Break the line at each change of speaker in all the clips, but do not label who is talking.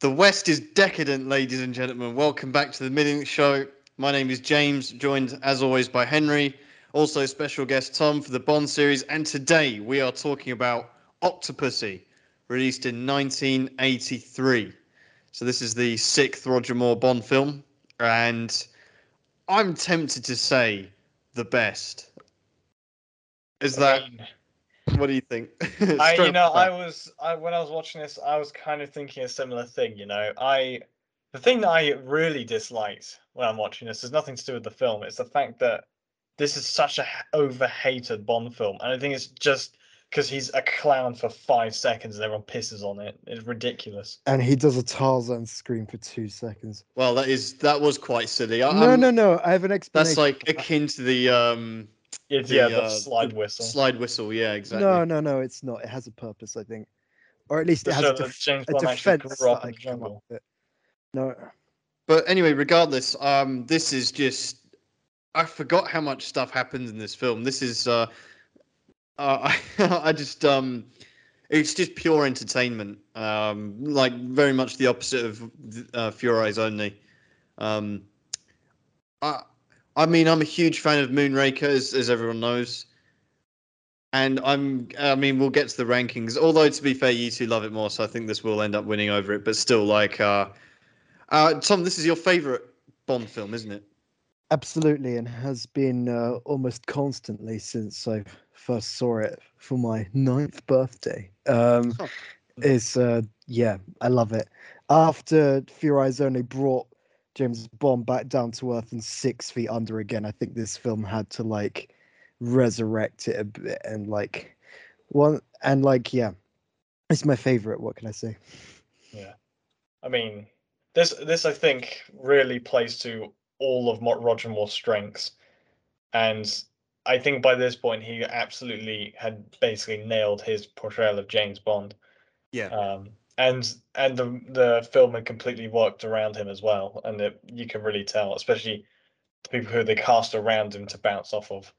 The West is decadent, ladies and gentlemen. Welcome back to the Millings Show. My name is James, joined as always by Henry, also special guest Tom for the Bond series. And today we are talking about Octopussy, released in 1983. So this is the sixth Roger Moore Bond film, and I'm tempted to say the best. Is that
I, mean,
what do you think?
I- you
Straight
know,
off
I
the bat.
was I, when I was watching this, I was kind of thinking a similar thing. You know, I the thing that I really disliked when I'm watching this is nothing to do with the film. It's the fact that this is such a h- overhated Bond film, and I think it's just because he's a clown for five seconds and everyone pisses on it. It's ridiculous.
And he does a Tarzan scream for two seconds.
well, that is that was quite silly. I,
no,
I'm-
no, no. I have an explanation.
That's like akin to the um,
It's
The,
yeah, the
uh,
slide
the
whistle.
slide whistle. Yeah, exactly.
No, no, no. It's not. It has a purpose, I think, or at least
To
it has
show
a,
that
def-
James
a
Bond actually
defense
grew up
that
in
I
the
come
jungle.
up with. No,
But anyway, regardless, um, this is just. I forgot how much stuff happens in this film. This is. Uh, uh, I just. Um, it's just pure entertainment. Um, like very much the opposite of uh, Pure Eyes Only. Um, I, I mean, I'm a huge fan of Moonraker, as, as everyone knows. And I'm. I mean, we'll get to the rankings. Although to be fair, you two love it more, so I think this will end up winning over it. But still, like. Uh, uh, Tom, this is your favourite Bond film, isn't it?
absolutely, and has been uh, almost constantly since I first saw it for my ninth birthday. Um,
Huh.
It's uh, yeah, I love it. After Fear Eyes Only brought James Bond back down to earth and six feet under again, I think this film had to like resurrect it a bit and like one and like yeah, it's my favorite. What can I say?
I mean, this this I think really plays to all of Mo- Roger Moore's strengths, and I think by this point he absolutely had basically nailed his portrayal of James Bond,
Yeah.
um, and and the the film had completely worked around him as well, and it, you can really tell, especially the people who they cast around him to bounce off of.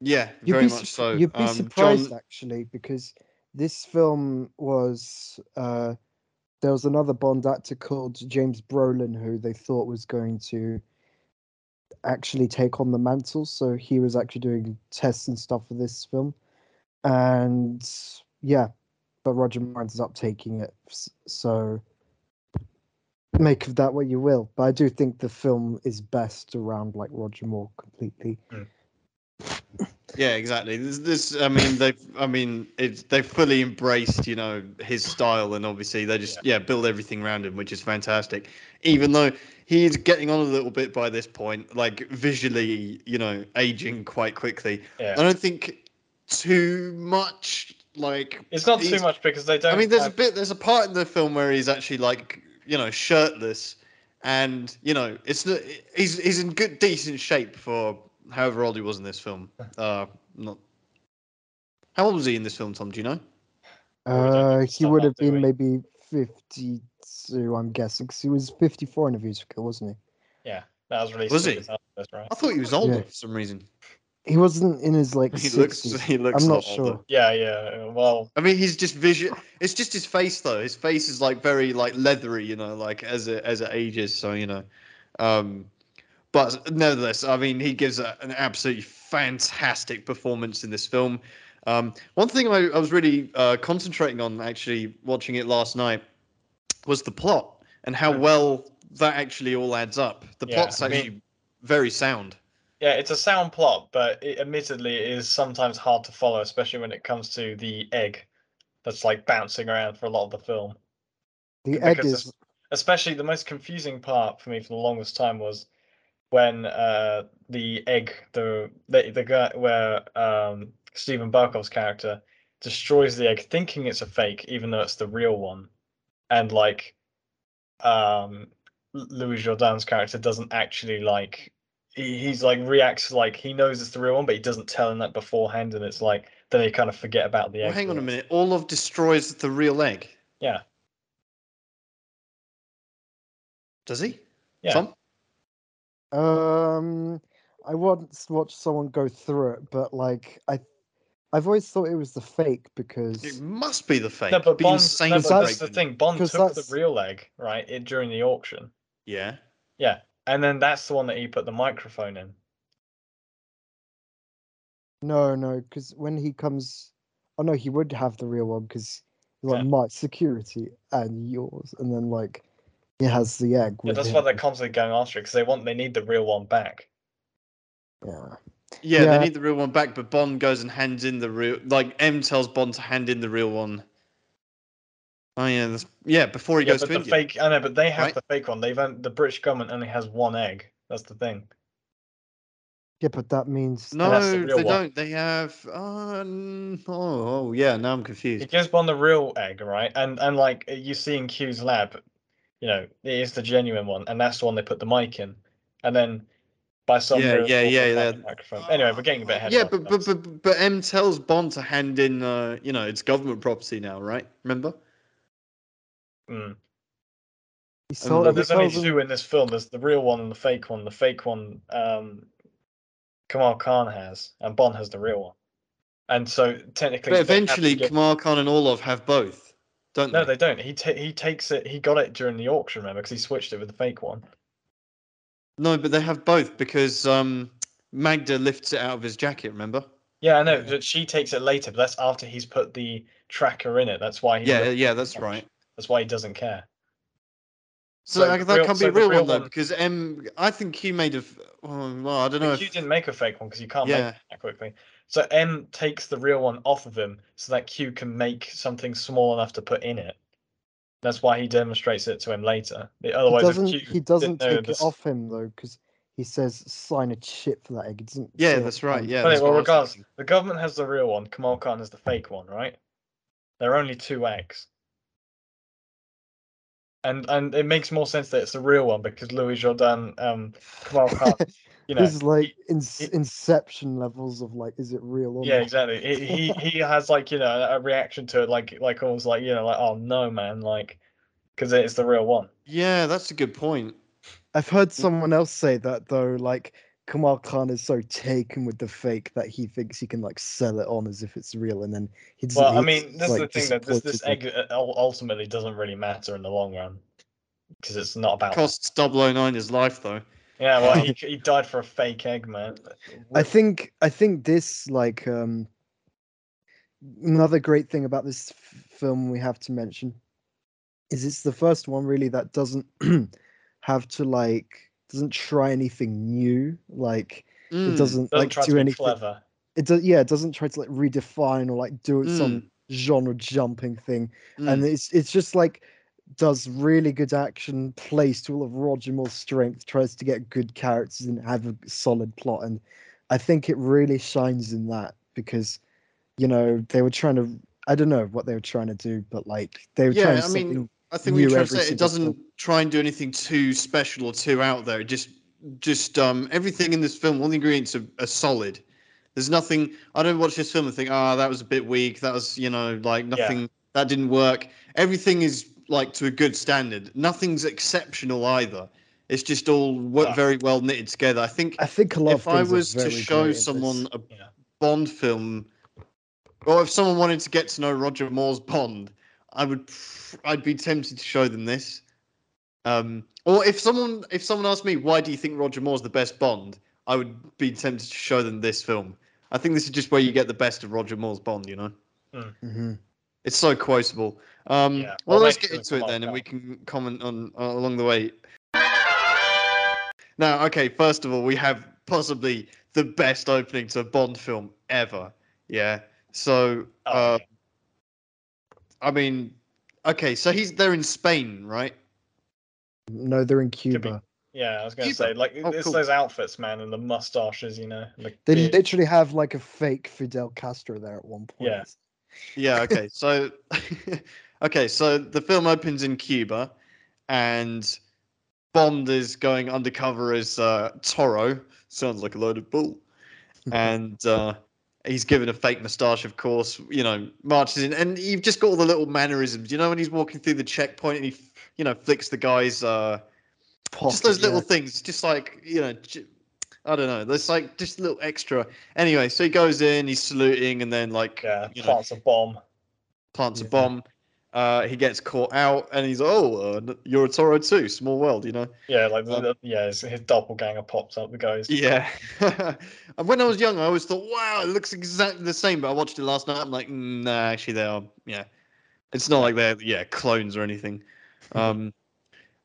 yeah,
You'd
very
be
much
surp-
so.
You'd be
Um,
surprised
John,
actually because this film was uh, there was another Bond actor called James Brolin who they thought was going to actually take on the mantle, so he was actually doing tests and stuff for this film, and yeah, but Roger Moore ends up taking it, s- so make of that what you will. But I do think the film is best around like Roger Moore completely.
yeah, exactly. This, this, I mean, they've, I mean, it's they've fully embraced, you know, his style, and obviously they just, yeah, build everything around him, which is fantastic. Even though he is getting on a little bit by this point, like visually, you know, aging quite quickly. I
Yeah,
don't think too much, like,
it's not too
he's-
much because they don't.
I mean, there's a
have-
bit, there's a part in the film where he's actually like, you know, shirtless, and you know, it's not, he's he's in good, decent shape for however old he was in this film. Uh, not how old was he in this film, Tom? Do you know?
Or we don't know
Uh,
if it's
he
not
would
that,
have
do we?
been maybe 52, I'm guessing, 'cause he was 54 in a musical, wasn't
yeah, that was released.
Was
two
he?
years after this, right?
I thought he was older
Yeah.
for some reason.
he? He wasn't in his like
He
60s.
looks, he looks.
I'm
a
not
lot older.
sure.
Yeah, yeah. Well,
I mean, he's just visual. It's just his face, though. His face is like very like leathery, you know, like as it as it ages. So you know, um, but nevertheless, I mean, he gives a, an absolutely fantastic performance in this film. Um, one thing I, I was really uh, concentrating on actually watching it last night was the plot and how
Yeah.
well that actually all adds up. The
Yeah,
plot's
I mean-
actually very sound.
Yeah, it's a sound plot, but it, admittedly, it is sometimes hard to follow, especially when it comes to the egg that's like bouncing around for a lot of the film.
The
because
egg
it's-
is
Especially the most confusing part for me for the longest time was when uh, the egg, the the, the guy where um, Stephen Barkov's character destroys the egg, thinking it's a fake, even though it's the real one, and like um, L- Louis Jordan's character doesn't actually like he, he's like reacts like he knows it's the real one, but he doesn't tell him that beforehand, and it's like then they kind of forget about the egg.
Well, hang on a
for it.
minute. Orlov destroys the real egg.
Yeah.
Does he?
Yeah.
Tom?
Um, I once watched someone go through it, but like I, I've always thought it was the fake
It
because
must be the fake.
No, but
Be
Bond.
insane
No,
to
but
break
that's the
them.
thing. Bond took
'Cause
the
that's-
real egg right it, during the auction,
Yeah.
and then that's the one that he put the microphone in.
no, no, because when he comes, oh no, he would have the real one because like
Yeah.
my security and yours, and then like he has the egg.
Yeah,
with
that's
him.
why they're constantly going after it because they want they need the real one back.
Yeah.
yeah,
Yeah.
They need the real one back, but Bond goes and hands in the real. Like M tells Bond to hand in the real one. Oh yeah, that's, yeah. Before he
yeah,
goes
but
to
the
India.
fake. I know, but they have
right?
the fake one. They've on- the British government only has one egg. That's the thing.
Yeah, but that means
no,
that's the
they
real one.
don't. They have. Uh, n- oh, oh, yeah. Now I'm
He
confused.
gives Bond the real egg, right? And and like you see in Q's lab, you know, it is the genuine one, and that's the one they put the mic in, and then by some
Yeah,
miracle
yeah,
they
yeah,
found
yeah.
the microphone. Anyway, we're getting a bit ahead.
Yeah,
of
but but,
ourselves.
but but M tells Bond to hand in. Uh, you know, it's government property now, right? Remember?
Mm.
he
I mean,
sold.
No,
Well,
he
there's only
sells
tells
them-
two in this film. There's the real one and the fake one. The fake one, um, Kamal Khan has, and Bond has the real one. And so technically,
But
they have to
eventually,
give-
Kamal Khan and Orlov have both, don't
no,
they?
they don't. He ta- he takes it. He got it during the auction, remember? Because he switched it with the fake one.
No, but they have both because um, Magda lifts it out of his jacket. Remember?
Yeah, I know.
Yeah.
But she takes it later, but that's after he's put the tracker in it. That's why he.
Yeah,
doesn't-
yeah, that's right.
That's why he doesn't care.
So,
So
that-
the
that
real-
can't
so
be
the
real,
real
one though,
one-
because M. I think Q made a. f- oh, well, I don't know. If,
But Q didn't make a fake one because you can't
Yeah.
make it that quickly. So M takes the real one off of him so that Q can make something small enough to put in it. That's why he demonstrates it to him later. The-
He
Otherwise,
doesn't.
if Q
He doesn't
didn't know
take
this-
it off him though, because he says sign a chip for that egg. He doesn't
yeah,
say it
that's right.
on-
Yeah.
Okay,
that's
Oh, well,
what I was
regardless,
thinking.
the government has the real one. Kamal Khan has the fake one, right? There are only two eggs, and and it makes more sense that it's the real one because Louis Jordan, um, Kamal Khan, you know,
this is like in-
he-
inception levels of like, is it real or
Yeah,
not?
exactly. He, he he has like you know a reaction to it, like like almost like you know like oh no man, like because it's the real one.
Yeah, that's a good point.
I've heard someone else say that though. Like Kamal Khan is so taken with the fake that he thinks he can like sell it on as if it's real, and then he doesn't.
Well, I
he's,
mean, this is the
like,
thing that this this
disappointed
egg uh, ul- ultimately doesn't really matter in the long run because it's not about.
Costs 009 his life though.
Yeah, well, he he died for a fake egg, man.
I think I think this like um another great thing about this f- film we have to mention is it's the first one really that doesn't have to like doesn't try anything new like it
Mm,
Hmm,
doesn't,
doesn't
like
try
do
to be
anything
clever.
it does yeah it doesn't try to like redefine or like do some genre jumping thing
mm,
and it's it's just like does really good action plays to all of Roger Moore's strength tries to get good characters and have a solid plot and I think it really shines in that because you know they were trying to I don't know what they were trying to do but like they were
Yeah,
trying to
I mean,
something
I think we
new
try to
every
say it
single
doesn't
film.
try and do anything too special or too out there. It Just, just um, everything in this film, all the ingredients are, are solid. There's nothing. I don't watch this film and think, ah, that was a bit weak. That was, you know, like nothing. That didn't work. Everything is like to a good standard. Nothing's exceptional either. It's just all wo-
No.
very well knitted together. I think
I think a lot
if
of
I
things are
was to
very
show
great in this.
someone a
Yeah.
Bond film, or if someone wanted to get to know Roger Moore's Bond, I would, pr- I'd be tempted to show them this. Um, or if someone, if someone asked me, why do you think Roger Moore's the best Bond? I would be tempted to show them this film. I think this is just where you get the best of Roger Moore's Bond. You know,
Mhm.
it's so quotable. Um,
Yeah,
Well,
well,
let's
maybe
get
it's a
into it then, and
Kamal
we can comment on uh, along the way. Now, okay, first of all, we have possibly the best opening to a Bond film ever. Yeah. So,
Oh,
uh, I mean, okay, so he's they're in Spain, right?
No, they're in
be-
Cuba.
yeah, I was gonna
Cuba.
say like
Oh,
it's
cool.
those outfits, man, and the mustaches, you know. and the
They
beard.
literally have like a fake Fidel Castro there at one point.
Yeah.
Yeah. Okay. So, okay, so the film opens in Cuba, and Bond is going undercover as uh, Toro. Sounds like a loaded bull. and uh, he's given a fake moustache, of course. You know, marches in, and you've just got all the little mannerisms. You know, when he's walking through the checkpoint and he, you know, flicks the guy's uh, just
Pocket,
those
yeah.
little things, just like you know, j- I don't know. There's like just a little extra. Anyway, so he goes in, he's saluting, and then like
Yeah,
you know,
plants a bomb.
plants a
Yeah.
bomb. Uh, he gets caught out, and he's oh, uh, you're a Toro too. Small world, you know.
Yeah, like
Um,
the, the- yeah, his, his doppelganger pops up. The guys.
Yeah. and when I was young, I always thought, wow, it looks exactly the same. But I watched it last night. I'm like, "Mm, nah, actually, they are. Yeah. It's not like they're yeah clones or anything. Um,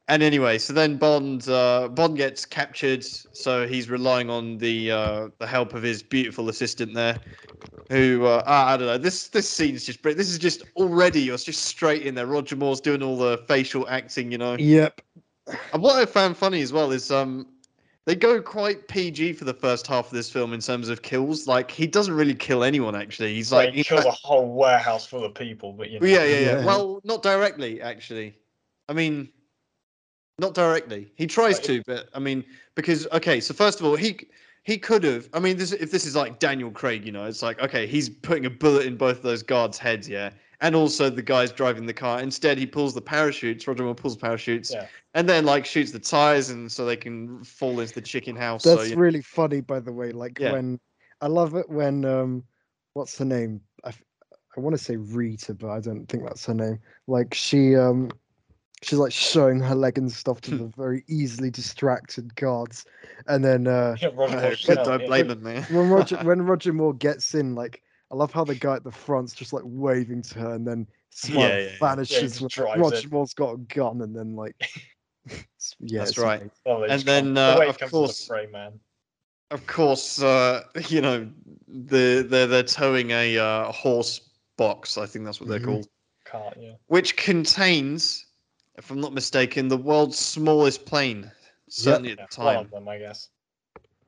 and anyway, so then Bond uh, Bond gets captured. So he's relying on the uh, the help of his beautiful assistant there, who uh, ah, I don't know. This this scene is just brilliant. This is just already you're just straight in there. Roger Moore's doing all the facial acting, you know.
Yep.
And what I found funny as well is um they go quite PG for the first half of this film in terms of kills. Like he doesn't really kill anyone actually. He's
Like,
like
he kills a whole warehouse full of people, but you know,
yeah, yeah, yeah,
Yeah.
Well, not directly actually. I mean not directly. He tries
Right.
to, but I mean because okay, so first of all, he he could have. I mean, this if this is like Daniel Craig, you know, it's like okay, he's putting a bullet in both of those guards' heads, yeah, and also the guys driving the car. Instead, he pulls the parachutes. Roger Moore pulls the parachutes,
Yeah.
and then like shoots the tires, and so they can fall into the chicken house. so
That's
you-
really funny, by the way. Like
Yeah.
when I love it when um, what's her name? I, f- I want to say Rita, but I don't think that's her name. Like she um, she's like showing her leg and stuff
Hmm.
to the very easily distracted guards, and then uh,
yeah, Roger
No,
Moore
but
shot,
don't
yeah.
blame them, man.
when Roger when Roger Moore gets in, like I love how the guy at the front's just like waving to her, and then smile
Yeah, yeah, yeah.
Yeah, he
vanishes.
just
when
drives
Roger
it.
Moore's got a gun, and then like, it's- yeah,
That's
it's
right.
amazing.
Oh, they
And
just come-
then, uh,
the way it
of
comes
course-
to the fray, man.
Of course, uh, you know the they're they're towing a uh, horse box. I think that's what they're
Mm-hmm.
Mhm.
called,
Can't you?
which contains, if I'm not mistaken, the world's smallest plane. Certainly
Yeah,
at the
one
time.
of them, I guess.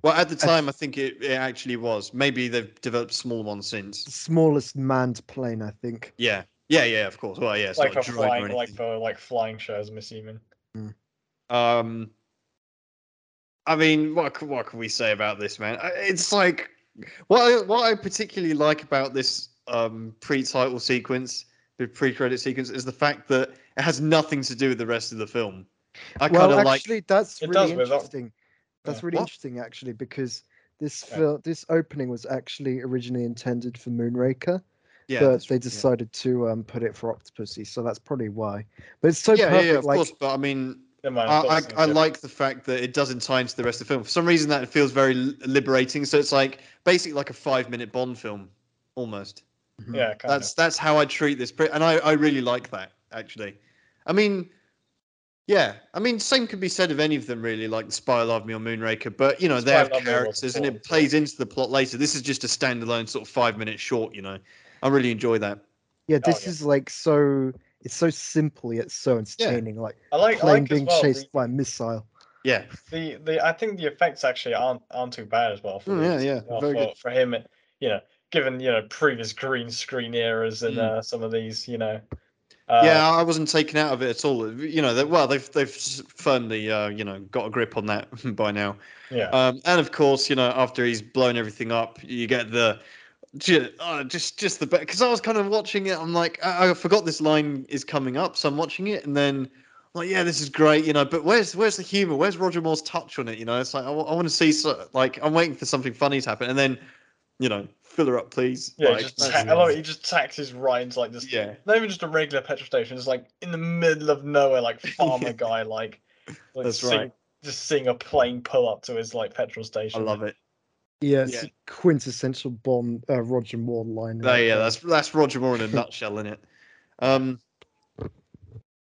Well, at the
I th-
time, I think it, it actually was. Maybe they've developed smaller ones
The
since.
smallest manned plane, I think.
Yeah, yeah, yeah. Of course. Well, yeah, it's
like
not
for
a drone or
flying,
anything.
like for like flying shows, I'm assuming.
Um, I mean, what c- what can we say about this, man? I- It's like what I, what I particularly like about this um, pre-title sequence, the pre-credit sequence, is the fact that it has nothing to do with the rest of the film. I kind
well,
of like
actually, that's
It
really
does with that-
interesting. That's
Yeah.
really
What?
interesting, actually, because this
Yeah.
film, this opening was actually originally intended for Moonraker,
yeah,
but
that's-
they
yeah.
decided to um, put it for Octopussy, so that's probably why. But it's so
yeah, yeah,
perfect.
yeah, of
like,
course. But I mean,
Never mind,
I,
thought
I, I
so.
like the fact that it doesn't tie into the rest of the film. For some reason, that feels very li- liberating. So it's like basically like a five-minute Bond film, almost.
Mhm.
yeah, kind
that's that's how I treat this, pre- and I I really like that actually. I mean, yeah, I mean, same could be said of any of them really, like the Spy Love Me or Moonraker, but you know they
Spy
have
Love Me was
characters and it
important,
plays into the plot later. This is just a standalone sort of five minute short, you know. I really enjoy that.
Yeah,
Oh,
this
yeah.
is like so. It's so simple yet so entertaining. Like
of. I like, I
plane
like as
being
well.
chased
The,
by a missile.
Yeah,
the, the, I think the effects actually aren't aren't too bad as well. For
Mm,
these,
yeah, yeah,
as well,
very
for,
good.
for him, you know, given you know previous green screen eras and
Mm.
uh, some of these, you know. Uh,
yeah, I wasn't taken out of it at all. You know, that well, they've they've s- firmly uh, you know got a grip on that by now.
yeah.
Um, and of course, you know, after he's blown everything up, you get the ju- uh, just just the because I was kind of watching it. I'm like, I, I forgot this line is coming up, so I'm watching it, and then I'm like, yeah, this is great, you know. But where's where's the humor? Where's Roger Moore's touch on it? You know, it's like I, want to see so, like I'm waiting for something funny to happen, and then you know, fill her up, please.
yeah, he
like,
just ta-
that's-
I love it. He just taxes right into like this.
yeah,
Not even just a regular petrol station. It's like in the middle of nowhere, like farmer guy, like, like
That's
seeing-
right.
Just seeing a plane pull up to his like petrol
I
station.
love it.
Yeah, it's
Yeah.
a quintessential Bond uh, Roger Moore line.
Oh,
right
yeah,
there.
that's that's Roger Moore in a nutshell, in it. Um,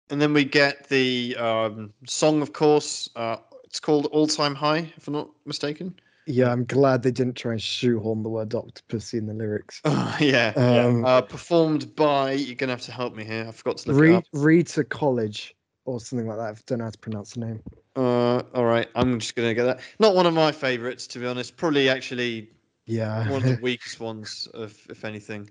and then we get the um, song, of course. Uh, it's called "All Time High," if I'm not mistaken.
yeah. I'm glad they didn't try and shoehorn the word octopussy in the lyrics.
Oh, yeah.
Um,
Uh, performed by you're gonna have to help me here. I forgot to look it
read
up.
read to college or something like that. I don't know how to pronounce the name.
Uh, all right, I'm just gonna get that. Not one of my favorites, to be honest. Probably actually one of
Yeah,
the weakest ones, if if anything.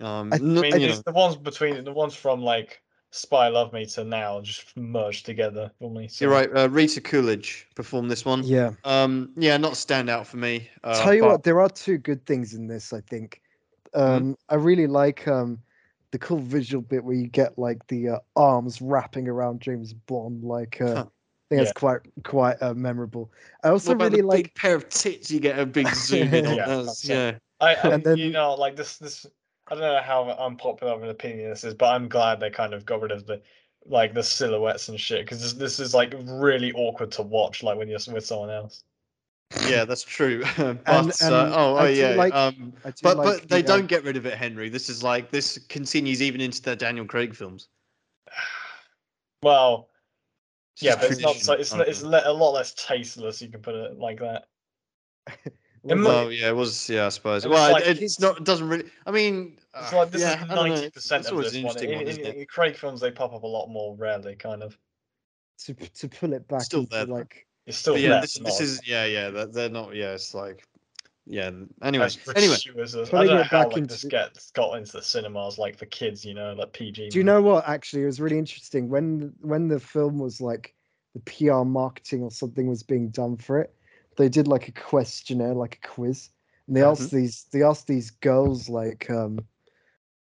Um,
I
n-
I mean,
you
these-
know,
the ones between the ones from like Spy Love Me to now just merged together normally. So.
you're right. Uh, Rita Coolidge performed this one.
yeah.
Um, yeah, not a standout for me. Uh,
Tell you
but- Mm-hmm.
what, there are two good things in this. I think. Um, I really like um, the cool visual bit where you get like the uh, arms wrapping around James Bond, like uh,
Huh.
think
Yeah.
that's quite quite uh, memorable. I also
What about
really
the
like
big pair of tits you get a big zoom in on?
Yeah,
That's-
that's it.
yeah.
I, I
And then-
you know, like this, this. I don't know how unpopular of an opinion this is, but I'm glad they kind of got rid of the, like the silhouettes and shit, because this, this is like really awkward to watch, like when you're s- with someone else.
Yeah, that's true. but
and
uh, oh, oh
I do
yeah.
like-
um,
I do
but
like
but they
the, uh,
don't get rid of it, Henry. This is like this continues even into their Daniel Craig films.
Well,
It's
yeah,
just
but it's not. So
tradition,
it's not- it's
aren't
le- a lot less tasteless. You can put it like that.
was
they?
it's
Oh yeah, it was. Yeah, I suppose.
It was
Well, it-
like-
it's, not. It doesn't really. I mean,
It's
uh,
like this
yeah,
is
I don't know.
ninety percent
That's
of
always
this
an
one.
interesting
In,
one,
in-
isn't it?
in Craig films, they pop up a lot more rarely. Kind of,
to to pull it back
Still
into
there, though.
like
it's still
But yeah,
there,
this,
but
this
not as-
is yeah, yeah. That, they're not. Yeah, it's like yeah. Anyway,
as
anyway.
gratuitous as- I
Putting
don't know
it
how
back
like this
into-
gets got into the cinemas, like for kids, you know, like PG.
Do you know what? Actually, it was really interesting when when the film was like the PR marketing or something was being done for it. They did like a questionnaire, like a quiz, and they
Mhm.
asked these they asked these girls like um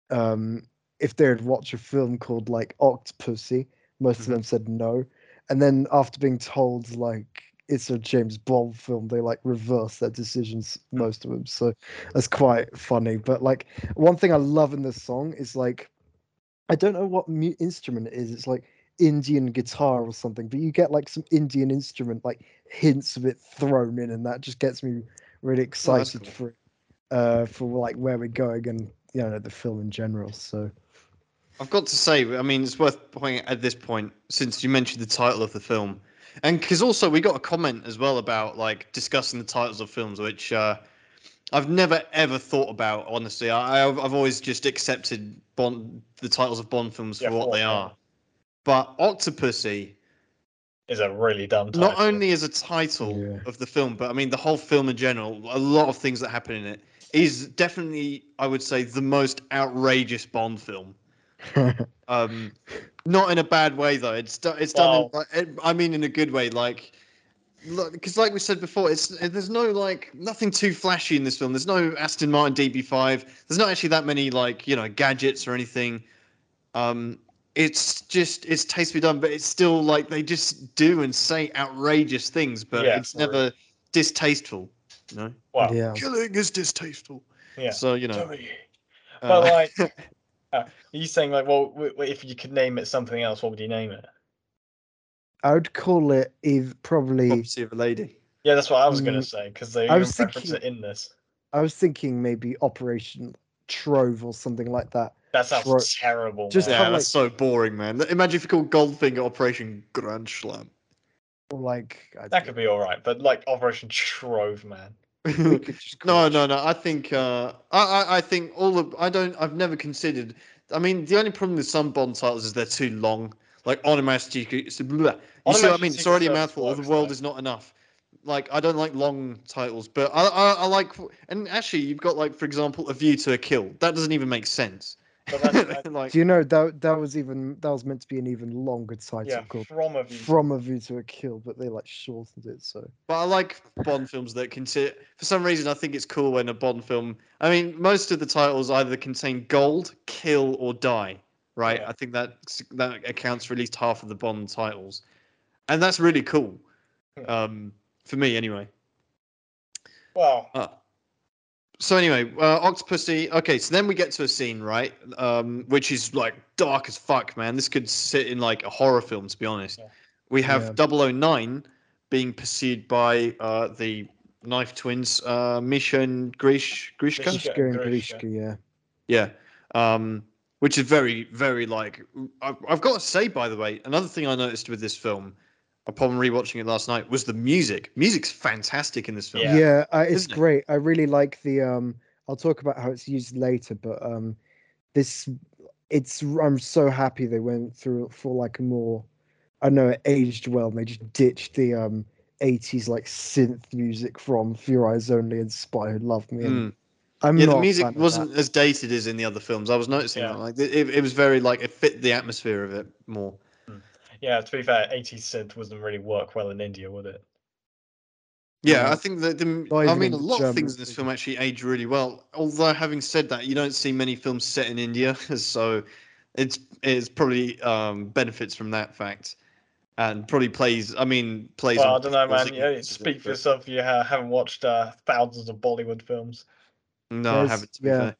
um if they would watch a film called like Octopussy. Most
Mhm.
of them said no, and then after being told like it's a James Bond film, they like reverse their decisions. Most of them, so that's quite funny. But like one thing I love in this song is like I don't know what mu- instrument it is. It's like Indian guitar or something, but you get like some Indian instrument, like hints of it thrown in, and that just gets me really
Oh,
excited
cool.
for uh for like where we're going and you know the film in general. So
I've got to say, I mean, it's worth pointing at this point since you mentioned the title of the film, and because also we got a comment as well about like discussing the titles of films, which uh, I've never ever thought about. Honestly, I, I've, I've always just accepted Bond the titles of Bond films
Yeah,
for what
for
they
what they
are. But Octopussy,
is a really dumb title.
not only as a title
Yeah.
of the film, but I mean the whole film in general, a lot of things that happen in it is definitely, I would say, the most outrageous Bond film. Um, not in a bad way though. It's do- it's done.
Well-
in, like, it, I mean, in a good way. Like, because like we said before, it's there's no like nothing too flashy in this film. There's no Aston Martin DB5. There's not actually that many like you know gadgets or anything. Um, it's just it's tastefully done, but it's still like they just do and say outrageous things, but
Yeah,
it's
for real.
never distasteful. You know,
Wow.
yeah,
killing is distasteful.
Yeah.
So you know,
Dummy.
uh,
But like, uh, you saying like, well, w- w- if you could name it something else, what would you name it?
I would call it ev- probably.
property of a lady.
Yeah, that's what I was gonna
Mm,
say because they
I
even
was
reference
thinking-
it in this.
I was thinking maybe Operation Trove or something like that.
That sounds
Tro-
terrible.
Just
man.
Yeah,
have,
that's so boring, man. Imagine if you called Goldfinger Operation Grand Slam.
Or like I
that could be all right, but like Operation Trove, man.
we could just call
no,
it-
no, no. I think uh, I, I, I think all of I don't. I've never considered. I mean, the only problem with some Bond titles is they're too long. Like Onomastic. You see what I
Onomastic
mean? It's already a
Service
mouthful. Or the
works,
world
though.
is not enough. Like I don't like long titles, but I, I, I like. And actually, you've got like, for example, A View to a Kill. That doesn't even make sense.
But that's like,
like,
Do you know that that was even that was meant to be an even longer title
yeah,
called
from a view.
From a View to a Kill, but they like shortened it. So
But I like Bond films that consider. For some reason, I think it's cool when a Bond film. I mean, most of the titles either contain gold, kill, or die. Right?
Yeah.
I think that that accounts for at least half of the Bond titles, and that's really cool.
Yeah.
Um, for me, anyway.
Well,
Uh, so anyway, uh, Octopussy. Okay, so then we get to a scene, right? Um, which is like dark as fuck, man. This could sit in like a horror film, to be honest.
Yeah.
We have
Yeah.
009 being pursued by uh, the knife twins, uh, Misha and Grish Grishka.
Grishka.
Grishka and
Grishka.
Grishka, yeah.
Yeah. Um, which is very, very like. I've, I've got to say, by the way, another thing I noticed with this film upon rewatching it last night was the music. Music's fantastic in this film.
Yeah.
Yeah, uh, it's
Isn't it?
great. I really like the um I'll talk about how it's used later, but um this it's I'm so happy they went through it for like a more I know it aged well and they just ditched the um 80s like synth music from Fear Eyes Only and Spy Who Loved Me. And
Mm.
I'm
yeah,
not
the
a
music
fan of that.
wasn't as dated as in the other films. I was noticing
Yeah.
that. Like it, it was very like it fit the atmosphere of it more.
Yeah, to be fair, 80 synth wouldn't really work well in India, would it?
Yeah,
Yeah.
I think that the
Not
I
even
mean
in
a
the
lot of
German
things in this
version.
film actually age really well. Although having said that, you don't see many films set in India, so it's it's probably um, benefits from that fact. and probably plays. I mean, plays.
Well, I
on
don't know, man.
people's
Yeah,
ignorance,
speak for
but-
yourself. You ha- haven't watched uh, thousands of Bollywood films.
No, I
There's-
haven't. To be
yeah.
fair.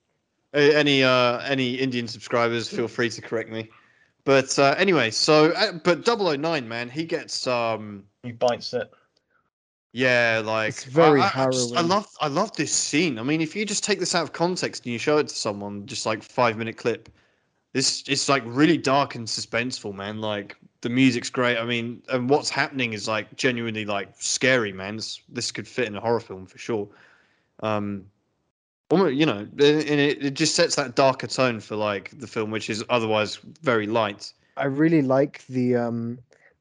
A- Any uh, any Indian subscribers, feel free to correct me. But uh, anyway, so uh, but 009, man, he gets um
He bites it.
yeah, like
It's very
I, I, I, just- I
harrowing.
love I love this scene. I mean, if you just take this out of context and you show it to someone, just like five minute clip, this it's like really dark and suspenseful, man. Like the music's great. I mean, and what's happening is like genuinely like scary, man. This, this could fit in a horror film for sure. Um, almost, you know, and it, it just sets that darker tone for like the film, which is otherwise very light.
I really like the um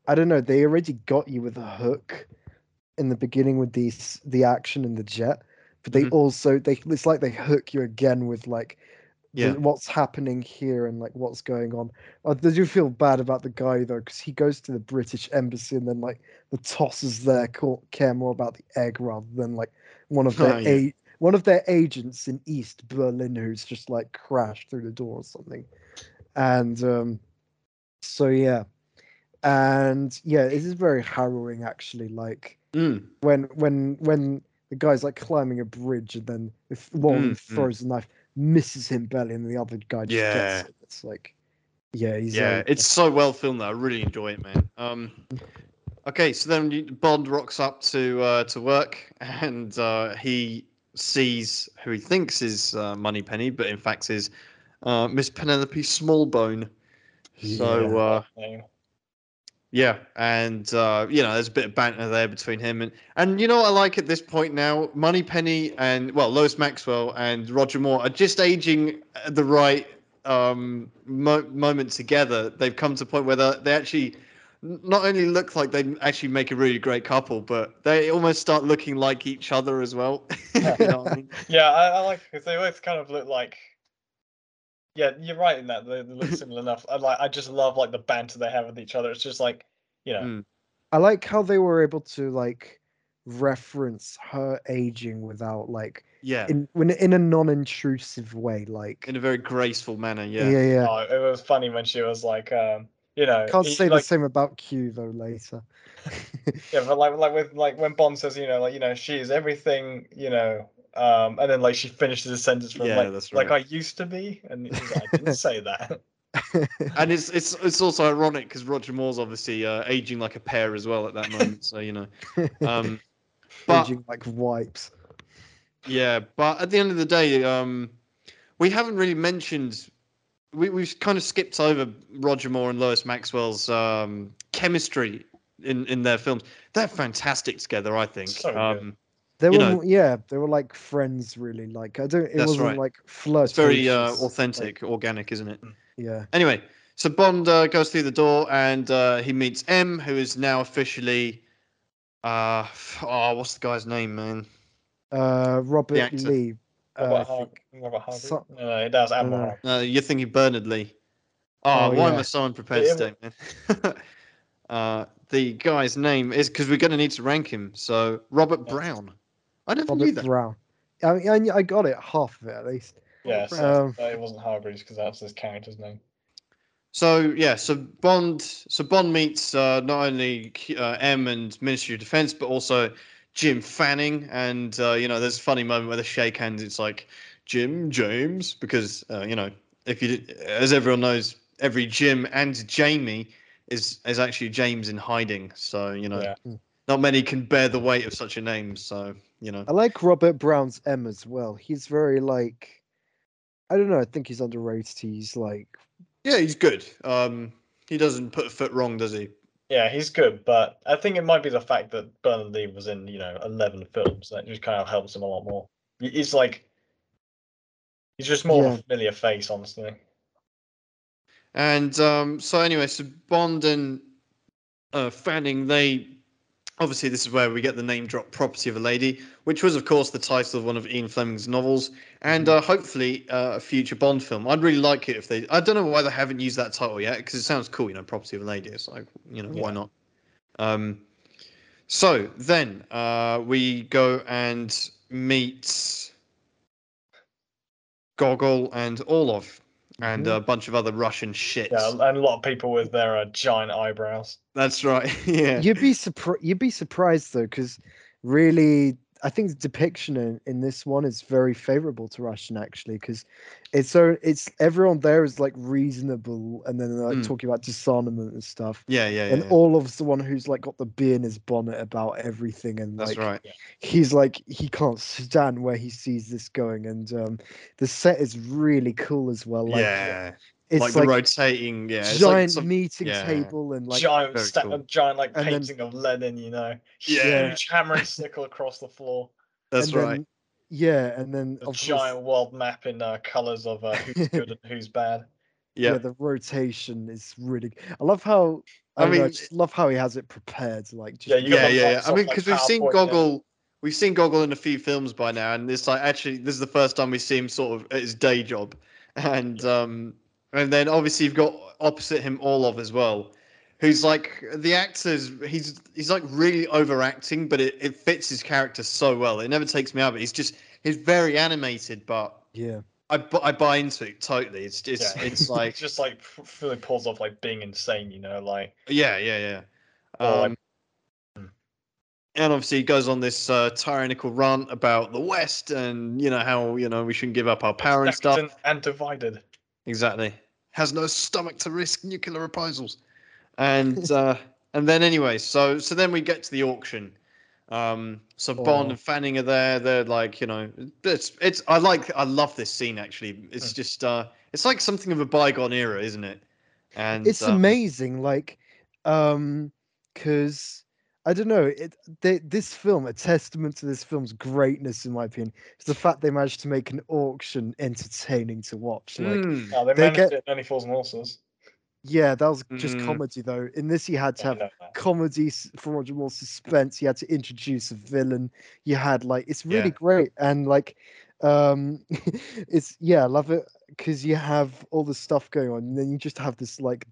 I don't know, they already got you with a hook in the beginning with these the action and the jet, but they
Mhm.
also they it's like they hook you again with like the-
Yeah.
what's happening here and like what's going on. I do feel bad about the guy though cuz he goes to the British embassy and then like the tossers there ca- care more about the egg rather than like one of their
Oh, Yeah.
a- one of their agents in East Berlin who's just like crashed through the door or something. And um so yeah and yeah this is very harrowing actually like
Mm.
when when when the guy's like climbing a bridge and then if one of them
Mm, mm.
throws the knife misses him belly and the other guy just
Yeah.
gets it it's like yeah he's uh, um,
Yeah,
like,
it's so well filmed though. I really enjoy it, man. Um, okay, so then you- Bond rocks up to uh, to work, and uh, he sees who he thinks is uh, Moneypenny, but in fact is uh, Miss Penelope Smallbone. So
Yeah.
uh,
No.
yeah, and uh, you know, there's a bit of banter there between him and and you know what I like at this point now, Moneypenny and well, Lois Maxwell and Roger Moore are just aging at the right um, mo- moment together. They've come to a point where they they actually n- not only look like they actually make a really great couple, but they almost start looking like each other as well. you know what I mean?
Yeah, I, I like because they both kind of look like. Yeah, you're right in that they, they look similar enough. I like. I just love like the banter they have with each other. It's just like, you know,
Mm.
i like how they were able to like reference her aging without like
Yeah,
in when in a non-intrusive way like
in a very graceful manner.
yeah yeah,
oh, it was funny when she was like, um, you know,
Mm. can't
he-
say
like,
the same about q though later
Yeah, but like like with like when Bond says, you know, like you know, she is everything, you know, um, and then like she finishes the sentence from
Yeah,
like
that's
like I used to be, and she's like, I didn't say that.
and it's it's it's also ironic because Roger Moore's obviously uh, aging like a pear as well at that moment. So you know, um, but
aging like wipes
yeah, but at the end of the day, um, we haven't really mentioned. We we've kind of skipped over Roger Moore and Lois Maxwell's um, chemistry in in their films. They're fantastic together, I think.
So good.
um,
They
you
were,
know-
mo- yeah, they were like friends, really. Like I don't, it
That's
wasn't
right.
like
it's
flirtatious.
very uh,
like,
authentic, organic, isn't it?
yeah,
Anyway, so Bond uh, goes through the door and uh, he meets M, who is now officially. Uh, oh, what's the guy's name, man?
uh, Robert
actor.
Lee.
Robert,
Uh, I
Har-
think- Uh,
Robert Hardy.
so-
no, no, that was Admiral.
no.
Hardy.
No, you're thinking Bernard Lee. Oh,
Oh,
why am
yeah.
I so unprepared
Yeah,
today, man? uh, the guy's name is because we're going to need to rank him. So Robert
Yeah.
Brown. I never knew
Robert
that.
Brown. I, mean, I knew- I got it half of it at least.
Yeah, so
Um,
no, it wasn't Hargreaves because that was his character's name.
So yeah, so Bond, so Bond meets uh, not only Q- uh, M and Ministry of Defense, but also Jim Fanning, and uh, you know, there's a funny moment where they shake hands. It's like Jim James, because uh, you know, if you, did- as everyone knows, every Jim and Jamie is is actually James in hiding. So you know,
Yeah.
not many can bear the weight of such a name. So you know,
I like Robert Brown's M as well. He's very like, I don't know. I think he's underrated. He's like,
yeah, he's good. Um, he doesn't put a foot wrong, does he?
Yeah, he's good, but I think it might be the fact that Bernard Lee was in, you know, eleven films. That just kind of helps him a lot more. He- He's like, he's just more of
Yeah.
a familiar face, honestly.
And um, so anyway, so Bond and uh, Fanning, they obviously this is where we get the name drop "Property of a Lady," which was, of course, the title of one of Ian Fleming's novels, and
Mm-hmm.
uh, hopefully uh, a future Bond film. I'd really like it if they. I don't know why they haven't used that title yet because it sounds cool, you know, "Property of a Lady." It's like you know why
Yeah.
not? Um, so then uh, we go and meet Gogol and Orlov. and
Mhm.
a bunch of other Russian shits.
Mm-hmm. Yeah, and a lot of people with their uh, giant eyebrows.
That's right. yeah.
You'd be surprised. You'd be surprised though, because really, I think the depiction in, in this one is very favorable to Russian actually, because it's so it's everyone there is like reasonable, and then they're like,
Mm.
talking about disarmament and stuff.
yeah, yeah, yeah.
And
yeah.
all of the one who's like got the beer in his bonnet about everything, and
That's
like
right.
he's like he can't stand where he sees this going, and um, the set is really cool as well. Like
yeah.
it's
like, the rotating. Yeah. It's like
giant
some-
meeting
yeah.
table and like
giant
very
sta-
cool.
giant like
And then-
painting of Lenin, you know,
Yeah.
huge hammer and sickle across the floor,
that's
and
right.
Then, yeah, and then
the
of course,
giant world map in uh, colors of uh, who's good and who's bad.
Yeah.
yeah, the rotation is really. I love how.
I
I, mean, I
mean-
just love how he has it prepared. Like, just
Yeah, you
yeah,
got the
yeah, yeah.
lights
I
off,
mean,
like,
because we've seen
PowerPoint and everything.
Goggle, we've seen Goggle in a few films by now, and it's like actually this is the first time we see him sort of at his day job, and um, and then obviously you've got opposite him Orlov as well, who's like the actors. He's he's like really overacting, but it, it fits his character so well. It never takes me out. But he's just he's very animated, but
yeah,
I bu- I buy into it totally. It's it's
Yeah.
it's
It
like
just like f- really pulls off like being insane, you know, like
yeah, yeah, yeah.
Or, like-
Um, and obviously, he goes on this uh, tyrannical rant about the West and you know how you know we shouldn't give up our power and stuff.
stacked and divided.
Exactly, has no stomach to risk nuclear reprisals, and uh, and then anyway, so so then we get to the auction. Um, so Bond
Oh.
and Fanning are there. They're like you know, it's it's I like I love this scene actually. It's
Mm.
just uh, it's like something of a bygone era, isn't it? And
it's
um,
amazing. Like, um, because I don't know. It they, this film, a testament to this film's greatness, in my opinion, is the fact they managed to make an auction entertaining to watch. Like,
mm,
Oh, they,
They
managed
get-
it in Only Fools and Horses.
yeah, that was just
Mm.
comedy though. In this, he had to
Yeah, I
have
know that.
comedy s- for Roger Moore's suspense. You had to introduce a villain. You had like it's really
Yeah.
great and like um it's yeah, I love it because you have all the stuff going on, and then you just have this like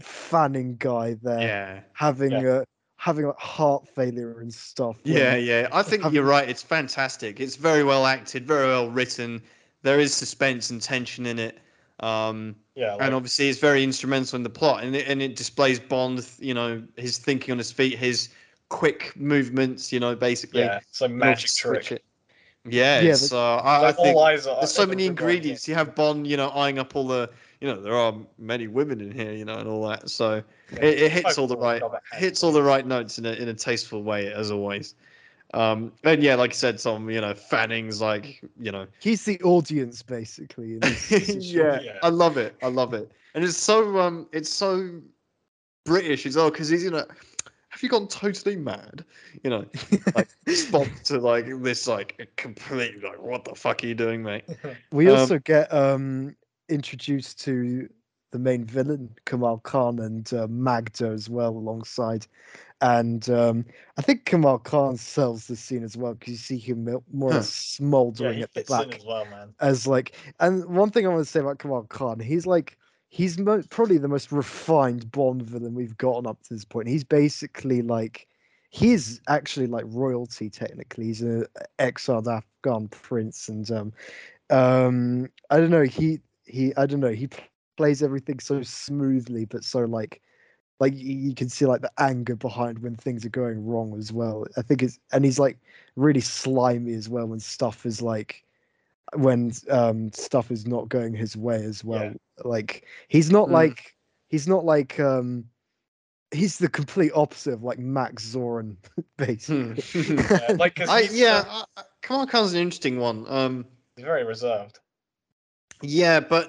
fanning guy there
yeah.
having
Yeah.
uh having like heart failure and stuff. when
Yeah, yeah. I think
have-
you're right. It's fantastic. It's very well acted, very well written. There is suspense and tension in it. Um,
Yeah, like,
and obviously, it's very instrumental in the plot, and it, and it displays Bond, you know, his thinking on his feet, his quick movements, you know, basically.
yeah, it's a
and also
magic trick.
switch it. Yeah,
Yeah,
it's, uh, I, I
Like,
think
all eyes are,
there's so
everyone's
many
on him.
ingredients. You have Bond, you know, eyeing up all the, you know, there are many women in here, you know, and all that. So
Yeah.
it, it hits all the
Overall,
right
Robert Hanson.
hits all the right notes in a in a tasteful way as always. Um, and yeah, like I said, some you know Fanning's like you know
He's the audience basically. In this situation.
yeah,
Yeah.
I love it, I love it, and it's so um it's so British as well because he's you know have you gone totally mad you know like spot to like this like complete like what the fuck are you doing mate
We
Um,
also get um introduced to the main villain Kamal Khan and uh, Magda as well alongside, and um, I think Kamal Khan sells this scene as well because you see him mo- more or
Huh.
less smoldering
Yeah, he
at the
fits in
back
as well, man.
as like. And one thing I want to say about Kamal Khan, he's like he's mo- probably the most refined Bond villain we've gotten up to this point. He's basically like. He is actually like royalty technically. He's an exiled Afghan prince, and um, um i don't know he he i don't know he p- plays everything so smoothly but so like like y- you can see like the anger behind when things are going wrong as well i think it's and he's like really slimy as well when stuff is like when um stuff is not going his way as well like he's not
Mm.
like he's not like um he's the complete opposite of like max zorin basically
Yeah, like, 'cause
Hmm. I
he's,
yeah
uh,
I, I- Kamal Khan's an interesting one um
he's very reserved.
yeah but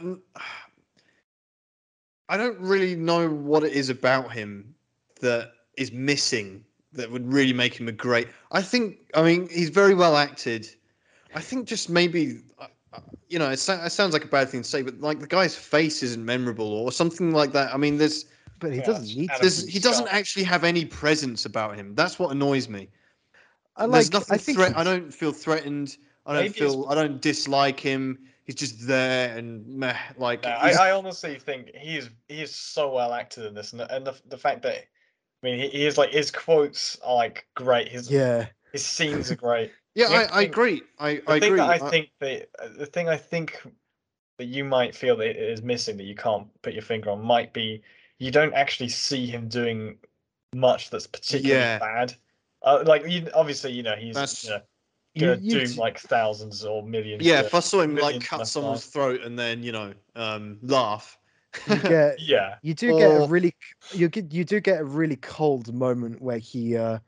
I don't really know what it is about him that is missing that would really make him a great. I think, I mean, he's very well acted. I think just maybe, uh, uh, you know, it, so- it sounds like a bad thing to say, but like the guy's face isn't memorable or something like that. I mean, there's,
but he
Yeah,
doesn't need
Adam-
to
there's he doesn't
Scott.
actually have any presence about him. That's what annoys me.
i
there's
like
nothing
i think
threat.
he's-
I don't feel threatened. I don't
Maybe it's-
feel. I don't dislike him. He's just there and meh, like.
No,
he's-
I, I honestly think he is he is so well acted in this, and the, and the, the fact that I mean he, he is like his quotes are like great, his
yeah
his scenes are great.
yeah,
the
I, I
thing-
agree. I,
The
I
thing
agree.
that I
I-
think they, the thing I think that you might feel that is missing that you can't put your finger on might be you don't actually see him doing much that's particularly
Yeah.
bad. Uh, like you, obviously, you know he's
That's-
you know,
You-
gonna
you
do
d-
like thousands or millions.
Yeah,
of-
if I saw him like
millions
cut
left
someone's throat and then you know um, laugh,
You get
yeah,
you do get a
Or-
really you get you do get a really cold moment where he uh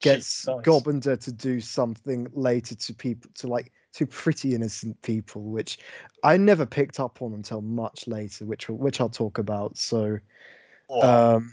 gets
Jesus.
Gobinder to do something later to people to like to pretty innocent people, which I never picked up on until much later, which we'll- which I'll talk about. So
uh,
Wow.
um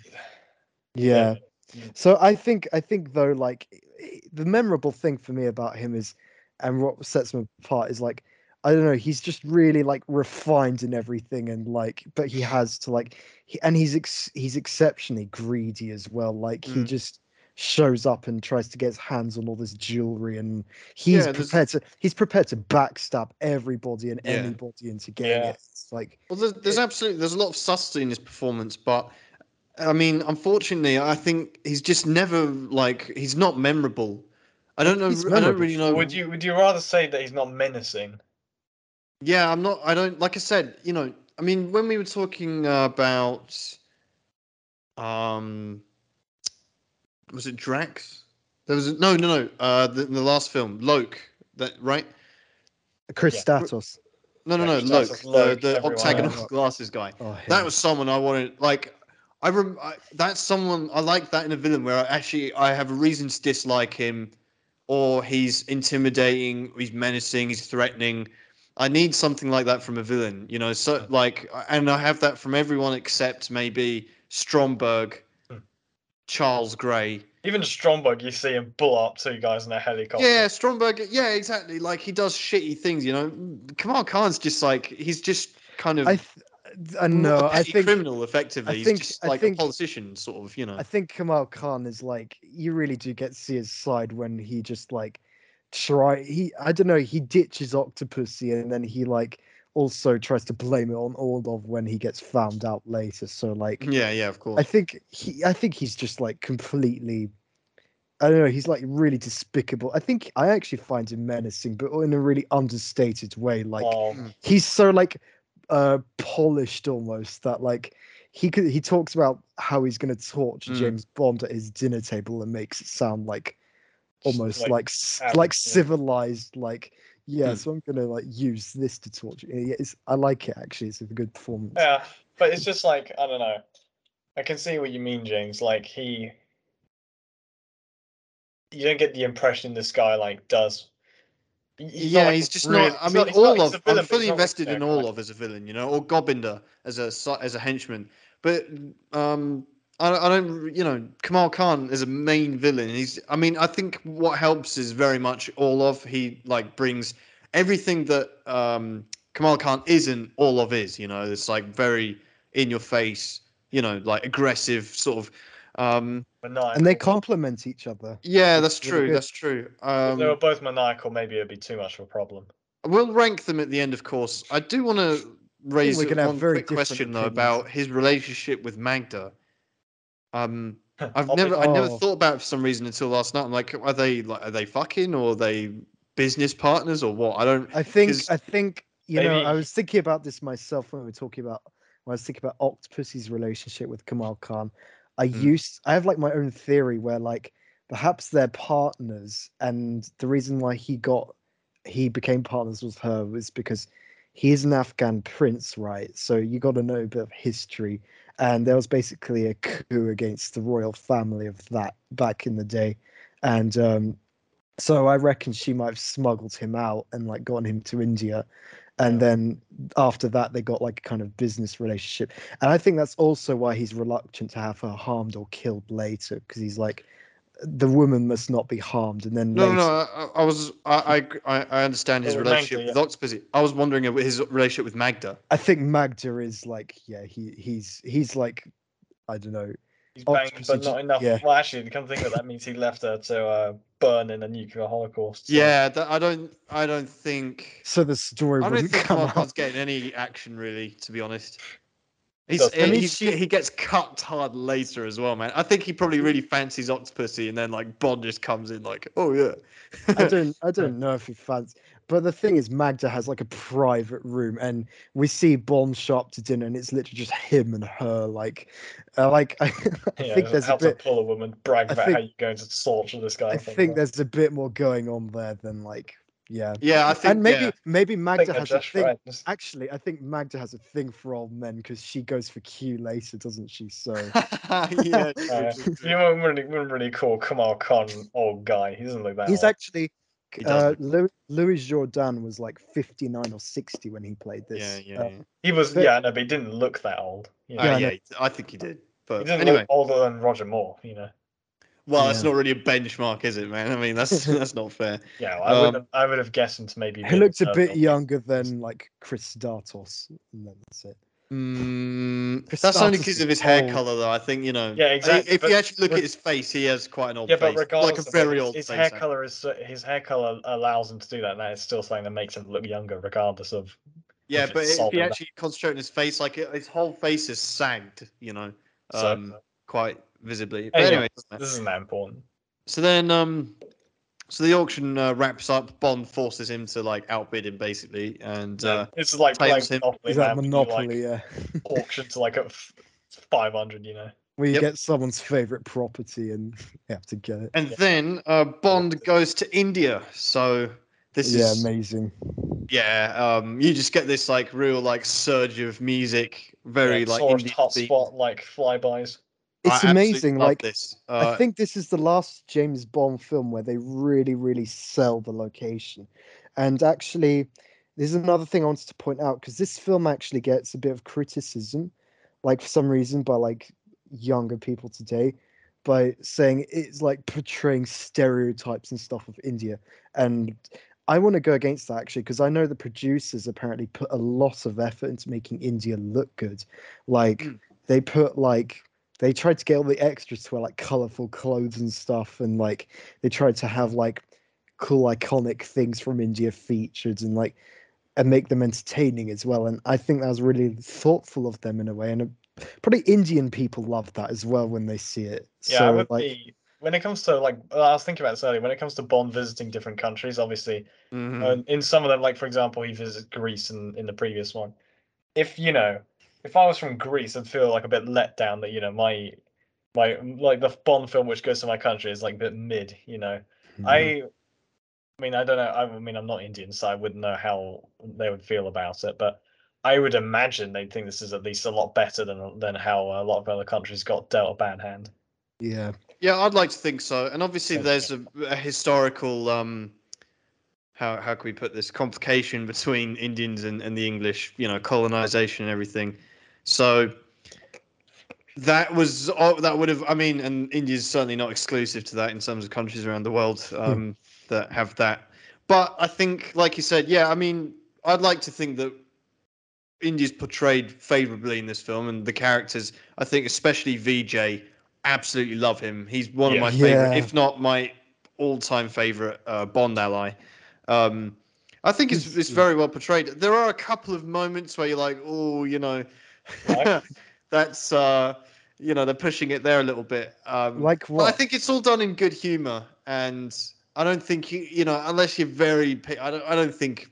yeah.
Mm.
So I think I think though like eh, the memorable thing for me about him is and what sets him apart is like I don't know he's just really like refined in everything and like but he has to like he, and he's ex, he's exceptionally greedy as well like he
Mm.
just shows up and tries to get his hands on all this jewelry and he's
Yeah, there's-
prepared to he's prepared to backstab everybody and
Yeah.
anybody into getting
Yeah.
it it's like
Well, there's, there's
It-
absolutely there's a lot of subtlety in his performance, but I mean, unfortunately, I think he's just never like he's not memorable. I don't know.
He's
I don't
memorable.
really know.
Would you would you rather say that he's not menacing?
Yeah, I'm not. I don't. Like I said, you know. I mean, when we were talking about, um, was it Drax? There was no, no, no. Uh, the, the last film, Loke. That right?
Chris
Yeah.
Statos
No, no, no.
Yeah, Drax
Loke,
is Loke,
the, the
everyone
octagonal
else.
glasses guy.
oh, him.
That was someone I wanted. Like, I, rem- I that's someone I like that in a villain where I actually I have a reason to dislike him, or he's intimidating, he's menacing, he's threatening. I need something like that from a villain, you know. So like, and I have that from everyone except maybe Stromberg,
Hmm.
Charles Gray.
Even Stromberg, you see him pull up two guys in a helicopter.
Yeah, Stromberg. Yeah, exactly. Like he does shitty things, you know. Kamal Khan's just like he's just kind of
I th- I
not
know
a
I
petty
think
criminal effectively.
I
he's
think-
just
I
like
think-
a politician, sort of. You know.
I think Kamal Khan is like you really do get to see his side when he just like try he I don't know he ditches Octopussy and then he like also tries to blame it on Orlov when he gets found out later. So like
yeah, yeah, of course.
I think he I think he's just like completely I don't know he's like really despicable. I think I actually find him menacing but in a really understated way like
Wow.
Mm.
he's so like uh polished almost that like he could he talks about how he's going to torture
Mm.
James Bond at his dinner table and makes it sound like almost
like
like like, s-
average,
like
yeah.
civilized like yeah
Mm.
so I'm going to like use this to torture you. Yeah, It's, I like it actually it's a good performance
Yeah, but it's just like I don't know. I can see what you mean, James. Like he, you don't get the impression this guy like does. he's not,
yeah,
like,
he's just
really-
not. I
he's
mean,
he's
all of
he's a villain,
I'm
but
fully
he's not, like,
invested in
Jack
all
Black.
of as a villain, you know, or Gobinder as a si- as a henchman. But um, I, I don't, you know, Kamal Khan is a main villain. He's, I mean, I think what helps is very much all of he like brings everything that um Kamal Khan isn't. All of is, you know, it's like very in your face, you know, like aggressive sort of. Um,
Maniacal.
and they complement each other
yeah, that's
Really
true.
good.
That's true.
If
Um,
they were both maniacal. Maybe it'd be too much of a problem.
We'll rank them at the end, of course. I do want to raise
we're gonna have
one
very
quick
different
question though
opinions.
about his relationship with Magda. Um, I've
I'll be-
never, I never
Oh.
thought about it for some reason until last night. I'm like, are they like, are they fucking or are they business partners or what? I don't.
I think
'Cause-
I think you know
Maybe-
I was thinking about this myself when we were talking about when I was thinking about Octopus's relationship with Kamal Khan. I
Hmm.
used I have like my own theory where like perhaps they're partners and the reason why he got he became partners with her was because he is an Afghan prince, right? So you got to know a bit of history. And there was basically a coup against the royal family of that back in the day. And um, so I reckon she might have smuggled him out and like gotten him to India. And then after that, they got like a kind of business relationship. And I think that's also why he's reluctant to have her harmed or killed later because he's like, the woman must not be harmed. And then
No,
later,
no, no. I, I- I was, I, I, I understand his
Oh, with
relationship
Magda,
with Octopussy. I was wondering about his relationship with Magda.
I think Magda is like, yeah, he he's he's like, I don't know.
He's banged,
Octopus
but
is-
not enough.
Oh, yeah.
Well, actually, to come think of it, that means he left her to uh, burn in a nuclear holocaust. so-
Yeah, that, I don't, I don't think.
So the story
I don't
wouldn't
think
come out.
Marcon's getting any action really, to be honest. He's,
I mean,
he's-
she-
he gets cut hard later as well, man. I think he probably really fancies Octopussy, and then like Bond just comes in like, oh yeah,
I don't I don't know if he fancy But the thing is, Magda has like a private room, and we see Bomb show up to dinner, and it's literally just him and her. Like, uh, like I, I
Yeah,
think there's
how
a bit.
to pull a woman, brag
I
about how
think-
you're going to torture this guy.
I think there's a bit more going on there than like, yeah.
Yeah, I think
and maybe
yeah.
maybe
I think
Magda
they're
has a
just
thing.
friends.
Actually, I think Magda has a thing for old men because she goes for Q later, doesn't she? So
yeah, true,
Uh,
true, true.
you wouldn't really, wouldn't really call Kamal Khan old guy. He doesn't look that.
he's
old.
actually
He
uh,
doesn't.
Louis, Louis Jordan was like 59 or 60 when he played this.
yeah, yeah,
Uh,
yeah.
He was,
but-
yeah, no, but he didn't look that old. You know?
Uh,
yeah,
yeah, I think he did.
he
But
didn't
anyway,
look older than Roger Moore. You know,
well, that's
Yeah.
not really a benchmark, is it, man? I mean, that's that's not fair.
yeah, well, I would,
Um,
have, I would have guessed him to maybe.
he looked a bit
young.
younger than like Chris Datos. And then that's it.
Mm,
Chris
that's only
Stathis
because
is
of his hair
old.
color, though. I think you know.
Yeah,
I-
exactly,
If
but
you actually look
reg-
at his face, he has quite an old
Yeah,
face,
but regardless,
like a
of
very
it,
old
his
face.
hair
actually.
color is so- his hair color allows him to do that, and that is still something that makes him look younger, regardless of.
Yeah,
if
but
it's
if
solid
you
enough.
actually concentrate on his face, like it, his whole face is sagged, you know,
So,
um, quite visibly. But
Anyway,
anyway, doesn't matter.
this isn't that important.
so then, um, so the auction uh, wraps up. Bond forces him to like outbid him basically, and uh,
Um, This is like playing
Times him.
Monopoly,
He's like
man, when you, like,
Monopoly, yeah.
auction to like a five hundred, you know.
Where you
Yep.
get someone's favorite property and you have to get it.
and
Yeah.
then uh, Bond goes to India. So this
yeah,
is
amazing.
yeah. Um, you just get this like real like surge of music, very
yeah,
like
sort of
Indian
hot
theme.
spot like flybys.
I
It's
absolutely
amazing.
love
Like,
this.
I
Uh,
think this is the last James Bond film where they really, really sell the location. And actually, there's another thing I wanted to point out because this film actually gets a bit of criticism, like for some reason, by like younger people today, by saying it's like portraying stereotypes and stuff of India. And I want to go against that actually because I know the producers apparently put a lot of effort into making India look good. Like,
Hmm.
Mm.
they put like they tried to get all the extras to wear like colorful clothes and stuff and like they tried to have like cool iconic things from india featured and like and make them entertaining as well and i think that was really thoughtful of them in a way and uh, probably indian people love that as well when they see it
Yeah, I
so
would
like
be when it comes to like I was thinking about this earlier. When it comes to Bond visiting different countries, obviously
mhm.
And in some of them, like for example, he visited Greece in, in the previous one. If you know, if I was from Greece, I'd feel like a bit let down that you know my my like the Bond film which goes to my country is like a bit mid. You know, I. I mean, I don't know. I mean, I'm not Indian, so I wouldn't know how they would feel about it. But I would imagine they'd think this is at least a lot better than than how a lot of other countries got dealt a bad hand.
yeah
Yeah, I'd like to think so. And obviously,
Okay.
there's a, a historical um, how how can we put this complication between Indians and, and the English, you know, colonization and everything. So that was oh, that would have. I mean, and India's certainly not exclusive to that in terms of countries around the world um, that have that. But I think, like you said, yeah. I mean, I'd like to think that India's portrayed favorably in this film, and the characters. I think, especially VJ, absolutely love him. He's one
Yeah.
of my favorite,
Yeah.
if not my all-time favorite uh, Bond ally. Um, I think it's
He's-
it's
yeah.
very well portrayed. There are a couple of moments where you're like, oh, you know,
Right.
that's uh, you know they're pushing it there a little bit. Um,
like
but I
what
think it's all done in good humor, and I don't think you you know unless you're very pi- I don't I don't think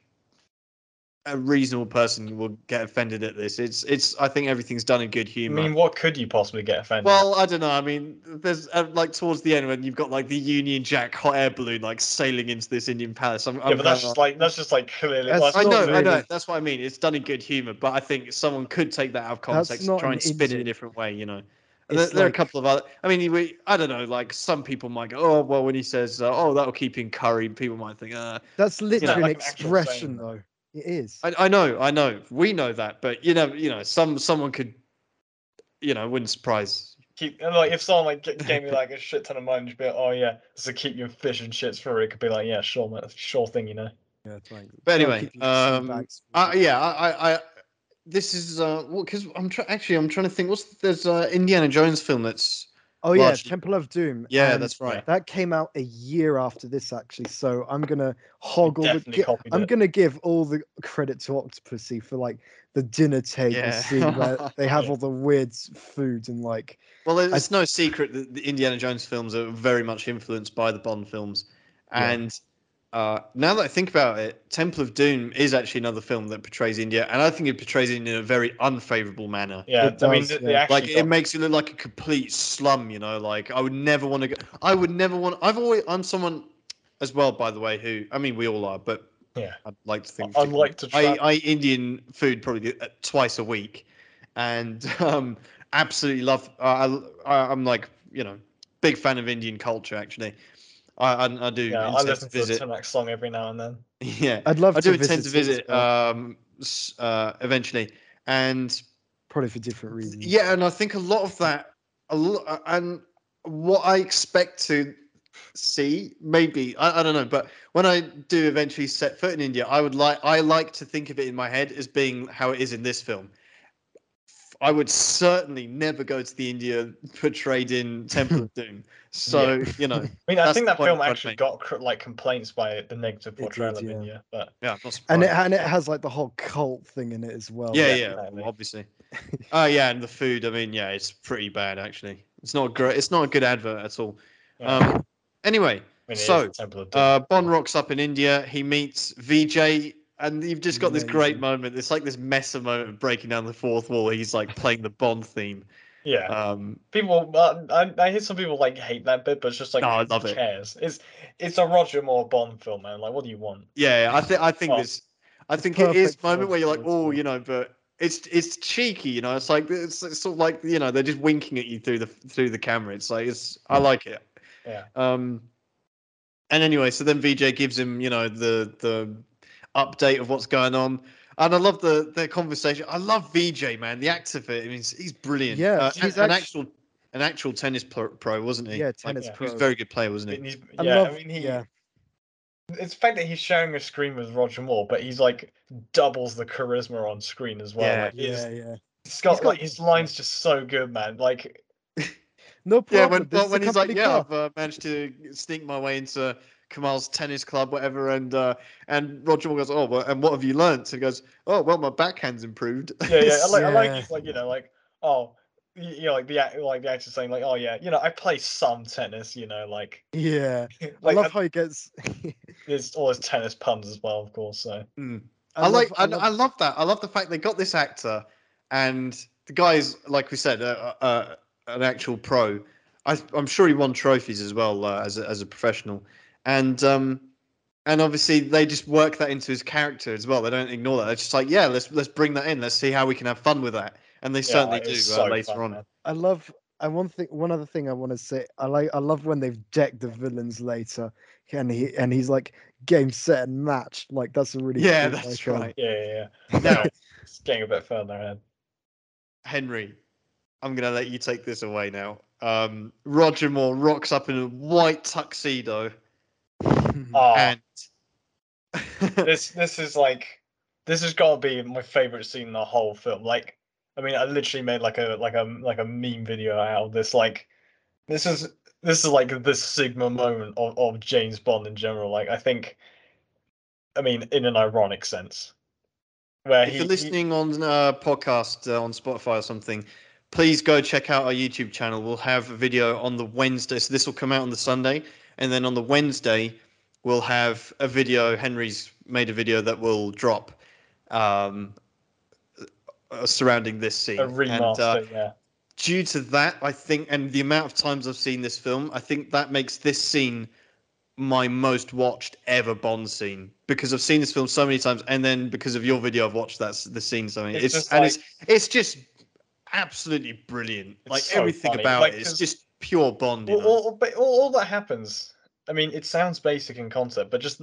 a reasonable person will get offended at this. It's it's I think everything's done in good
I
humor.
mean, what could you possibly get offended?
well, I don't know. I mean, there's uh, like towards the end when you've got like the Union Jack hot air balloon like sailing into this Indian palace. I'm,
yeah,
I'm
but that's
kinda-
just like that's just like clearly.
That's
well, it's
I
not
know, I know.
really-
That's what I mean. It's done in good humor, but I think someone could take that out of
That's
context and
not
try
an
and spin it a
Indian-
different way, you know. And there,
it's
there are a
like-
couple of other. I mean, we. I don't know. Like some people might go, "Oh, well," when he says, uh, "Oh, that'll keep him curried," people might think, "Uh."
that's literally an
like an actual saying,
expression
though.
though it is
I, I know, I know. We know that, but you know, you know, some someone could, you know, wouldn't surprise.
keep and like if someone like g- gave me like a shit ton of money, just be like, oh yeah, so keep your fish and shits for it. Could be like, yeah, sure, mate, sure thing, you know.
yeah, thanks.
But
Don't
anyway,
keep your
um,
sandbags.
uh, yeah, I, I, I, this is uh, because I'm try- actually I'm trying to think. What's there's uh, Indiana Jones film that's um,
Oh yeah,
largely-
Temple of Doom.
yeah,
and
that's right.
That came out a year after this, actually. So I'm gonna hog all the.
Definitely
Gi-
copied
I'm
it.
gonna give all the credit to Octopussy for like the dinner table
Yeah.
scene where they have
Yeah.
all the weird s- food and like.
Well, it's no secret that the Indiana Jones films are very much influenced by the Bond films,
Yeah.
and Uh, now that I think about it, Temple of Doom is actually another film that portrays India, and I think it portrays it in a very unfavorable manner.
Yeah,
It
I mean,
does,
th-
yeah.
they actually
Like
got-
it makes it look like a complete slum, you know. Like I would never want to go. I would never want. I've always. I'm someone, as well, by the way. Who I mean, we all are, but
Yeah.
I'd like to think.
I- I'd like to
I,
try-
I eat Indian food probably uh, twice a week, and um, absolutely love. Uh, I, I- I'm like you know, big fan of Indian culture. Actually, I I, I do.
yeah, I
intend
listen to the
visit.
Timax song every now and then.
Yeah,
I'd love
I
to
do
visit
intend to
it as
visit
well,
um, s- uh, eventually, and
probably for different reasons.
yeah, and I think a lot of that, a lot, and what I expect to see, maybe I, I don't know, but when I do eventually set foot in India, I would like I like to think of it in my head as being how it is in this film. I would certainly never go to the India portrayed in Temple of Doom. So you know,
I mean, I
That's
think
the
that
point I'm trying
film
to
actually
make.
got cr- like complaints by the negative
did,
portrayal of
yeah.
India, but
yeah, I'm not surprised.
and it and it has like the whole cult thing in it as well.
yeah,
yeah,
yeah, well,
definitely.
obviously. Oh yeah, and the food. I mean, yeah, it's pretty bad actually. It's not great. It's not a good advert at all.
yeah, I mean,
Um, anyway,
it is
so,
Temple of Doom.
uh, Bon rocks up in India. He meets VJ, and you've just got this great
Amazing.
moment. It's like this Messer moment of breaking down the fourth wall. He's like playing the Bond theme.
yeah,
Um,
people. Uh, I, I hear some people like hate that bit, but it's just like
No, I
who
love it.
cares? It's it's a Roger Moore Bond film, man. Like, what do you want?
yeah, I think I think
Oh.
this. I
It's
think it is
perfect
a moment
fourth
where you're like,
wall,
oh,
yeah.
you know, but it's it's cheeky, you know. It's like it's, it's sort of like you know they're just winking at you through the through the camera. It's like it's I like it.
Yeah.
Um, and anyway, so then VJ gives him, you know, the the update of what's going on, and I love the their conversation. I love VJ, man, the actor for him. He's, he's brilliant.
Yeah,
Uh,
he's
an, an
actu-
actual an actual tennis pro, pro wasn't he?
Yeah, tennis
He was a
pro.
very good player, wasn't
And
he?
he's-
I
yeah,
love,
I mean, he,
yeah,
it's the fact that he's sharing a screen with Roger Moore, but he's like doubles the charisma on screen as well.
Yeah.
like, he's-
yeah, yeah.
Scott,
He's got-
like his lines just so good, man. Like,
No
Yeah,
problem.
when
this
well,
is a
when he's like,
company
yeah,
car.
I've uh, managed to sneak my way into Kamal's tennis club, whatever, and uh, and Roger Moore goes, oh, well, and what have you learnt? And he goes, oh, well, my backhand's improved.
yeah, yeah. I like, I like,
Yeah.
he's like, you know, like, oh, y- you know, like the act- like the actor saying, like, oh yeah, you know, I play some tennis, you know, like,
Yeah, I
like
love
uh,
how he gets.
there's all his tennis puns as well, of course. So
Hmm.
I
I,
love-
like,
I
and
love-
I love that. I love the fact they got this actor, and the guy's like we said, uh, uh, an actual pro. I, I'm sure he won trophies as well uh, as a, as a professional, and um, and obviously they just work that into his character as well. They don't ignore that. They're just like, yeah, let's let's bring that in. Let's see how we can have fun with that. And they certainly
it's
do
so
uh, later
fun,
on.
man.
I love. And one thing, one other thing I want to say, I like, I love when they've decked the villains later, and he and he's like game set and match. Like that's a really
Yeah,
cool,
that's
like, um,
right.
Yeah, yeah, yeah.
Now,
It's getting a bit further ahead.
Henry, I'm gonna let you take this away now. Um, Roger Moore rocks up in a white tuxedo
um,
Oh,
and
this this is like this has got to be my favorite scene in the whole film. Like, I mean, I literally made like a like a like a meme video out of this. Like, this is this is like the sigma moment of of James Bond in general. Like, I think, I mean, in an ironic sense, where
If
he,
you're
he-
listening on uh, podcast uh, on Spotify or something, please go check out our YouTube channel. We'll have a video on the Wednesday. So this will come out on the Sunday, and then on the Wednesday, we'll have a video. Henry's made a video that will drop um, uh, surrounding this scene.
a
And uh,
remaster, yeah,
due to that, I think, and the amount of times I've seen this film, I think that makes this scene my most watched ever Bond scene because I've seen this film so many times, and then because of your video, I've watched that s- the scene so many.
It's
It's,
just
and
like-
it's it's just absolutely brilliant.
It's
like
so
everything
funny.
about
Like,
it, it's
'cause-
just pure Bond. You
all,
know?
all, but all, all that happens. I mean, it sounds basic in concept, but just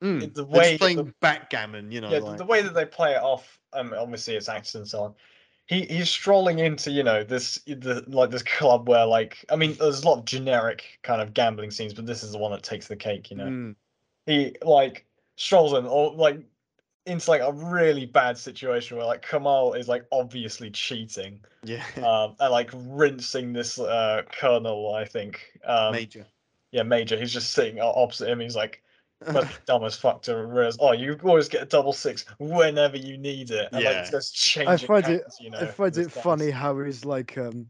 Mm.
the
They're
way
just playing
the
backgammon, you know.
yeah,
like-
the way that they play it off, um, obviously it's acts and so on. He he's strolling into you know this the like this club where like I mean there's a lot of generic kind of gambling scenes, but this is the one that takes the cake. You know,
Mm.
he like strolls in or like into like a really bad situation where like Kamal is like obviously cheating,
Yeah,
um, and like rinsing this uh colonel. I think um,
major.
yeah, Major, he's just sitting o- opposite him. He's like, must be dumb as fuck to realize, oh, you always get a double six whenever you need it. And like,
Yeah.
it's just
I
changing
find it-
hands, you know.
I find
this
it
dance.
funny how he's like, um,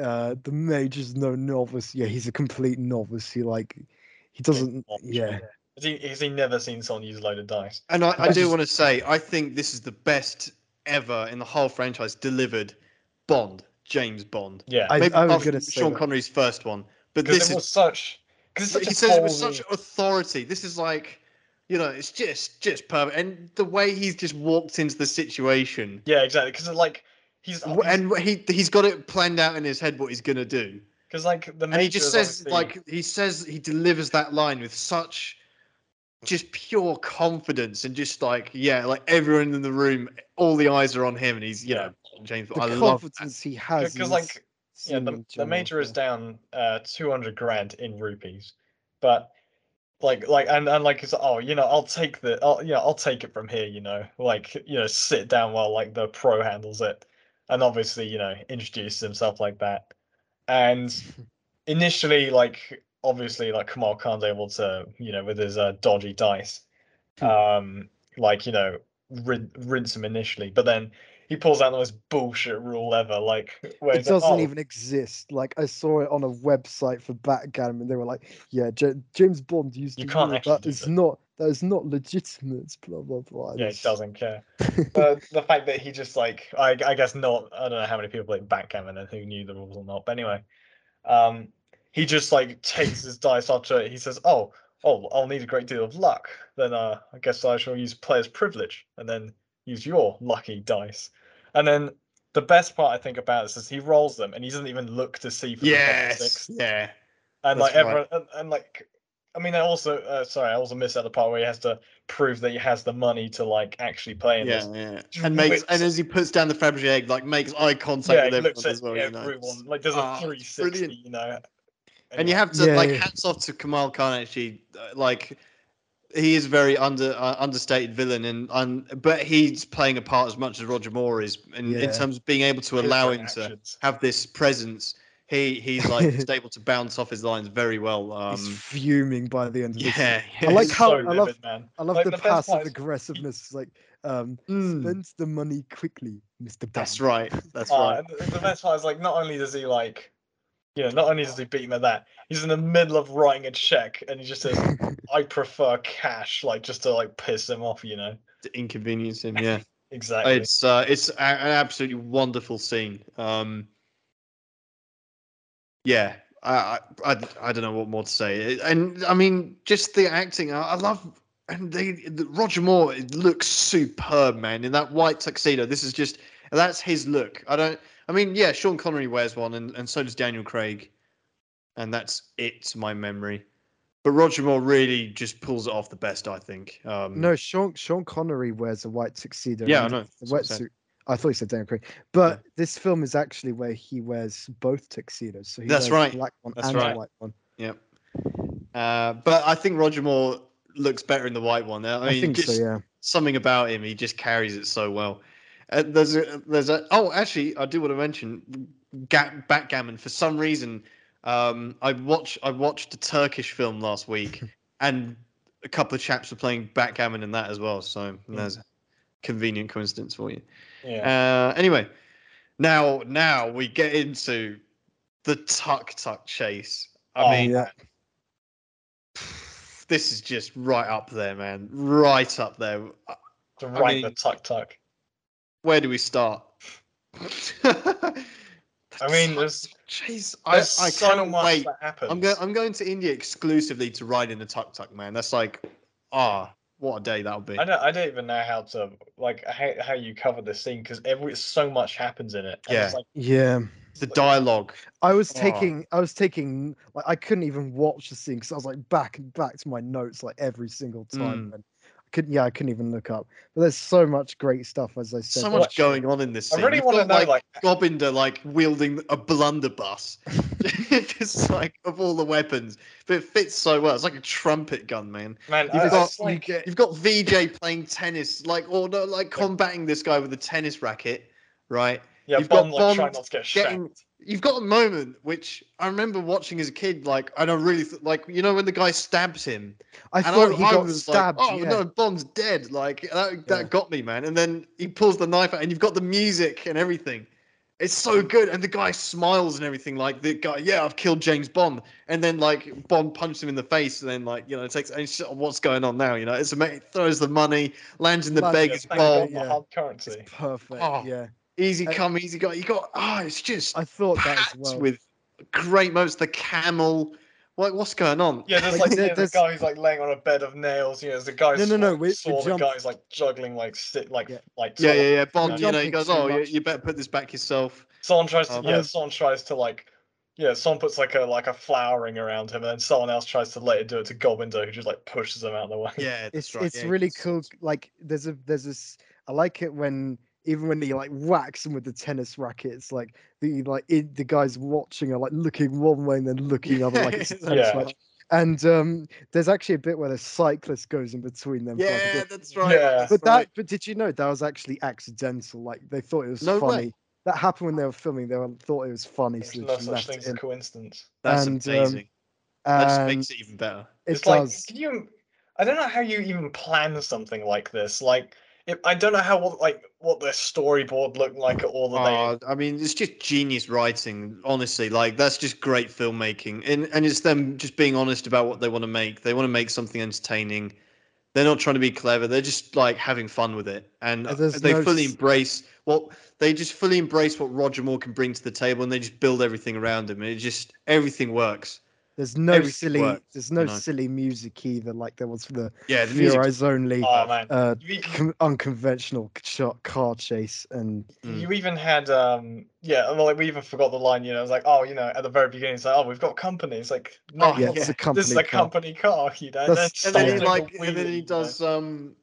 uh, the mage is no novice. Yeah, he's a complete novice. He like, he doesn't.
knowledge,
Yeah,
Has he, has he never seen someone use loaded dice?
And I, I
I
do
just-
want to say, I think this is the best ever in the whole franchise delivered Bond, James Bond.
Yeah,
I-
Maybe
was
after
gonna say
Sean
that.
Connery's first one, but
because
this
it
is
was such. Because
he says it with such authority. This is like, you know, it's just just perfect. And the way he's just walked into the situation,
Yeah, exactly. Because like he's
w- and he he's got it planned out in his head what he's gonna do,
because like the
and he just
Major is
says
obviously-
like he says he delivers that line with such just pure confidence and just like yeah, like everyone in the room, all the eyes are on him, and he's you know James.
The
I love that.
confidence he has. in
because
this
like yeah, the,
scene,
the
John
major is
Walker.
down uh 200 grand in rupees but like like and, and like it's oh you know i'll take the I'll, you know i'll take it from here you know like you know sit down while like the pro handles it and obviously you know introduces himself like that and initially like obviously like kamal khan's able to you know with his uh, dodgy dice
Hmm.
um like you know rid, rinse him initially but then he pulls out the most bullshit rule ever like where
It
he's like,
doesn't
"Oh,
even exist. Like I saw it on a website for backgammon. They were like, "Yeah, J- James Bond used
You
to
can't
rule.
actually
That
do
is
that."
not that is not legitimate." Blah blah blah.
yeah, he
It's-
doesn't care. But the fact that he just like I, I guess not I don't know how many people played backgammon and who knew the rules or not. But anyway, um, he just like takes his dice after it. He says, "Oh, oh, I'll need a great deal of luck. Then uh, I guess I shall use player's privilege and then use your lucky dice." And then the best part I think about this is he rolls them and he doesn't even look to see for the top
Yes,
six.
yeah. That's
and like
right.
everyone and, and like i mean i also uh, sorry i also missed out the part where he has to prove that he has the money to like actually play in
Yeah,
this
yeah,
Just
and makes
whips
and as he puts down the Fabergé egg, like makes eye contact
yeah he
with
looks
everyone
at
as well. you know.
everyone like there's
Ah,
a
it's
360
brilliant.
you know
And you
Anyway,
have to like
Yeah.
hats off to Kamal Khan actually, uh, like he is a very under uh, understated villain, and un, but he's playing a part as much as Roger Moore is, in, in
Yeah.
terms of being able to
his
allow him to
reactions.
have this presence. He he's like just able to bounce off his lines very well.
He's
Um,
fuming by the end of this.
yeah,
I like
It's
how-
so
I
vivid,
love-
man
I love
Like,
the,
the best part
passive
is-
aggressiveness. It's like, um,
Mm,
spend the money quickly, Mister.
that's right. That's
Uh,
right.
and the- the best part is like not only does he like you know not only does he beat him at that he's in the middle of writing a check and he just says i prefer cash like just to like piss him off you know
To inconvenience him. Yeah.
exactly
It's uh, it's a- an absolutely wonderful scene. Um, yeah, I, I I- I don't know what more to say. It- And I mean, just the acting, I, I love. And they the- Roger Moore it looks superb, man, in that white tuxedo. This is just that's his look. I don't. I mean, yeah, Sean Connery wears one, and, and so does Daniel Craig, and that's it to my memory. But Roger Moore really just pulls it off the best, I think. Um,
No, Sean Sean Connery wears a white tuxedo.
Yeah, I
and
know,
The
that's what I'm saying.
wetsuit. I thought you said Daniel Craig, but this film is actually where he wears both tuxedos. So he
That's
wears
right.
a black one
That's
and
right.
a white one.
Yep. Uh, but I think Roger Moore looks better in the white one. I mean,
I, think
just
so. Yeah.
something about him, he just carries it so well. Uh, there's a, there's a, oh, actually, I do want to mention ga- backgammon. For some reason, um, I watch I watched a Turkish film last week, and a couple of chaps were playing backgammon in that as well. So there's a convenient coincidence for you.
yeah
Uh, anyway, now now we get into the tuck tuck chase. I
Oh,
mean,
yeah.
this is just right up there, man. Right up there. Uh,
to
I
write the
mean-
tuck tuck.
Where do we start?
I mean, there's,
jeez, I,
there's
I
so
can't
much
wait.
that happens.
I'm going. I'm going to India exclusively to ride in a tuk tuk, man. That's like, ah, what a day that'll be.
I don't. I don't even know how to like how, how you cover this scene because every so much happens in it. and it's
Yeah.
like,
Yeah.
The dialogue.
I was
Oh.
taking. I was taking. Like I couldn't even watch the scene because I was like back and back to my notes like every single time.
Mm.
And I couldn't. Yeah, I couldn't even look up. But there's so much great stuff as I said.
So
well,
much going on in this
I
scene.
really
You've
want to
got,
know like,
Gobinder like wielding a blunderbuss, just like of all the weapons, but it fits so well. It's like a trumpet gun, man.
man.
You've
I,
got-
it's like,
you get
You've got VJ playing tennis, like or no, like combating this guy with a tennis racket, right?
yeah,
you've
Bond
got
like trying
Bond
not to get
getting-
shanked.
You've got a moment which I remember watching as a kid, like and I really th- like you know when the guy stabs him.
I
and
thought he got
was
stabbed.
Like, oh
yeah.
no, Bond's dead. Like that, that
Yeah.
got me, man. And then he pulls the knife out, and you've got the music and everything. It's so good, and the guy smiles and everything. Like the guy, yeah, I've killed James Bond, and then like Bond punches him in the face, and then like you know, it takes. And it's just, what's going on now? You know, it's amazing. It throws the money, lands in the
Lands in
beggar's
the
bowl.
beggar's
the
yeah.
hard currency.
It's perfect.
Oh.
Yeah,
Easy
I-
come, easy go. You got ah, it's just
Uh, I thought that as
packed
well.
with great moments. The camel, like what's going on?
Yeah, there's
Like,
like
there-
there's...
there's-
the guy who's like laying on a bed of nails. You know, there's the guy.
No, no, no,
sword-
we- we
sword, the
jumped-
guy's like juggling like sit like
Yeah.
like
Yeah,
someone-
yeah, yeah. Bond, you know,
jumping
he goes,
so
"Oh, you,
much.
you better put this back yourself."
Someone tries to
Um,
yeah,
I've-
someone tries to like yeah, someone puts like a like a flowering around him, and then someone else tries to let it do it to Gobindo, who just like pushes him out of the way.
Yeah, that's
it's
right.
it's
yeah,
really
it's-
cool. Like there's a there's this. I like it when even when he like whacks him with the tennis racket. It's like the like it, the guys watching are like looking one way and then looking other like it's a tennis
Yeah.
racket. And um, there's actually a bit where the cyclist goes in between them. for, like, a
Yeah,
bit-
that's right.
Yeah.
that's
but that
right.
but did you know that was actually accidental? Like they thought it was
No way.
funny. That happened when they were filming. They were, thought it was funny,
There's
so they
no
just
such
left
thing
it
as a
in.
coincidence.
That's
and, um,
amazing. that just
And
makes it even better.
it
it's like
does.
can you i don't know how you even plan something like this like if, i don't know how what like what their storyboard looked like at all the
Oh, I mean, it's just genius writing. Honestly, like that's just great filmmaking, and and it's them just being honest about what they want to make. They want to make something entertaining. They're not trying to be clever. They're just like having fun with it, and uh,
And there's
they
no
fully
s-
embrace what they just fully embrace what Roger Moore can bring to the table, and they just build everything around him. And it just everything works.
There's no
everything
silly.
works,
there's no
you know.
silly music either. Like there was for the
Yeah, the
Fear
music.
Eyes Only
oh man
uh,
you, you-
com- unconventional shot car chase and
Mm.
you even had um yeah and, like we even forgot the line you know it's like oh you know at the very beginning it's like oh we've got company it's like no
Oh,
yeah,
yeah.
it's a
this
company
is a
car.
company car you know
That's
And then he
someone
Yeah.
like,
took a
and then
wheelie,
he
you know,
does um,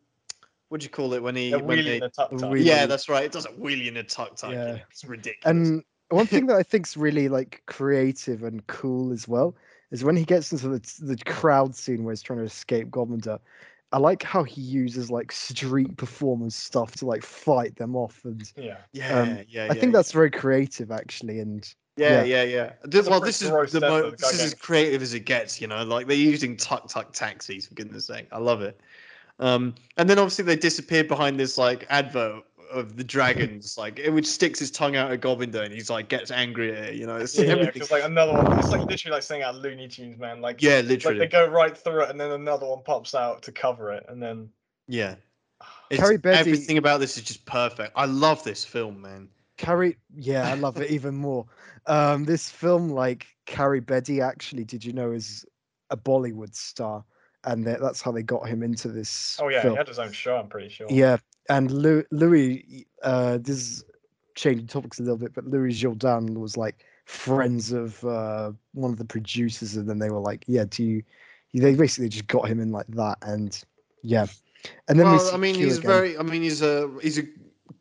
what do you call it when he
a
when
wheelie
he
and a tuk
a
tuk
wheelie.
Yeah, that's right. It does a wheelie and a tuck tuck.
Yeah.
Yeah. um, It's ridiculous.
And one thing that I think's really like creative and cool as well is when he gets into the the crowd scene where he's trying to escape Govinda. I like how he uses like street performance stuff to like fight them off, and
yeah
yeah,
um,
yeah,
I
yeah,
think
yeah.
that's very creative actually. And
yeah, yeah, yeah. Th-
That's a
well,
pretty
this is
gross
the
effort,
mo- this
okay.
is as creative as it gets. You know, like they're using tuck tuck taxis. For goodness sake, I love it. Um, and then obviously they disappear behind this like advert of the dragons, like it which sticks his tongue out at Govinda and he's like gets angry at it. You know, it's
yeah, yeah,
everything.
'cause, like another one, it's like literally like saying out of Looney Tunes, man. Like
Yeah,
like
literally.
they go right through it and then another one pops out to cover it and then
yeah, it's,
Carrie Betty-
everything about this is just perfect. I love this film, man.
Carrie, yeah, I love it even more. Um, this film, like Carrie Beddy, actually, did you know, is a Bollywood star, and that- that's how they got him into this.
oh yeah
film.
he had his own show i'm pretty sure
yeah. And Lou, Louis, uh, this is changing topics a little bit, but Louis Jourdan was like friends of uh, one of the producers, and then they were like, yeah, do you? They basically just got him in like that, and yeah, and then we
well,
see
I mean,
Q
he's
again.
very. I mean, he's a he's a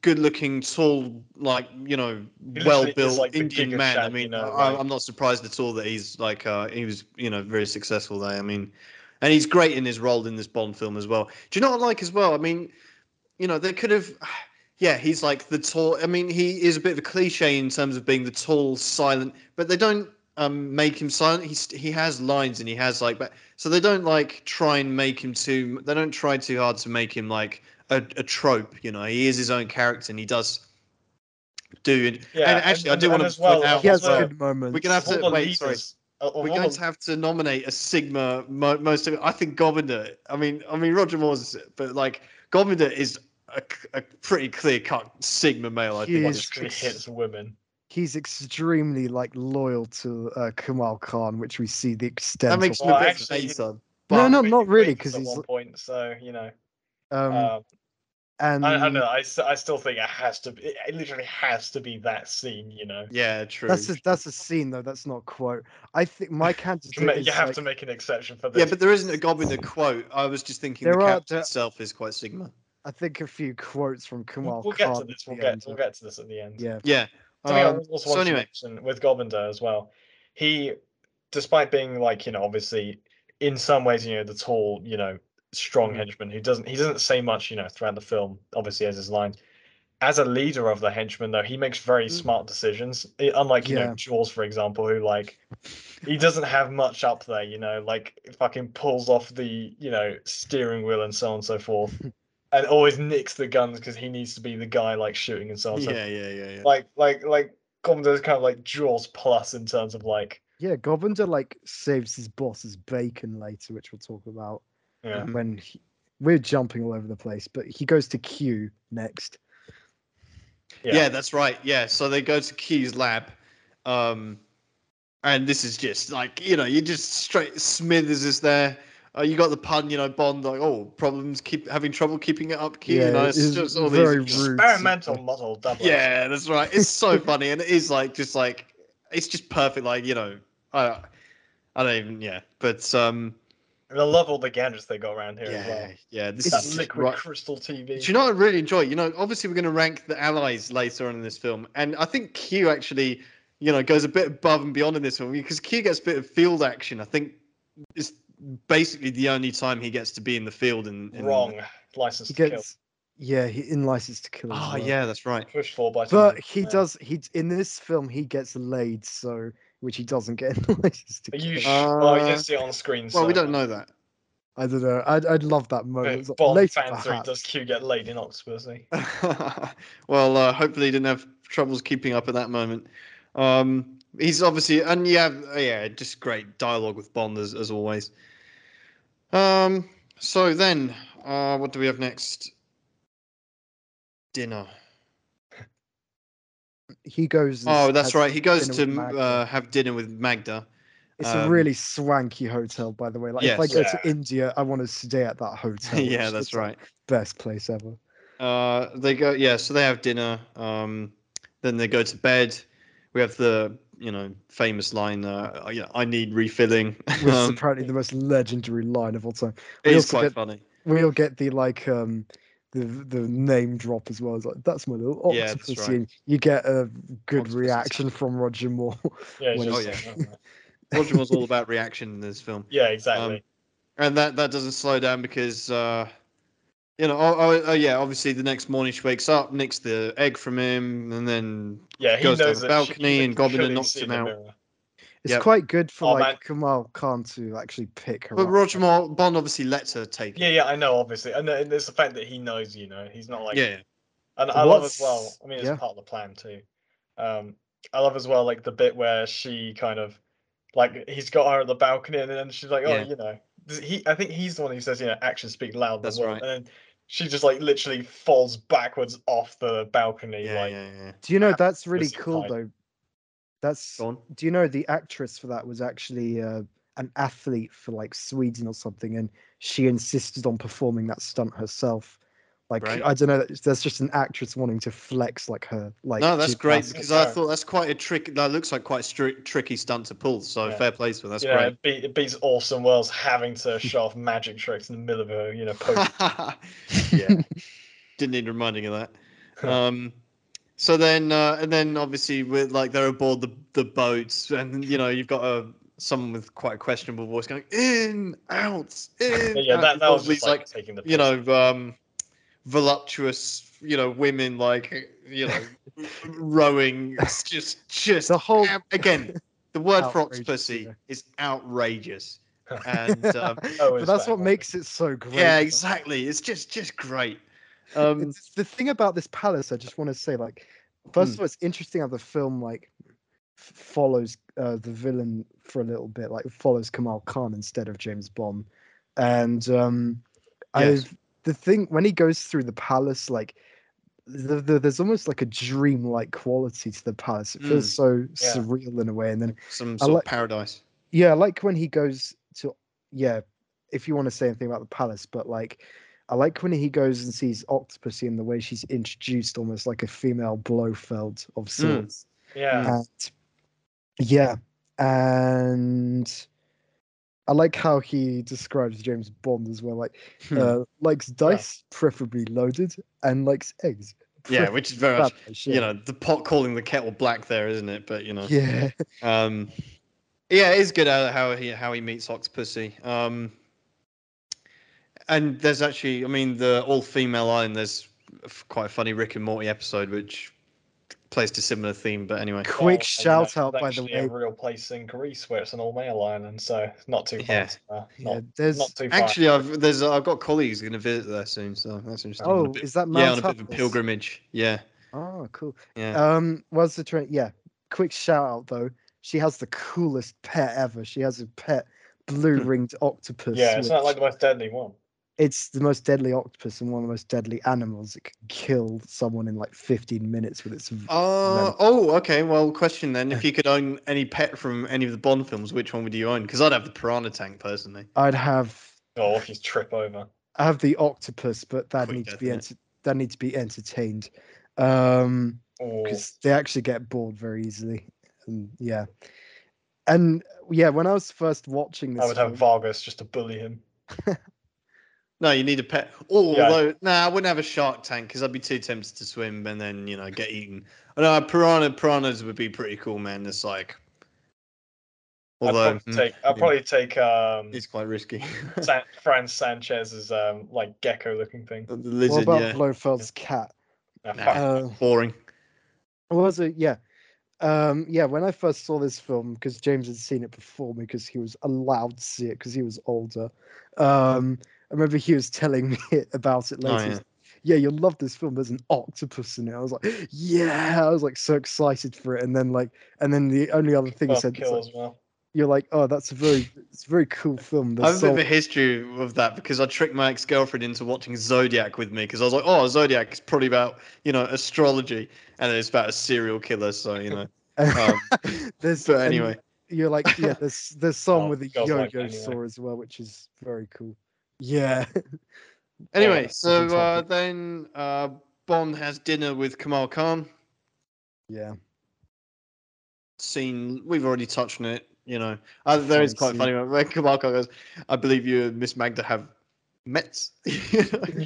good-looking, tall, like you know,
is,
well-built
like, the
Indian
Giga
man. I
Shaq,
mean,
you know,
I,
like-
I'm not surprised at all that he's like uh, he was you know very successful there. I mean, and he's great in his role in this Bond film as well. Do you know what I like as well? I mean, you know, they could have. Yeah, he's like the tall. I mean, he is a bit of a cliche in terms of being the tall, silent. But they don't um, make him silent. He's he has lines and he has like, but so they don't like try and make him too. They don't try too hard to make him like a, a trope. You know, he is his own character and he does do. it.
Yeah,
and actually,
and-
I do
and-
want
and
to
as well,
point out.
he has
well,
good moments.
we're gonna have
all
to
the
wait. Sorry,
leaders of- of
we're
all
going
the-
to have to nominate a Sigma mo- most of it. I think Governor. I mean, I mean Roger Moore's, but like Governor is a, c- a pretty clear cut Sigma male. I
He
think.
is.
It's-
just really hits women
he's extremely like loyal to uh, Kamal Khan, which we see the extent
That makes
of.
him a
Well,
bit
actually,
of a son.
No,
but-
no, not
He
really,
raped
because
at
he's
one point so you know
um, mm.
um,
and
I, I don't know I, s- I still think it has to be it it literally has to be that scene you know
Yeah, true.
that's a that's a scene though. That's not a quote. I think my
To ma-
candidate is
you have
like,
to make an exception for
yeah,
this
but there isn't a Governor quote. I was just thinking
There
the
are-
captain
there-
itself is quite Sigma.
I think a few quotes from Kamal
we'll, we'll
Khan.
get to
at
this
the
we'll get
end
we'll
of-
get to this at the end
Yeah,
Yeah.
Something I
um, so
also wanted to
anyway,
mention with Govinda as well, he, despite being like you know obviously in some ways you know the tall you know strong
Mhm.
henchman who doesn't he doesn't say much you know throughout the film obviously has his lines. As a leader of the henchmen though, he makes very
Mm.
smart decisions. i- Unlike you
Yeah.
know Jaws for example, who like he doesn't have much up there you know like fucking pulls off the you know steering wheel and so on and so forth. And always nicks the guns because he needs to be the guy like shooting and so on. and so
yeah, yeah, yeah, yeah.
like like like Gomez kind of like Jaws plus in terms of like
Yeah, Govender like saves his boss's bacon later, which we'll talk about
yeah.
Mhm.
when he, we're jumping all over the place. But he goes to Q next.
Yeah.
Yeah.
that's right. Yeah, so they go to Key's lab, um, and this is just like you know, you just straight Smithers is there. Uh, you got the pun, you know, Bond like, oh, problems keep having trouble keeping it up, Key. you know, it's
it's
just all
very
these
rude.
experimental model double.
Yeah, that's right. It's so funny, and it is like just like it's just perfect. Like you know, I I don't even yeah, but um
And I love all the gadgets they got around here
yeah
as well.
yeah this
That
is just
liquid
right.
crystal TV.
Do you know what I really enjoy? You know, obviously we're going to rank the allies later on in this film, and I think Q actually, you know, goes a bit above and beyond in this film because Q gets a bit of field action. I think it's basically the only time he gets to be in the field. In, in
Wrong license
He
to kill.
gets yeah, he in license to kill. as
Oh
Ah,
well.
yeah, that's right.
Push four by.
But
Tommy.
he
Yeah.
does. He in this film he gets laid, so which he doesn't get in license to
Are you?
kill.
Sh- well, you
Uh,
didn't see it on screen.
Well,
so-
we don't know that.
I don't know. I'd, I'd love that
But
moment. It's like,
Bond
later,
fan three
perhaps.
does Q get laid in Oxford? See?
well, uh, hopefully he didn't have troubles keeping up at that moment. Um, he's obviously, and you have, oh yeah, just great dialogue with Bond as, as always. Um, so then, uh, what do we have next? Dinner.
He goes. and
Oh, that's
has
right. He goes
dinner
to
with Magda.
uh, have dinner with Magda.
It's
um,
a really swanky hotel, by the way. Like if I
yes.
go to
Yeah.
India, I want to stay at that hotel.
yeah,
which
that's
is, like,
right.
Best place ever.
Uh, they go, yeah. So they have dinner. Um, then they go to bed. We have the, you know, famous line. Uh, you know, I need refilling.
Which is
Um,
apparently the most legendary line of all time.
it
we
is
also
quite
get-
funny.
We'll get the like um the the name drop as well. It's like that's my little
Yeah, that's
octopus.
right.
and You get a good
Octopussy.
reaction from Roger Moore.
Yeah. it's
When
just
it's-
like, oh,
Roger was all about reaction in this film,
yeah. Exactly.
Um, and that that doesn't slow down because uh, you know, oh, oh, oh yeah, obviously the next morning she wakes up, nicks the egg from him, and then
yeah. He
goes down
knows
the
that she-
balcony
he
and Goblin
couldn't
knocks
see
him
the
out.
mirror.
It's
Yep.
quite good for
Oh,
like
man.
Kamal Khan to actually pick her.
but
up.
Roger Moore Bond obviously lets her take
Yeah.
it.
Yeah. I know. Obviously, and then there's the fact that he knows. You know, he's not like.
yeah,
And I love as
What's-
well. I mean, it's
yeah.
part of the plan too. Um, I love as well, like the bit where she kind of, like, he's got her at the balcony, and then she's like, "Oh,
Yeah.
you know." Does He, I think he's the one who says, "You know, actions speak louder
That's
than words,"
right.
And then she just like literally falls backwards off the balcony,
yeah, yeah,
like,
yeah. yeah.
Do you know that's really
Opposite
cool
type.
though? That's
Go on.
do you know the actress for that was actually uh, an athlete for like Sweden or something, and she insisted on performing that stunt herself. Like
Right.
I don't know, there's just an actress wanting to flex like her. Like
no, that's great
gymnast-
because I
Sorry.
thought that's quite a trick. That looks like quite a stri- tricky stunt to pull. So
Yeah.
fair play to her. That's
you know,
great.
it, beat, it beats Orson Welles having to show off magic tricks in the middle of a, you know, post.
yeah. Didn't need reminding of that. Um, so then, uh, and then obviously with like they're aboard the the boats, and you know you've got a someone with quite a questionable voice going in out in.
yeah,
out."
that, that was
Probably
just like, taking the.
you know um, voluptuous you know women like you know rowing. It's just just
The whole
ab- again the word for
Outrageous,
octopussy
yeah.
is outrageous, and um,
Oh,
but
is
that's
that
what
one?
makes it so great.
yeah,
though.
exactly. It's just just great. Um,
It's- the thing about this palace, I just want to say, like,
hmm.
first of all, it's interesting how the film like f- follows uh, the villain for a little bit, like follows Kamal Khan instead of James Bond, and um,
Yes.
I the thing when he goes through the palace, like. The, the, there's almost like a dream-like quality to the palace. It
Mm.
feels so
yeah.
surreal in a way, and then
some
I
sort
like-
of paradise.
yeah, I like when he goes to yeah, if you want to say anything about the palace, but like I like when he goes and sees Octopussy and the way she's introduced almost like a female Blofeld
Mm.
of sorts.
Yeah,
And yeah. And I like how he describes James Bond as well, like
Hmm.
uh, likes dice, preferably loaded, and likes eggs.
yeah, which is very much
Preferably
you
yeah.
know the pot calling the kettle black there, isn't it? But you know,
Yeah.
um, yeah, it is good how how he how he meets Octopussy. Um, and there's actually, I mean, the all female line. There's f- quite a funny Rick and Morty episode which plays to similar theme. But anyway,
Quick
Well, and,
shout
you know,
out, by
there's
the
actually a
way.
real place in Greece where it's an all male line, and so it's not too far.
Yeah.
to- uh,
Yeah,
not,
there's
not too far.
actually, I've there's I've got colleagues going to visit there soon, so that's interesting. On a
oh,
bit-
is that Mount
yeah, on a bit of a
Atlas?
pilgrimage. Yeah,
Oh, cool.
yeah.
Um, was the train? Yeah, quick shout out though. She has the coolest pet ever. She has a pet blue ringed octopus.
yeah, it's not
which-
like the most deadly one.
it's the most deadly octopus and one of the most deadly animals. It can kill someone in like 15 minutes with its. v-
Uh,
No.
oh, okay. Well, question then: If you could own any pet from any of the Bond films, which one would you own? Because I'd have the Piranha Tank personally.
I'd have
Oh, if you trip over.
I have the octopus, but that
Quick
needs to
death,
be
innit?
enter- that needs to be entertained um
Or
because they actually get bored very easily. And yeah, and yeah, when I was first watching this,
I would have
film-
Vargas just to bully him.
No, you need a pet. Oh,
Yeah.
although nah, I wouldn't have a shark tank because I'd be too tempted to swim and then you know get eaten. Oh, no, piranha piranhas would be pretty cool, man. It's like, although
I'd probably
mm,
take, I'd
yeah.
probably take um,
it's quite risky.
San- Fran Sanchez's um, like gecko looking thing.
the
what
lizard,
about
yeah,
Blofeld's cat?
Ah,
Nah.
fuck.
Uh,
boring.
What was it? Yeah. Um, yeah, when I first saw this film, because James had seen it before me because he was allowed to see it because he was older. Um, I remember he was telling me about it
Oh,
later. He's like, yeah. you'll love this film. There's an octopus in it. I was like, yeah, I was like so excited for it. And then like, and then the only other thing he
Well,
said, is,
kill
like,
as well.
you're like, oh, that's a very, it's a very cool film.
I have a bit
There's so,
of a history of that because I tricked my ex girlfriend into watching Zodiac with me because I was like, oh, Zodiac is probably about, you know, astrology and it's about a serial killer. So, you know. Um,
there's,
but
and
anyway,
you're like, yeah, there's there's some
Oh,
with a
girls
yo-yo
like that anyway.
saw as well, which is very cool. Yeah.
anyway,
yeah,
so
different
uh,
topic.
then uh, Bond has dinner with Kamal Khan.
Yeah.
Scene, we've already touched on it, you know. Uh, there is quite
Fancy.
funny when Kamal Khan goes, I believe you and Miss Magda have met.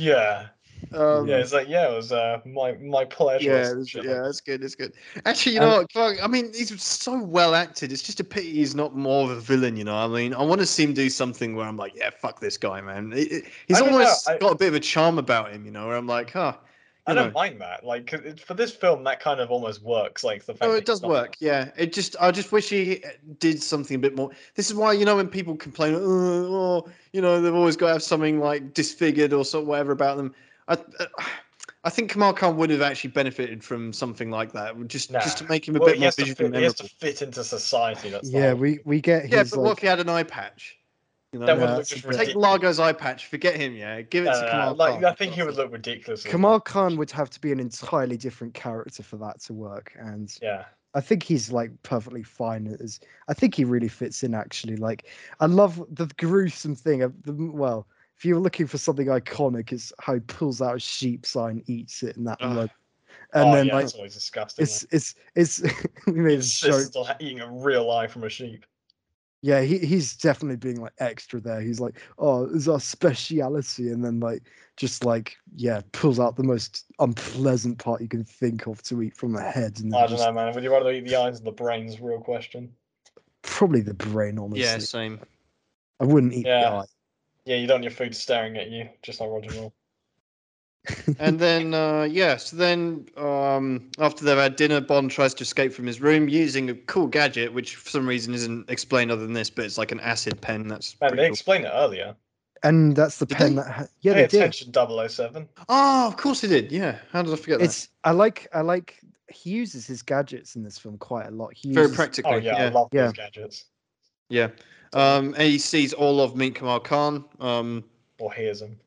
Yeah,
um,
yeah. It's like yeah, it was uh, my my pleasure. or
Yeah,
some
it's,
shit
yeah,
like
that's good. It's good. Actually, you know what? Clark- I mean, he's so well acted. It's just a pity he's not more of a villain. You know, I mean, I want to see him do something where I'm like, yeah, fuck this guy, man. It- it- he's
I don't know,
almost
I-
got a bit of a charm about him. You know, where I'm like, huh.
I
you
don't
know.
mind that. Like 'cause it, for this film, that kind of almost works. Like the fact.
Oh,
that
it does
he's not-
work. Yeah, it just I just wish he did something a bit more. This is why you know when people complain, oh, oh, you know, they've always got to have something like disfigured or so whatever about them. I, uh, I think Kamal Khan would have actually benefited from something like that, just just to
Nah.
make him a
Well,
bit
he
more
has, to
visually
fit, he
memorable.
has to fit into society. That's the
Yeah,
whole-
we we get
Yeah,
his
but what
like
if he had an eye patch? You know,
That
Yeah,
would look
that's
just
a bit-
take
ridiculous.
Largo's eye patch, forget him. Yeah, give it
No,
to
no, no,
Kamal
like,
Khan.
I think he would look ridiculous. with
Kamal
it.
Khan would have to be an entirely different character for that to work, and
Yeah.
I think he's like perfectly fine as I think he really fits in actually. Like I love the gruesome thing of the well, if you're looking for something iconic, it's how he pulls out a sheep sign, eats it, and that
Ugh.
look. And
oh,
then
yeah,
like
it's always disgusting.
it's it's it's we made a
It's
joke.
just like eating a real eye from a sheep.
Yeah, he, he's definitely being like extra there. He's like, oh, it's our speciality. And then like just like, yeah, pulls out the most unpleasant part you can think of to eat from the head and then
I don't
just
know, man. Would you rather eat the eyes or the brains? Real question.
probably the brain, honestly.
Yeah, same.
I wouldn't eat
Yeah.
the eye.
Yeah, you don't want your food staring at you, just like Roger Moore.
and then uh, yeah, so then um, after they've had dinner, Bond tries to escape from his room using a cool gadget, which for some reason isn't explained other than this, but it's like an acid pen. That's
Man, they
pretty cool.
explained it earlier.
And that's the
Did
pen
they?
that ha- yeah,
Pay
they did.
attention, 007.
Oh, of course he did. Yeah, how did I forget
It's I like I like he uses his gadgets in this film quite a lot. He
that? Very
uses-
practically.
Oh yeah, I
yeah.
love
Yeah.
these gadgets.
yeah. Um, and he sees all of Meet Kamal Khan. Um,
Or hears them.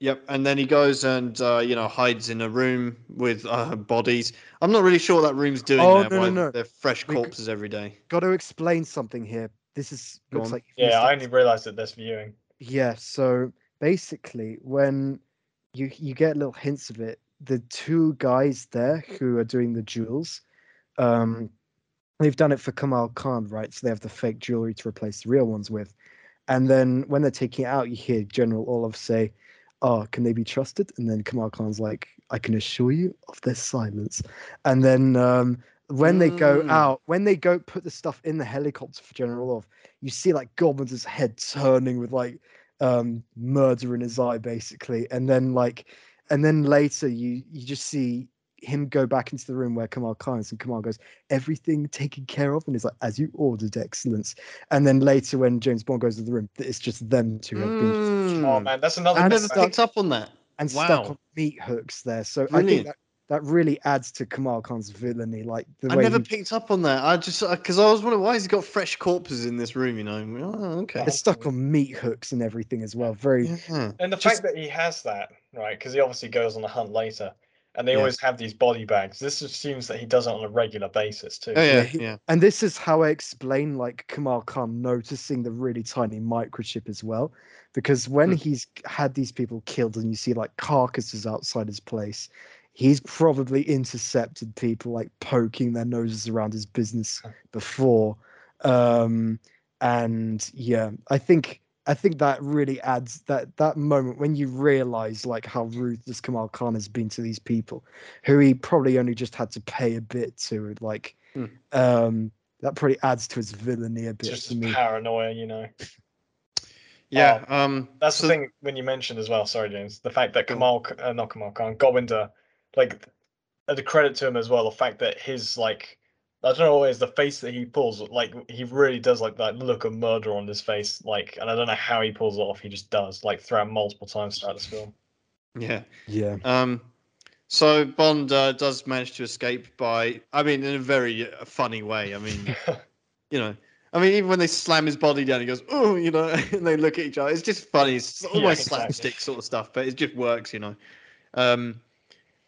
Yep, and then he goes and uh, you know hides in a room with uh, bodies. I'm not really sure what that room's doing
Oh,
there.
no, no,
why
no.
They're fresh
We c-
corpses every day.
Gotta explain something here. This is
Go
looks
on.
like you've
Yeah,
missed
I
it.
only realised it this viewing.
Yeah, so basically when you you get little hints of it, the two guys there who are doing the jewels, um they've done it for Kamal Khan, right? So they have the fake jewelry to replace the real ones with. And then when they're taking it out, you hear General Olaf say, Oh, can they be trusted? And then Kamal Khan's like, I can assure you of their silence. And then um when they go
Mm.
out, when they go put the stuff in the helicopter for General Olaf, you see like Goblins' head turning with like um murder in his eye basically and then like and then later you you just see him go back into the room where Kamal Khan is and Kamal goes everything taken care of and he's like as you ordered excellence and then later when James Bond goes to the room th- it's just them two have been
Mm.
Oh man, that's another
I've
Hmm. And
never
stuck-
picked up on that.
and
wow.
stuck on meat hooks there so I
Brilliant.
think that that really adds to Kamal Khan's villainy. Like the
I
way
never
he-
picked up on that. I just because I was wondering why has he got fresh corpses in this room? You know. And we- Oh, okay.
Yeah.
it's stuck on meat hooks and everything as well. Very
Yeah. Oh,
And the fact
Just-
that he has that, right? Because he obviously goes on a hunt later, and they
Yeah.
always have these body bags. This assumes that he does it on a regular basis too.
Oh
Yeah,
yeah.
he-
Yeah.
and this is how I explain like Kamal Khan noticing the really tiny microchip as well, because when
Hmm.
he's had these people killed and you see like carcasses outside his place, he's probably intercepted people like poking their noses around his business before, um, and yeah, I think I think that really adds that that moment when you realize like how ruthless Kamal Khan has been to these people, who he probably only just had to pay a bit to like
Hmm.
um that probably adds to his villainy a
It's
bit
just
to
his
me.
paranoia, you know.
Yeah. um.
That's
so-
the thing when you mentioned as well. Sorry, James. The fact that
Go on.
Kamal, K- uh, not Kamal Khan, Govinda, like, at the credit to him as well. The fact that his like, I don't know, always the face that he pulls, like he really does like that look of murder on his face, like, and I don't know how he pulls it off. He just does, like, throughout multiple times throughout this film.
Yeah.
Yeah.
Um, so Bond uh, does manage to escape by, I mean, in a very uh, funny way. I mean, you know, I mean, even when they slam his body down, he goes, oh, you know, and they look at each other. It's just funny. It's
Yeah,
almost
exactly.
slapstick sort of stuff, but it just works, you know. Um,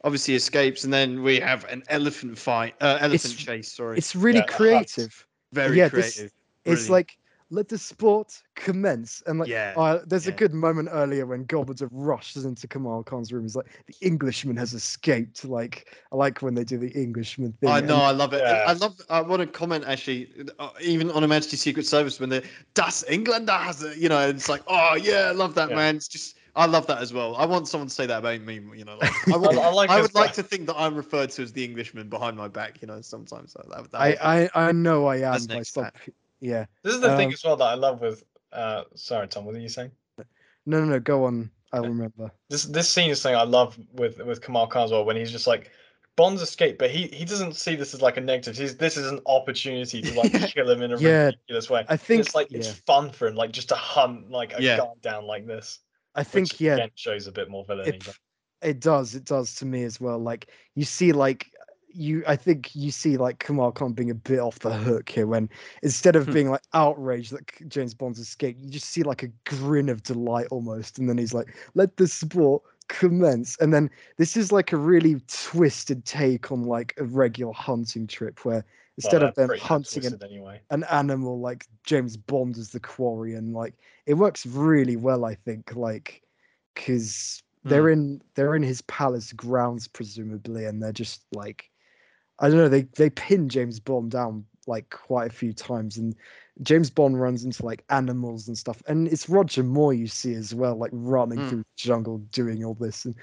obviously escapes, and then we have an elephant fight, uh, elephant
It's-
chase. Sorry,
It's really
Yeah, the huts.
creative.
very
yeah, this-
creative.
It's
Brilliant.
like let the sport commence. And like
yeah,
uh, there's a
yeah.
good moment earlier when Gobbler rushes into Kamal Khan's room. He's like, the Englishman has escaped. Like I like when they do the Englishman thing.
I
and-
know, I love it.
Yeah.
I love. I want to comment actually, uh, even on a Majesty Secret Service when they're Das England has it, you know, it's like, oh yeah, I love that
Yeah.
man. It's just, I love that as well. I want someone to say that about me, you know. Like, I,
I,
want,
I like.
I
his-
would like to think that I'm referred to as the Englishman behind my back, you know, sometimes. Like that, that would-
I, I I know I am
That's
by
next
some pe- yeah.
This is the
um,
thing as well that I love with. Uh, sorry, Tom. What are you saying?
No no no go on. I'll
Okay.
remember.
this this scene is something I love with with Kamal Khan as well when he's just like Bond's escape, but he he doesn't see this as like a negative. He's this is an opportunity to like
Yeah.
kill him in a
Yeah,
ridiculous way.
I think
it's like it's
yeah.
fun for him, like just to hunt like a
Yeah.
gun down like this.
I
which
think yeah,
again shows a bit more villainy.
it,
but-
it does it does to me as well like you see like you i think you see like kamal khan being a bit off the hook here when instead of
Hmm.
being like outraged that K- james bond's escaped you just see like a grin of delight almost and then he's like let the sport commence and then this is like a really twisted take on like a regular hunting trip where instead
well,
of
they're
them
uh, pretty much
hunting an
twisted anyway.
an animal like James Bond is the quarry, and like it works really well, I think, like because they're in they're in his palace grounds presumably, and they're just like I don't know they they pin James Bond down like quite a few times, and James Bond runs into like animals and stuff, and it's Roger Moore you see as well, like running
Mm.
through the jungle doing all this, and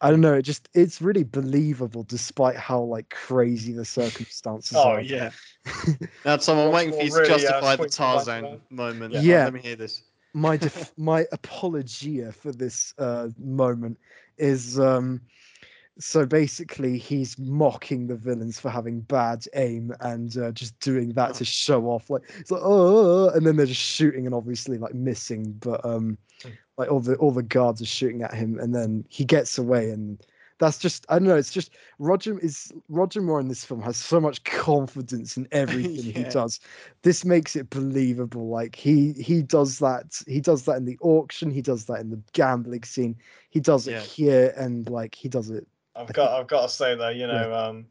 I don't know, it just it's really believable despite how like crazy the circumstances
Oh
are.
yeah,
That's someone
Well,
waiting for
well,
you to
really, uh,
justify the
swings the lights
Tarzan
around.
moment.
Yeah.
Uh,
Yeah.
let me hear this.
my def- my apologia for this uh, moment is um, so basically he's mocking the villains for having bad aim and uh, just doing that to show off. Like it's like oh, and then they're just shooting and obviously like missing, but um,
Hmm.
like all the all the guards are shooting at him, and then he gets away and. That's just I don't know. It's just Roger is Roger Moore in this film has so much confidence in everything he
Yeah.
does this makes it believable like he he does that he does that in the auction he does that in the gambling scene he does it
Yeah.
here and like he does it
I've got I've got to say though, you know, um,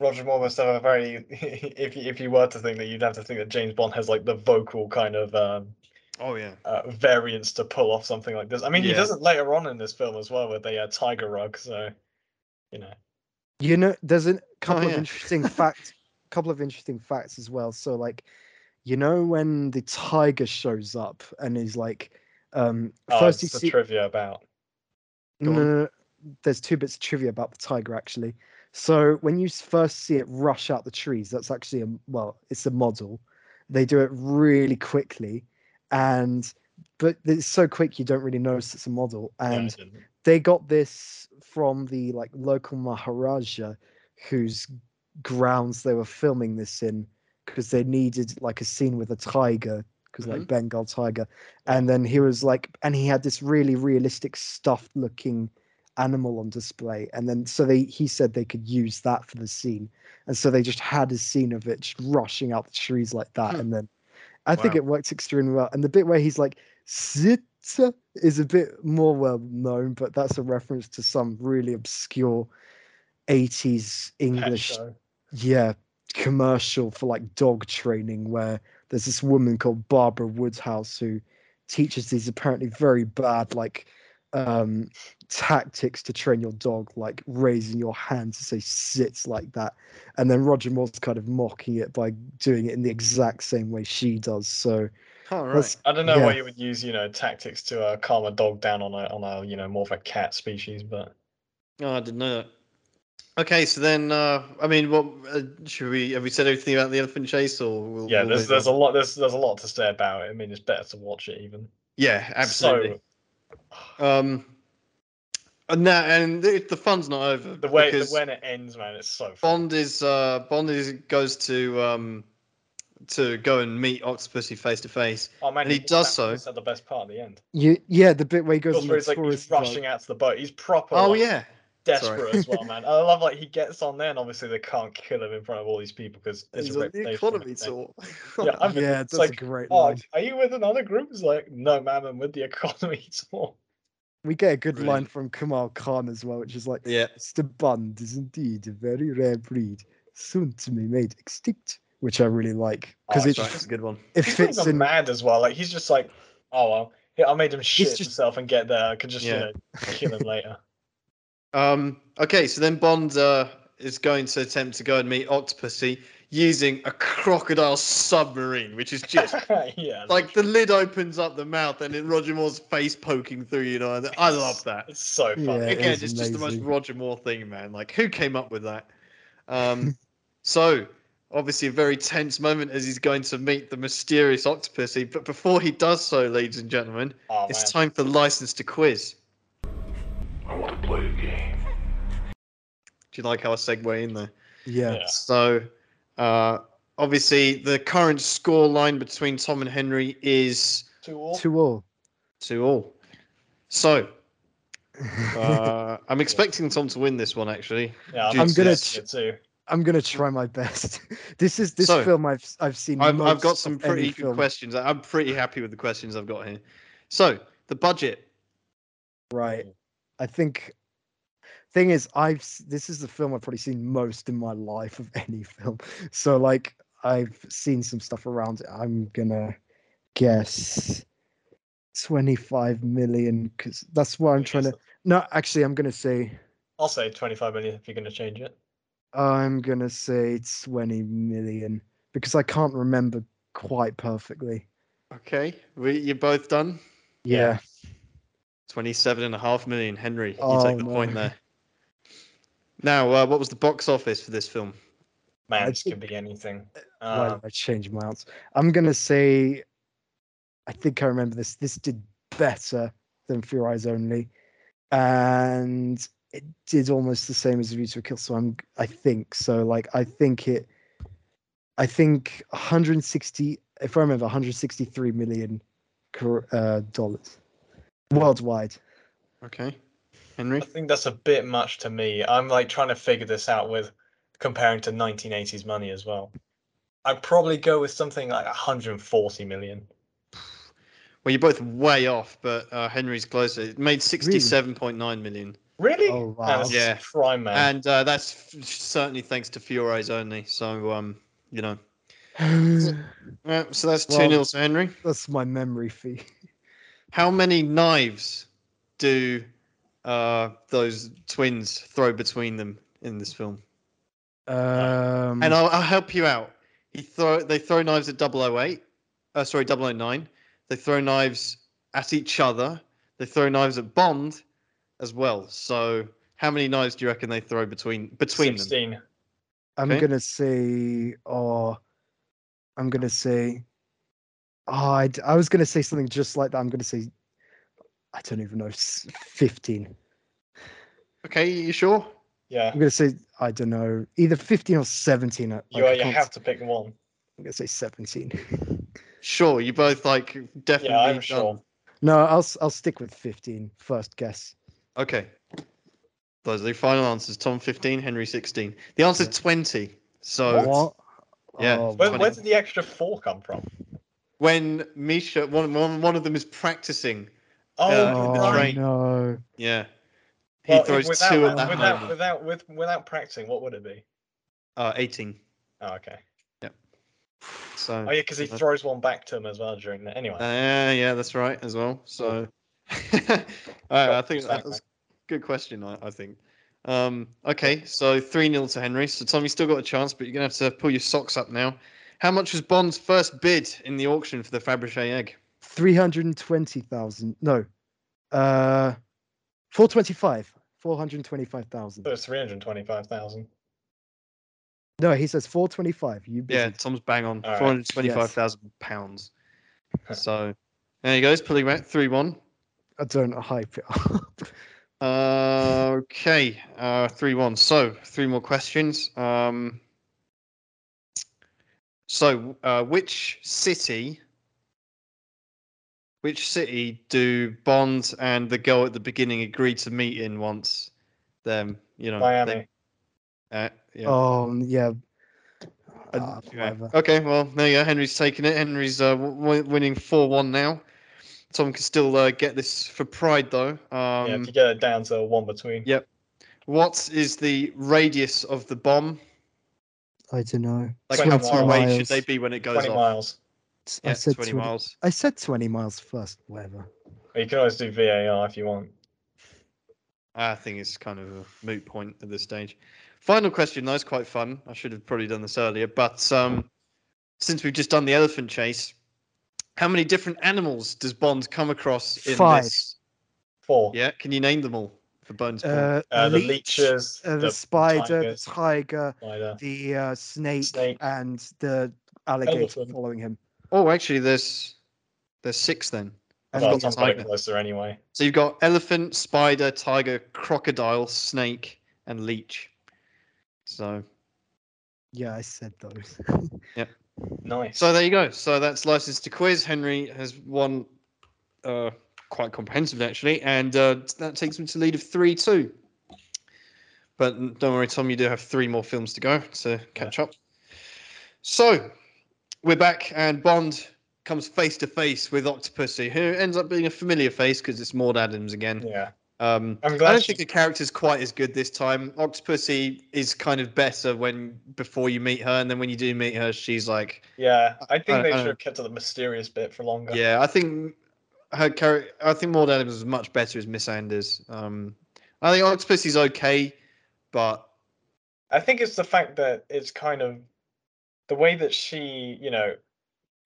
Roger Moore must have a very if you, if you were to think that you'd have to think that James Bond has like the vocal kind of um,
Oh yeah.
uh, variants to pull off something like this. I mean, he
Yeah.
doesn't later on in this film as well, where they uh, tiger rug. So, you know,
you know there's a couple of
yeah.
interesting facts couple of interesting facts as well so like you know when the tiger shows up and is like um
oh,
first
it's
he
the
see-
trivia about.
Go
No, no, no. there's two bits of trivia about the tiger actually. So when you s- first see it rush out the trees, that's actually a well, it's a model. They do it really quickly, and but it's so quick you don't really notice it's a model.
Yeah, I
And
didn't.
they got this from the like local maharaja, whose grounds they were filming this in, because they needed like a scene with a tiger, because
Mm-hmm.
like Bengal tiger, and then he was like, and he had this really realistic stuffed looking animal on display and then so they he said they could use that for the scene and so they just had a scene of it just rushing out the trees like that
Hmm.
and then i think
Wow.
it worked extremely well and the bit where he's like sit is a bit more well known but that's a reference to some really obscure 80s
Pet
english
show.
yeah commercial for like dog training where there's this woman called Barbara Woodhouse who teaches these apparently very bad like um tactics to train your dog like raising your hand to say sit like that and then Roger Moore's kind of mocking it by doing it in the exact same way she does so
All right.
that's-
I don't know why
Yeah.
you would use, you know, tactics to uh, calm a dog down on a on a you know more of a cat species, but
Oh, I didn't know that. Okay, so then, uh, I mean, what uh, should we? Have we said everything about the elephant chase, or we'll,
yeah,
we'll
there's
move
there's a
on?
lot there's there's a lot to say about it. I mean, it's better to watch it even.
Yeah, absolutely.
So
Um, and now, and the, the fun's not over.
the way the
because
when it ends, man, it's so fun.
Bond is uh, Bond is goes to um, to go and meet Octopussy face to face.
Oh man,
and he
did
does
that-
so.
that's At the best part of the end,
you yeah the bit where he goes
That's
on
where
the
he's like he's
tourist boat.
rushing out to the boat. He's proper.
Oh
like,
yeah,
desperate
Sorry.
as well, man. I love like he gets on there, and obviously they can't kill him in front of all these people because it's
He's on
a
the
reputation
economy
thing.
tour.
Yeah, I'm
yeah that's
like,
a great
Oh,
line
are you with another group? It's like, no, ma'am, I'm with the economy tour.
we get a good line
Brilliant.
from Kamal Khan as well which is like
yeah.
Mr. Bond is indeed a very rare breed, soon to be made extinct, which I really like because
Oh,
it,
That's right.
just-
It's a good one.
it
He's not
fits
even
in.
mad as well. Like he's just like, oh well, yeah, I made him shit
just-
himself and get there. I could just you
Yeah.
know kill him later.
Um, okay, so then Bond uh, is going to attempt to go and meet Octopussy using a crocodile submarine, which is just
yeah,
like the lid opens up the mouth and it Roger Moore's face poking through. You know, and I love that.
It's so funny.
Yeah. it
Again,
is
it's just the most
amazing.
Roger Moore thing, man. Like, who came up with that? Um, so, obviously, a very tense moment as he's going to meet the mysterious Octopussy. But before he does so, ladies and gentlemen,
Oh,
it's time
man.
for license to quiz.
I want to play a game.
Do you like how I segue in there?
Yeah,
Yeah.
So, uh, obviously, the current score line between Tom and Henry is
Too all.
to all.
two all. So, uh, I'm expecting Tom to win this one, actually.
Yeah,
Due
I'm
to
gonna
this.
ch-
it too.
I'm gonna try my best. this is this
So,
film I've I've seen.
I've, I've
most
got some
of any
pretty good
film.
questions. I- I'm pretty happy with the questions I've got here. So the budget.
Right, I think. Thing is, I've s- this is the film I've probably seen most in my life of any film. So like, I've seen some stuff around it. I'm gonna guess twenty five million because that's what I'm trying to. No, actually, I'm gonna say
I'll say 25 million if you're going to change it.
I'm gonna say twenty million because I can't remember quite perfectly.
Okay, we, you're both done.
Yeah,
Yeah.
27 and a half million, Henry. You
Oh,
take the
no.
point there. Now, uh, what was the box office for this film?
Man,
I
this could be anything.
why
Um,
did I change my answer? I'm gonna say. I think I remember this. This did better than Fear Eyes Only, and it did almost the same as View to a Kill. So I'm, I think so. Like I think it. I think 160. If I remember, 163 million cor- uh, dollars worldwide.
Okay, Henry.
I think that's a bit much to me. I'm like trying to figure this out with comparing to 1980s money as well. I'd probably go with something like 140 million.
Well, you're both way off, but uh, Henry's closer. It made 67.9 million,
Really?
Oh,
Man,
wow.
this is
Yeah.
prime man.
and uh, that's f- certainly thanks to Fiore's only. So, um, you know, Uh, so that's two 0
Well-
to Henry.
That's my memory fee.
How many knives do uh, those twins throw between them in this film?
Um,
Mm.
And I'll, I'll help you out. He throw they throw knives at 008, uh, sorry 009. They throw knives at each other. They throw knives at Bond as well. So how many knives do you reckon they throw between between them?
16.
I'm
okay.
gonna say, or I'm gonna say, oh, I, d- I was gonna say something just like that. I'm gonna say, I don't even know, s- fifteen.
Okay, you sure?
Yeah.
I'm gonna say, I don't know, either fifteen or seventeen. I-
You,
like, I
you
can't-
have to pick one.
I'm gonna say seventeen.
Sure, you both like definitely
Yeah, I'm
done.
sure.
no, I'll s- I'll stick with 15. First guess.
Okay. Those are the final answers. Tom 15, Henry 16. The answer's 20. So
What?
Yeah.
Oh,
Where, where
Funny.
did the extra four come from?
when Misha, one, one, one of them is practicing.
Oh,
Uh, the
right.
train.
no.
Yeah. He
Well, if-
throws
without,
two
that-
at that
without,
moment.
without, with, without practicing, what would it be?
Uh, 18.
Oh, okay.
So.
Oh, yeah, because he
Uh,
throws one back to him as well during that. Anyway,
Uh, yeah, that's right as well. So, Alright, I think
Just that
that's a good question. I, I think. Um, okay, so three 0 to Henry. So Tom, you still got a chance, but you're gonna have to pull your socks up now. How much was Bond's first bid in the auction for the Fabergé egg?
320,000. No. Uh 425. 425,000.
so it's 325,000.
No, he says 425. You busy.
Yeah, Tom's bang on
Alright.
four hundred twenty-five thousand pounds. So there he goes, pulling back three one.
I don't hype it up.
Uh, okay, uh, three one. So three more questions. Um, so uh, which city, which city do Bond and the girl at the beginning agree to meet in once? Them, you know,
Miami.
They, uh, yeah.
Oh, yeah.
Uh,
Ah,
yeah.
whatever.
Okay, well, there you go. Henry's taking it. Henry's uh, w- winning 4 1 now. Tom can still uh, get this for pride, though. Um,
yeah, if you get it down to one between.
yeah. What is the radius of the bomb?
I don't know.
Like,
Twenty
how far away should
miles.
they be when it goes
20
off?
miles.
S-
Yeah,
I said
20
20,
miles.
I said 20 miles first, whatever.
You can always do VAR if you want.
I think it's kind of a moot point at this stage. Final question, though, is quite fun. I should have probably done this earlier, but um, since we've just done the elephant chase, how many different animals does Bond come across in
Five.
this?
Four.
Yeah, can you name them all for Bones? Bond?
Uh,
Uh, the
leech,
leeches,
uh, the,
the
spider,
tigers.
the tiger,
Spider.
the uh, snake,
Snake.
and the alligator
Elephant.
following him.
Oh, actually, there's there's six then. I've
Well,
got
Tom's got it
tiger.
closer anyway.
So you've got elephant, spider, tiger, crocodile, snake, and leech. So
Yeah, I said those.
Nice.
so there you go. So that's license to quiz. Henry has won uh, quite comprehensively actually, and uh, that takes him to lead of three two. But don't worry, Tom, you do have three more films to go to catch up. So we're back, and Bond comes face to face with Octopussy, who ends up being a familiar face because it's Maud Adams again.
yeah.
Um,
I'm
I
glad
don't
she-
think the character's quite as good this time. Octopussy is kind of better when before you meet her, and then when you do meet her, she's like,
Yeah. I think
I-
they
I
should
don't-
have kept to the mysterious bit for longer.
yeah, I think her character. I think Maud Adams is much better as Miss Anders. Um, I think Octopussy's okay, but
I think it's the fact that it's kind of the way that she, you know,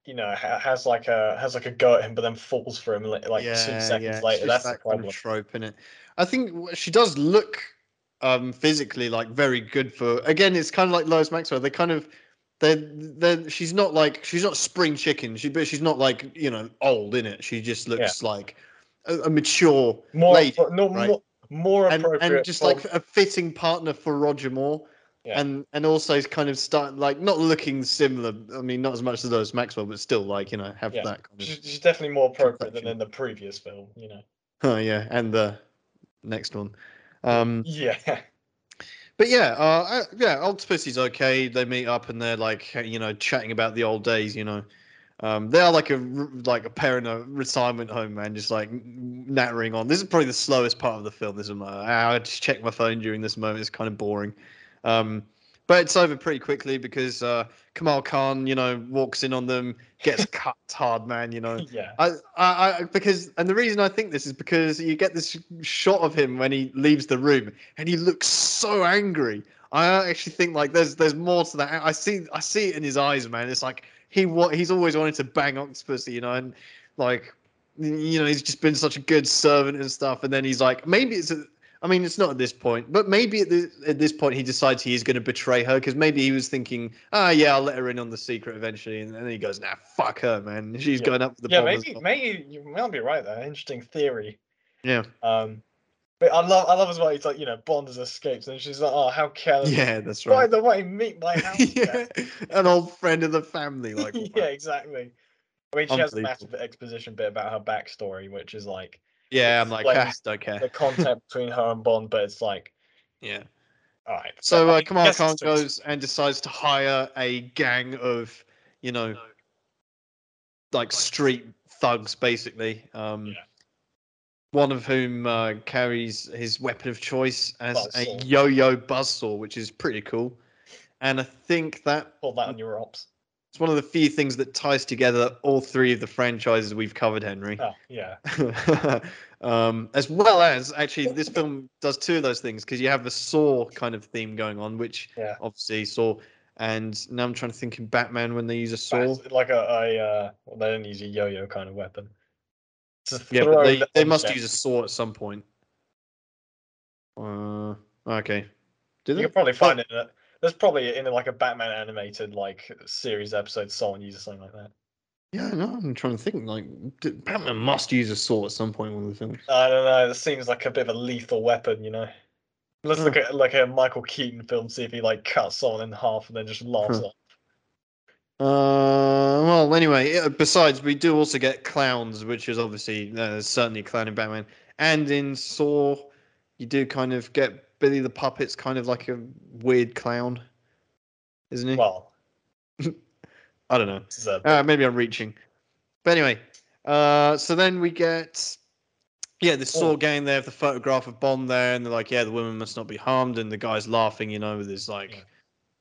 you know, ha- has like a has like a go at him, but then falls for him li- like
yeah,
two
yeah,
seconds
it's
later.
just
That's
that
the problem.
Kind of trope in it. I think w- she does look um, physically like very good for. Again, it's kind of like Lois Maxwell. They kind of they they she's not like she's not spring chicken. She but she's not like you know old in it. She just looks like a, a mature
More,
lady.
appro- no,
right?
more, more
and,
appropriate.
and just
for-
like a fitting partner for Roger Moore.
Yeah.
And and also he's kind of start like not looking similar. I mean, not as much as those Maxwell, but still like you know have
Yeah.
that kind
she's, she's definitely more appropriate than
complexion.
in the previous film. You know.
of. Oh yeah, and the next one. Um,
Yeah.
but yeah, uh, I- yeah, Octopussy's okay. They meet up and they're like you know chatting about the old days. You know, um, they are like a r- like a pair in a retirement home, man, just like nattering on. This is probably the slowest part of the film. This is my ah, I just checked my phone during this moment. It's kind of boring, um, but it's over pretty quickly because uh, Kamal Khan, you know, walks in on them, gets cut hard, man. You know,
Yeah.
I, I, I- because, and the reason I think this is because you get this shot of him when he leaves the room, and he looks so angry. I actually think like there's there's more to that. I see I see it in his eyes, man. It's like he what he's always wanted to bang Octopus, you know, and like you know he's just been such a good servant and stuff. And then he's like, maybe it's. A, I mean, it's not at this point, but maybe at this, at this point he decides he is going to betray her because maybe he was thinking, ah, yeah, I'll let her in on the secret eventually, and then he goes, nah, fuck her, man. She's
Yeah.
going up with the
yeah.
bomb as
Maybe.
well."
Maybe you might be right there. Interesting theory.
Yeah.
Um. But I love. I love as well. He's like, you know, Bond has escaped, and she's like, oh, how careless.
Yeah, that's
By
right.
the way, meet my house. guest."
yeah. An old friend of the family, like
yeah, exactly. I mean, she has a massive
Unbelievable.
exposition bit about her backstory, which is like
yeah, I'm like,
Like-
ah, don't care.
the contact between her and Bond, but it's like
Yeah.
All right.
So
I
uh,
mean,
Kamal
yes,
Khan
it's-
goes and decides to hire a gang of, you know, like street thugs, basically. Um,
Yeah.
One of whom uh, carries his weapon of choice as a
Buzzsaw.
yo-yo buzzsaw, which is pretty cool. And I think that
Pull that on your ops.
it's one of the few things that ties together all three of the franchises we've covered, Henry.
Oh yeah.
um, as well as actually, this film does two of those things because you have the Saw kind of theme going on, which
Yeah.
obviously Saw, and now I'm trying to think in Batman when they use a saw.
That's like a, a uh, well, they don't use a yo-yo kind of weapon. It's a
Yeah, but they,
throw
they must
object.
use a saw at some point. Uh, okay. Do
You
they?
could probably find it. In a, there's probably in like a Batman animated like series episode, someone uses something like that.
Yeah, no, I'm trying to think. Like, d- Batman must use a saw at some point in one of the films.
I don't know. It seems like a bit of a lethal weapon, you know. Let's
Hmm.
look at like a Michael Keaton film, see if he like cuts someone in half and then just laughs.
Huh.
off.
Uh, well, anyway, yeah, besides, we do also get clowns, which is obviously uh, there's certainly a clown in Batman. And in Saw, you do kind of get Billy the Puppet's kind of like a weird clown, isn't he?
Well,
I don't know.
this is a,
Uh, maybe I'm reaching. But anyway, uh, so then we get, yeah, the Saw
Oh.
gang. They have the photograph of Bond there, and they're like, yeah, the woman must not be harmed, and the guy's laughing, you know, with his like
Yeah.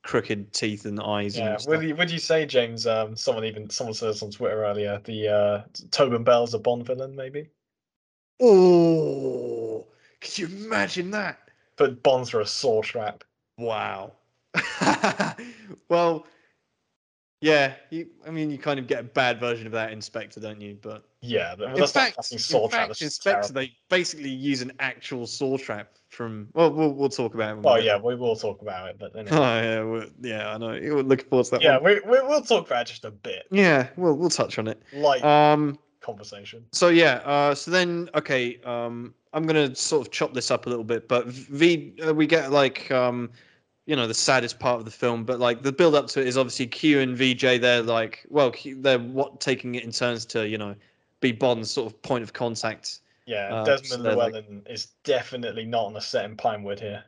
crooked teeth and eyes.
yeah.
and stuff.
Would you, would you say James? Um, someone even someone said this on Twitter earlier. The uh, Tobin Bell's a Bond villain, maybe,
Oh, could you imagine that?
but Bonds are a saw trap.
Wow. well, yeah. You, I mean, you kind of get a bad version of that Inspector, don't you? But
Yeah, but
in
that's
fact,
not fucking
in
saw trap.
fact
That's just
Inspector,
terrible.
they basically use an actual saw trap from. Well, we'll we'll talk about it. when we
Oh
get-
yeah, we will talk about it, but anyway.
Oh yeah. We're, yeah, I know. We're looking forward to that.
yeah,
One.
we, we we'll talk about it just a bit,
Yeah. We'll we'll touch on it.
light
Um.
conversation.
So yeah, uh, so then okay, um, I'm gonna sort of chop this up a little bit, but V uh, we get like um, you know the saddest part of the film, but like the build up to it is obviously Q and VJ. They're like, well, Q, they're what taking it in turns to you know be Bond's sort of point of contact.
Yeah,
Uh, so
Desmond
they're like-
Llewellyn is definitely not on a set in Pinewood here.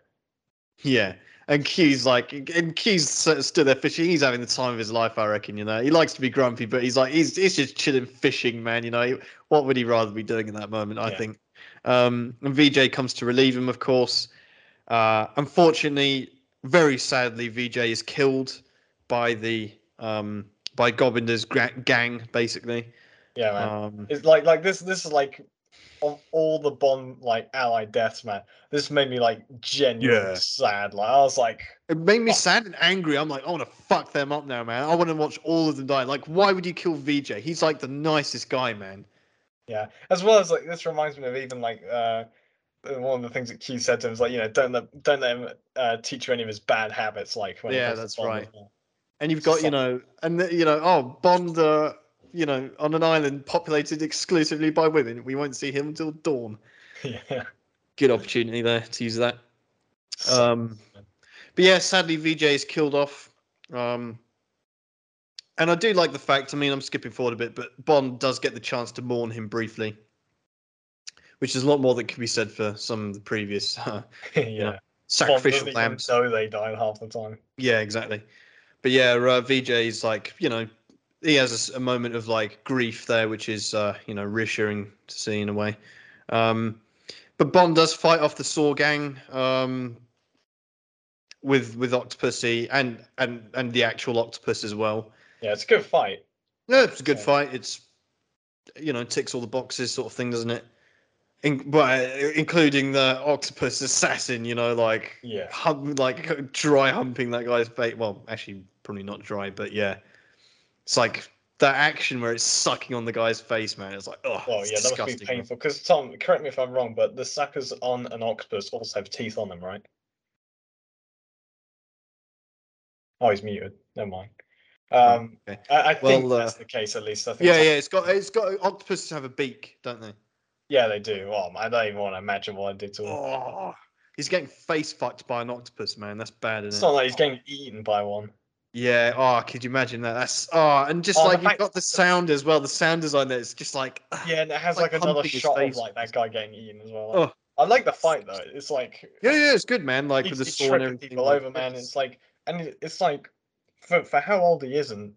Yeah, and Q's like, and Q's sort of stood there fishing. He's having the time of his life, I reckon. You know, he likes to be grumpy, but he's like, he's he's just chilling fishing, man. You know, He- what would he rather be doing in that moment? I
Yeah.
think. Um, and VJ comes to relieve him, of course. Uh, unfortunately, very sadly, VJ is killed by the um by Gobinder's gra- gang, basically.
Yeah, man.
Um,
It's like like this. This is like of all the Bond like allied deaths, man. This made me like genuinely
Yeah.
sad. Like I was like,
It made me sad and angry. I'm like, I want to fuck them up now, man. I want to watch all of them die. Like, why would you kill VJ? He's like the nicest guy, man.
yeah. As well as like this reminds me of even like uh one of the things that Q said to him is like you know don't let don't let him uh, teach you any of his bad habits. Like when it
Yeah,
comes to
that's
Bond as
right.
well.
And you've
So-
got, you know, and the- you know, oh, Bond, uh, you know, on an island populated exclusively by women. We won't see him until dawn.
yeah.
Good opportunity there to use that.
So-
Um, but yeah, sadly, VJ is killed off. Um, and I do like the fact, I mean, I'm skipping forward a bit, but Bond does get the chance to mourn him briefly, which is a lot more that could be said for some of the previous uh,
yeah.
sacrificial lambs.
So they died half the time.
Yeah, exactly. But yeah, uh, VJ's like, you know, he has a s- a, moment of like grief there, which is, uh, you know, reassuring to see in a way. Um, but Bond does fight off the Saw Gang um, with with Octopussy and and and the actual Octopus as well.
Yeah, it's a good fight.
No, it's a good
Yeah.
fight. It's you know ticks all the boxes, sort of thing, doesn't it? In, but uh, including the Octopus assassin, you know, like
Yeah,
hum, like dry humping that guy's face. Well, actually, probably not dry, but yeah, it's like that action where it's sucking on the guy's face, man. It's like, oh,
well,
it's
yeah, that must be
disgusting, man.
painful. Because Tom, correct me if I'm wrong, but the suckers on an octopus also have teeth on them, right? Oh, he's muted. Never mind. Um,
Hmm, okay.
I, I think
Well, uh,
that's the case. At least I think.
Yeah,
it's-
yeah, it's got it's got octopuses have a beak, don't they?
yeah, they do. Oh, I don't even want to imagine what I did to him.
Oh, he's getting face fucked by an octopus, man. That's bad,
it's
isn't
not
it?
like he's getting eaten by one.
Yeah. Oh, could you imagine that? That's oh, and just
Oh, the
like you've
fact-
got the sound as well. The sound design there, it's just like,
Yeah, and it has
Like
like, another
humping his
shot of
face.
like that guy getting eaten as well.
Oh,
I like the fight though. It's like
Yeah, yeah, it's good, man. Like
he's,
with the
he's
sword and
tripping
everything.
people
like,
over, man. It's like and it- it's like for for how old he is in,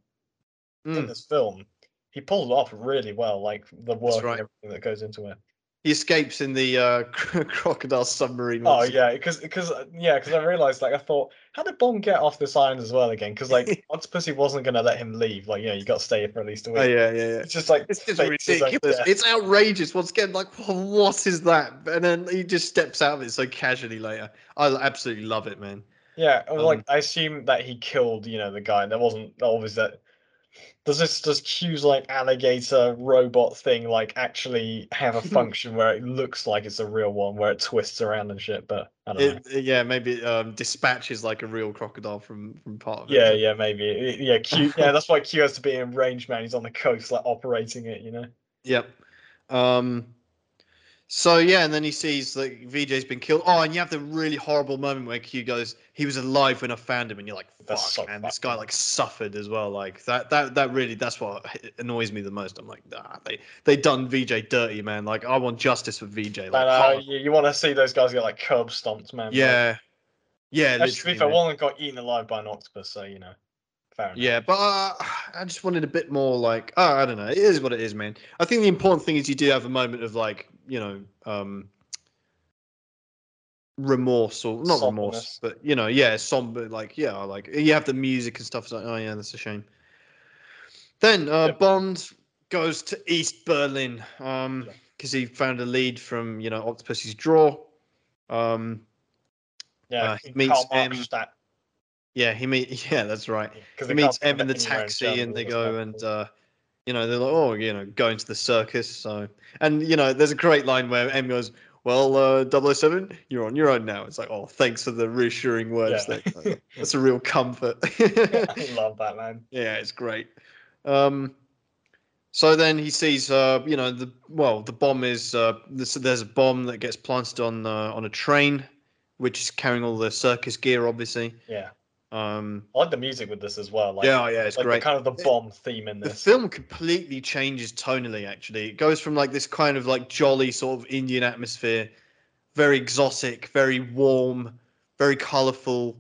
in
Mm.
this film, he pulls it off really well. Like the work
right.
and everything that goes into it.
he escapes in the uh, crocodile submarine.
Oh
once-
yeah, because because yeah, because I realized like I thought, how did Bond get off this island as well again? Because like Octopussy wasn't gonna let him leave. Like yeah, you got to stay here for at least a week.
Oh, yeah, yeah, yeah.
It's just like
It's just
fakes his own
ridiculous.
death.
It's outrageous. Once again, like, "Wha- what is that? And then he just steps out of it so casually later. I absolutely love it, man.
Yeah, I was
Um,
like I assume that he killed, you know, the guy. That wasn't obvious. That does this does Q's like alligator robot thing like actually have a function where it looks like it's a real one, where it twists around and shit? But I don't know.
It, yeah, maybe it, um, dispatches like a real crocodile from from part of it.
Yeah, yeah, maybe. It- Yeah, Q. Yeah, that's why Q has to be in range, man. He's on the coast, like operating it. You know.
Yep. Um, so yeah, and then he sees that VJ's been killed. Oh, and you have the really horrible moment where Q goes, "He was alive when I found him," and you're like, "Fuck!"
That's so
and this
fucked up.
guy like suffered as well. Like that, that, that really, that's what h- annoys me the most. I'm like, ah, they they done VJ dirty, man. Like I want justice for VJ. Like,
No, no,
hard.
uh, you, you want to see those guys get like curb stomped, man. like-
yeah, yeah.
Actually, to be
literally,
fair,
man.
one got eaten alive by an octopus, so you know, fair enough.
Yeah, but uh, I just wanted a bit more like oh, I don't know. It is what it is, man. I think the important thing is you do have a moment of like you know um remorse or not remorse,
Somberness.
but you know yeah, somber. Like yeah, like you have the music and stuff. It's like oh yeah, that's a shame. Then uh,
Yep.
Bond goes to East Berlin because he found a lead from you know Octopus's draw. Um,
yeah.
uh, he
Karl
meets
Marx
him-
that
yeah, he meet. Yeah, that's right.
because
he meets M in the taxi and they go and uh, you know they're like oh you know going to the circus so and you know there's a great line where M goes well uh, 007 you're on your own now it's like oh thanks for the reassuring words
Yeah.
there. Like, that's a real comfort uh,
I love that man.
yeah it's great um so then he sees uh you know the well the bomb is uh this, there's a bomb that gets planted on uh, on a train which is carrying all the circus gear obviously
Yeah,
um
I like the music with this as well. Like,
yeah yeah it's
like the
great
kind of the
It-
bomb theme in
the
this.
film completely changes tonally, actually. It goes from like this kind of like jolly sort of Indian atmosphere, very exotic, very warm, very colorful,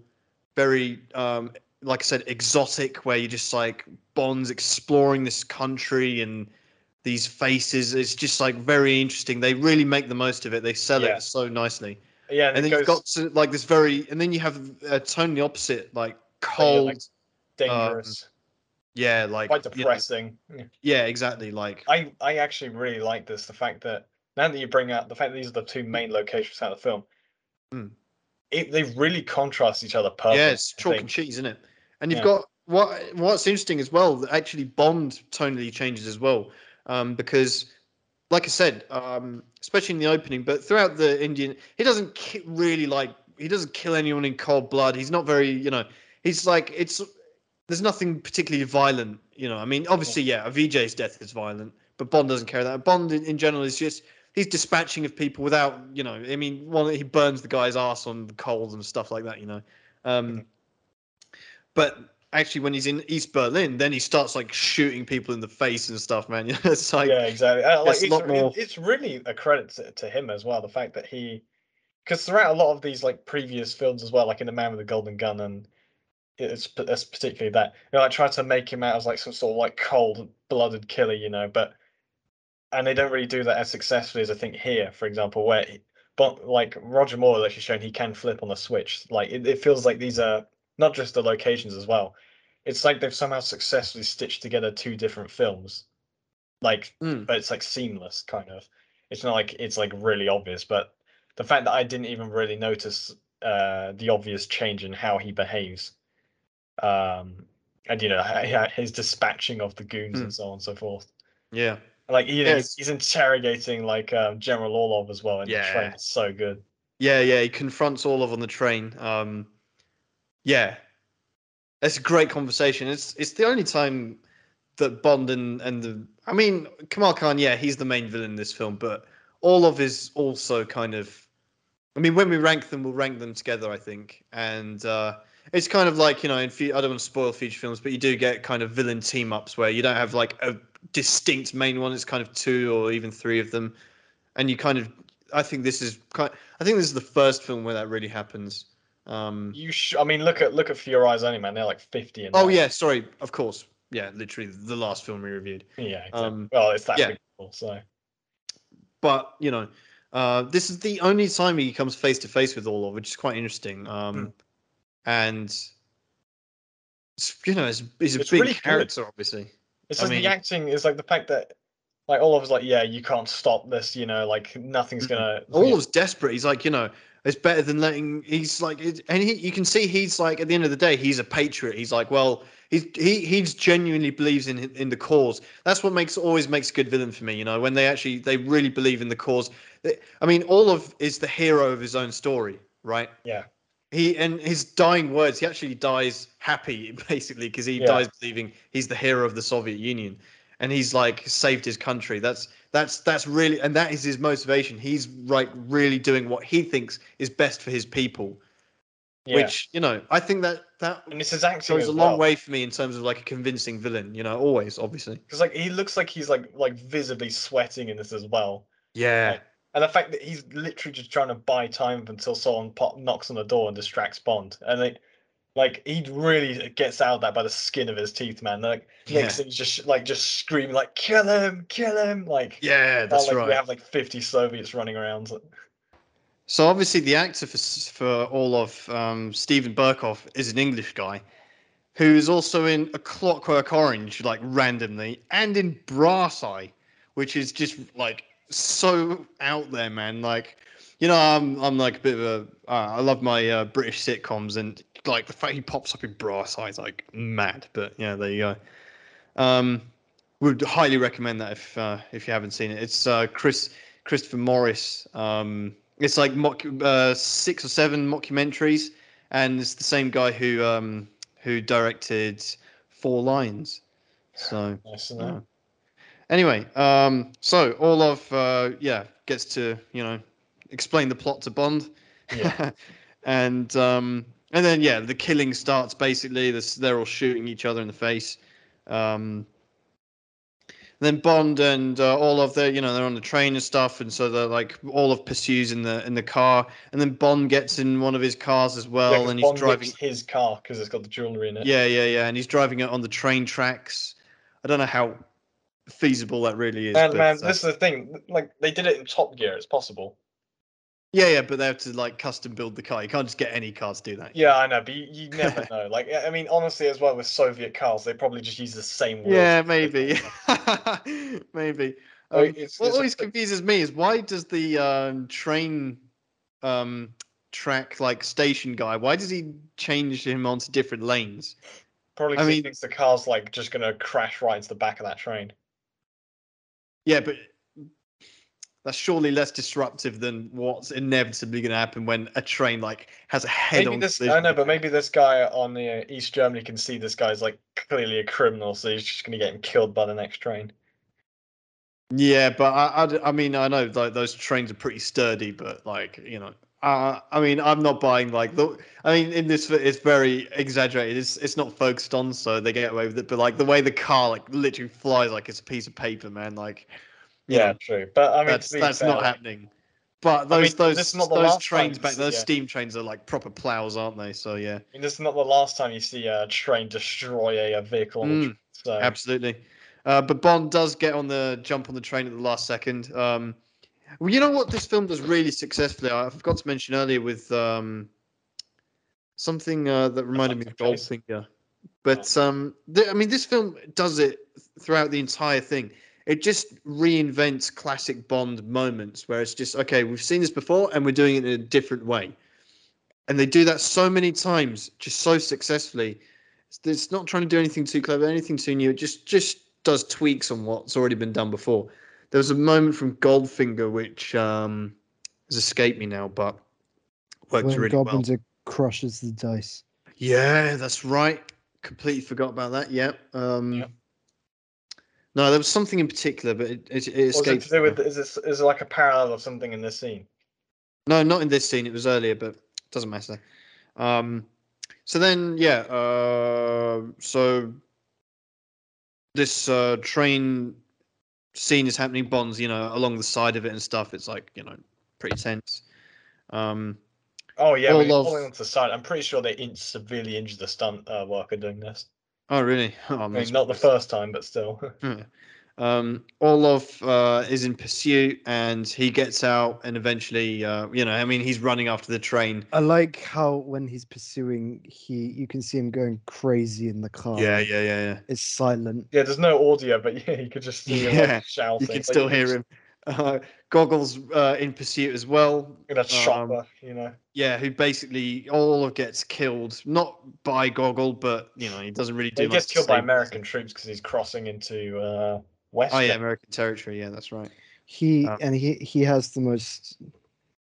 very, um, like I said, exotic, where you just like Bond's exploring this country and these faces. It's just like very interesting. They really make the most of it, they sell
Yeah.
it so nicely.
yeah,
And,
and,
then
it
you've
goes
got to, like this very, and then you have uh, totally opposite, like cold.
like, dangerous,
yeah, um, like
quite
you know,
depressing. Yeah.
yeah, exactly. Like
I I actually really like this. The fact that now that you bring out the fact that these are the two main locations out of the film,
Mm.
it, they really contrast each other perfectly.
Yeah, it's
I
chalk
think.
and cheese, isn't it? And you've
Yeah.
got what what's interesting as well. That actually, Bond tonally changes as well, um, because, like I said, um, especially in the opening, but throughout the Indian, he doesn't ki- really like he doesn't kill anyone in cold blood. He's not very, you know, he's like it's there's nothing particularly violent, you know. I mean, obviously, yeah, a VJ's death is violent, but Bond doesn't care that. Bond in, in general is just he's dispatching of people without, you know, I mean, one he burns the guy's ass on the coals and stuff like that, you know. Um, but actually, when he's in East Berlin, then he starts like shooting people in the face and stuff, man. You know, it's like
yeah, exactly. Uh, like,
it's
it's,
a lot
it-
more-
it's really a credit to, to him as well. The fact that he, because throughout a lot of these like previous films as well, like in The Man with the Golden Gun, and it's, p- it's particularly that you know, I try to make him out as like some sort of like cold-blooded killer, you know, but and they don't really do that as successfully as I think here, for example, where he, but like Roger Moore has actually shown he can flip on the switch. Like it, it feels like these are not just the locations as well. It's like they've somehow successfully stitched together two different films. Like
Mm.
but it's like seamless kind of. It's not like it's like really obvious, but the fact that I didn't even really notice uh the obvious change in how he behaves. Um and you know h- his dispatching of the goons
Mm.
and so on and so forth.
yeah.
Like you know,
Yes.
he's, he's interrogating like um, General Orlov as well, and the train
Yeah.
is so good.
Yeah, yeah, he confronts Orlov on the train. Um, yeah, that's a great conversation. It's it's the only time that Bond and and the I mean Kamal Khan, yeah, he's the main villain in this film, but Orlov is also kind of. I mean, when we rank them, we'll rank them together, I think, and uh, it's kind of like you know, in fe- I don't want to spoil future films, but you do get kind of villain team ups where you don't have like a distinct main one. It's kind of two or even three of them, and you kind of I think this is kind. I think this is the first film where that really happens. Um,
You sh- I mean, look at look at For Your Eyes Only, man. They're like fifty. And
oh yeah, sorry. Of course. Yeah, literally the last film we reviewed.
yeah. Exactly.
Um,
well, it's that
yeah.
big deal, so
but you know, uh, this is the only time he comes face to face with Orlov, which is quite interesting. Um,
Hmm.
And it's, you know, it's, it's a
It's
big
really good.
character, obviously.
it's
I
just
mean-
the acting is like the fact that like Olaf's like, yeah, you can't stop this. You know, like nothing's
Mhm.
gonna.
Orlov's desperate. He's like, you know, it's better than letting. He's like, it, and he, you can see he's like, at the end of the day, he's a patriot. He's like, well, he's he he's genuinely believes in in the cause. That's what makes always makes a good villain for me. You know, when they actually they really believe in the cause. I mean, Orlov is the hero of his own story, right?
Yeah.
He and his dying words, he actually dies happy, basically, because he
Yeah.
dies believing he's the hero of the Soviet Union, and he's like saved his country. That's that's that's really and that is his motivation. He's like really doing what he thinks is best for his people,
yeah.
which you know I think that that
and it's his acting
goes
as
a long
well.
way for me in terms of like a convincing villain. You know, always obviously.
because like he looks like he's like like visibly sweating in this as well.
Yeah,
And the fact that he's literally just trying to buy time until someone pop, knocks on the door and distracts Bond. And like, like he really gets out of that by the skin of his teeth, man. Like
Yeah.
next thing's just like just screaming like kill him, kill him. Like
yeah,
while,
that's
like,
right.
We have like fifty Soviets running around. like-
So obviously the actor for for all of um, Stephen Burkoff is an English guy, who is also in A Clockwork Orange, like randomly, and in Brass Eye, which is just like so out there, man. Like, you know, I'm I'm like a bit of a uh, I love my uh, British sitcoms, and like the fact he pops up in Brass Eye is like mad. But yeah, there you go. Um, would highly recommend that if uh, if you haven't seen it. It's uh, Chris Christopher Morris. Um, it's like mock, uh, six or seven mockumentaries, and it's the same guy who um, who directed Four Lines. So
Nice,
yeah.
isn't
anyway, um, so all of uh, yeah gets to you know explain the plot to Bond,
it? yeah.
and um, and then yeah the killing starts basically. This, they're all shooting each other in the face. Um, then Bond and uh, all of the, you know, they're on the train and stuff, and so they're like all of pursues in the in the car, and then Bond gets in one of his cars as
Yeah,
well,
'cause
and he's
Bond
driving.
whips his car because it's got the jewelry in it.
Yeah, yeah, yeah. And he's driving it on the train tracks. I don't know how feasible that really is.
And
but,
man,
uh,
this is the thing. Like they did it in Top Gear. It's possible.
yeah, yeah, but they have to like custom build the car. You can't just get any car to do that.
Yeah, I know, but you, you never know. Like, I I mean, honestly, as well with Soviet cars, they probably just use the same. wheels
Yeah,
as they
maybe.
do.
maybe.
Oh,
Um,
it's-
what
it's a
always
bit-
confuses me is why does the um, train um, track like station guy? Why does he change him onto different lanes?
Probably
I
'cause he
mean-
thinks the car's like just gonna crash right into the back of that train.
Yeah, but that's surely less disruptive than what's inevitably going to happen when a train like has a
Maybe
head-on.
this, I
collision
know,
with
but maybe this guy on the uh, East Germany can see this guy's like clearly a criminal, so he's just gonna get him killed by the next train.
Yeah, but I, I d- I mean, I know like those trains are pretty sturdy, but like you know, uh, I mean, I'm not buying like the. I mean, in this, it's very exaggerated. It's it's not focused on, so they get away with it. But like the way the car like literally flies like it's a piece of paper, man. Like, you
Yeah,
know,
true. But I mean,
that's
to be
that's
fair,
not
like,
happening. But
I mean,
those
this
those
is not the
those
last
trains
time,
back those
yeah.
steam trains are like proper plows, aren't they? So yeah,
I mean, this is not the last time you see a train destroy a, a vehicle. on the
Mm.
tr- So
Absolutely. Uh, but Bond does get on the jump on the train at the last second. Um, well, you know what this film does really successfully? I forgot to mention earlier with um, something uh, that reminded me of
Fantastic
Goldfinger. But um, th- I mean, this film does it throughout the entire thing. It just reinvents classic Bond moments where it's just, okay, we've seen this before and we're doing it in a different way. And they do that so many times, just so successfully it's- it's not trying to do anything too clever, anything too new. It just just does tweaks on what's already been done before. There was a moment from Goldfinger which um, has escaped me now, but worked
when
really well.
Goldfinger crushes the dice.
Yeah, that's right. Completely forgot about that. Yep. Um,
Yep.
No, there was something in particular, but it, it, it
what's it
escaped.
to do
me.
with? Is this is it like a parallel of something in this scene?
No, not in this scene. It was earlier, but doesn't matter. Um, so then, yeah. Uh, so this uh, train scene is happening. Bonds, you know, along the side of it and stuff. It's like you know, pretty tense. Um,
Oh yeah, we
All
are
of-
falling onto the side. I'm pretty sure they in- severely injured the stunt uh, worker doing this.
oh really? Oh, I'm
I mean,
not
not the
surprised.
first time, but still.
Um, Orlov uh, is in pursuit, and he gets out, and eventually, uh, you know, I mean, he's running after the train.
I like how when he's pursuing, he you can see him going crazy in the car.
Yeah, yeah, yeah, yeah.
It's silent.
yeah, there's no audio, but yeah, you could just see him
Yeah,
like, shouting.
You can
Like,
still hear him. Uh, Goggles uh, in pursuit as well.
in a chopper,
Um,
you know.
Yeah, who basically Orlov gets killed, not by Goggle, but you know, he doesn't really do.
He gets
much to
killed by
save-
American troops because he's crossing into uh, West.
Oh yeah, American territory. Yeah, that's right.
He
Um,
and he he has the most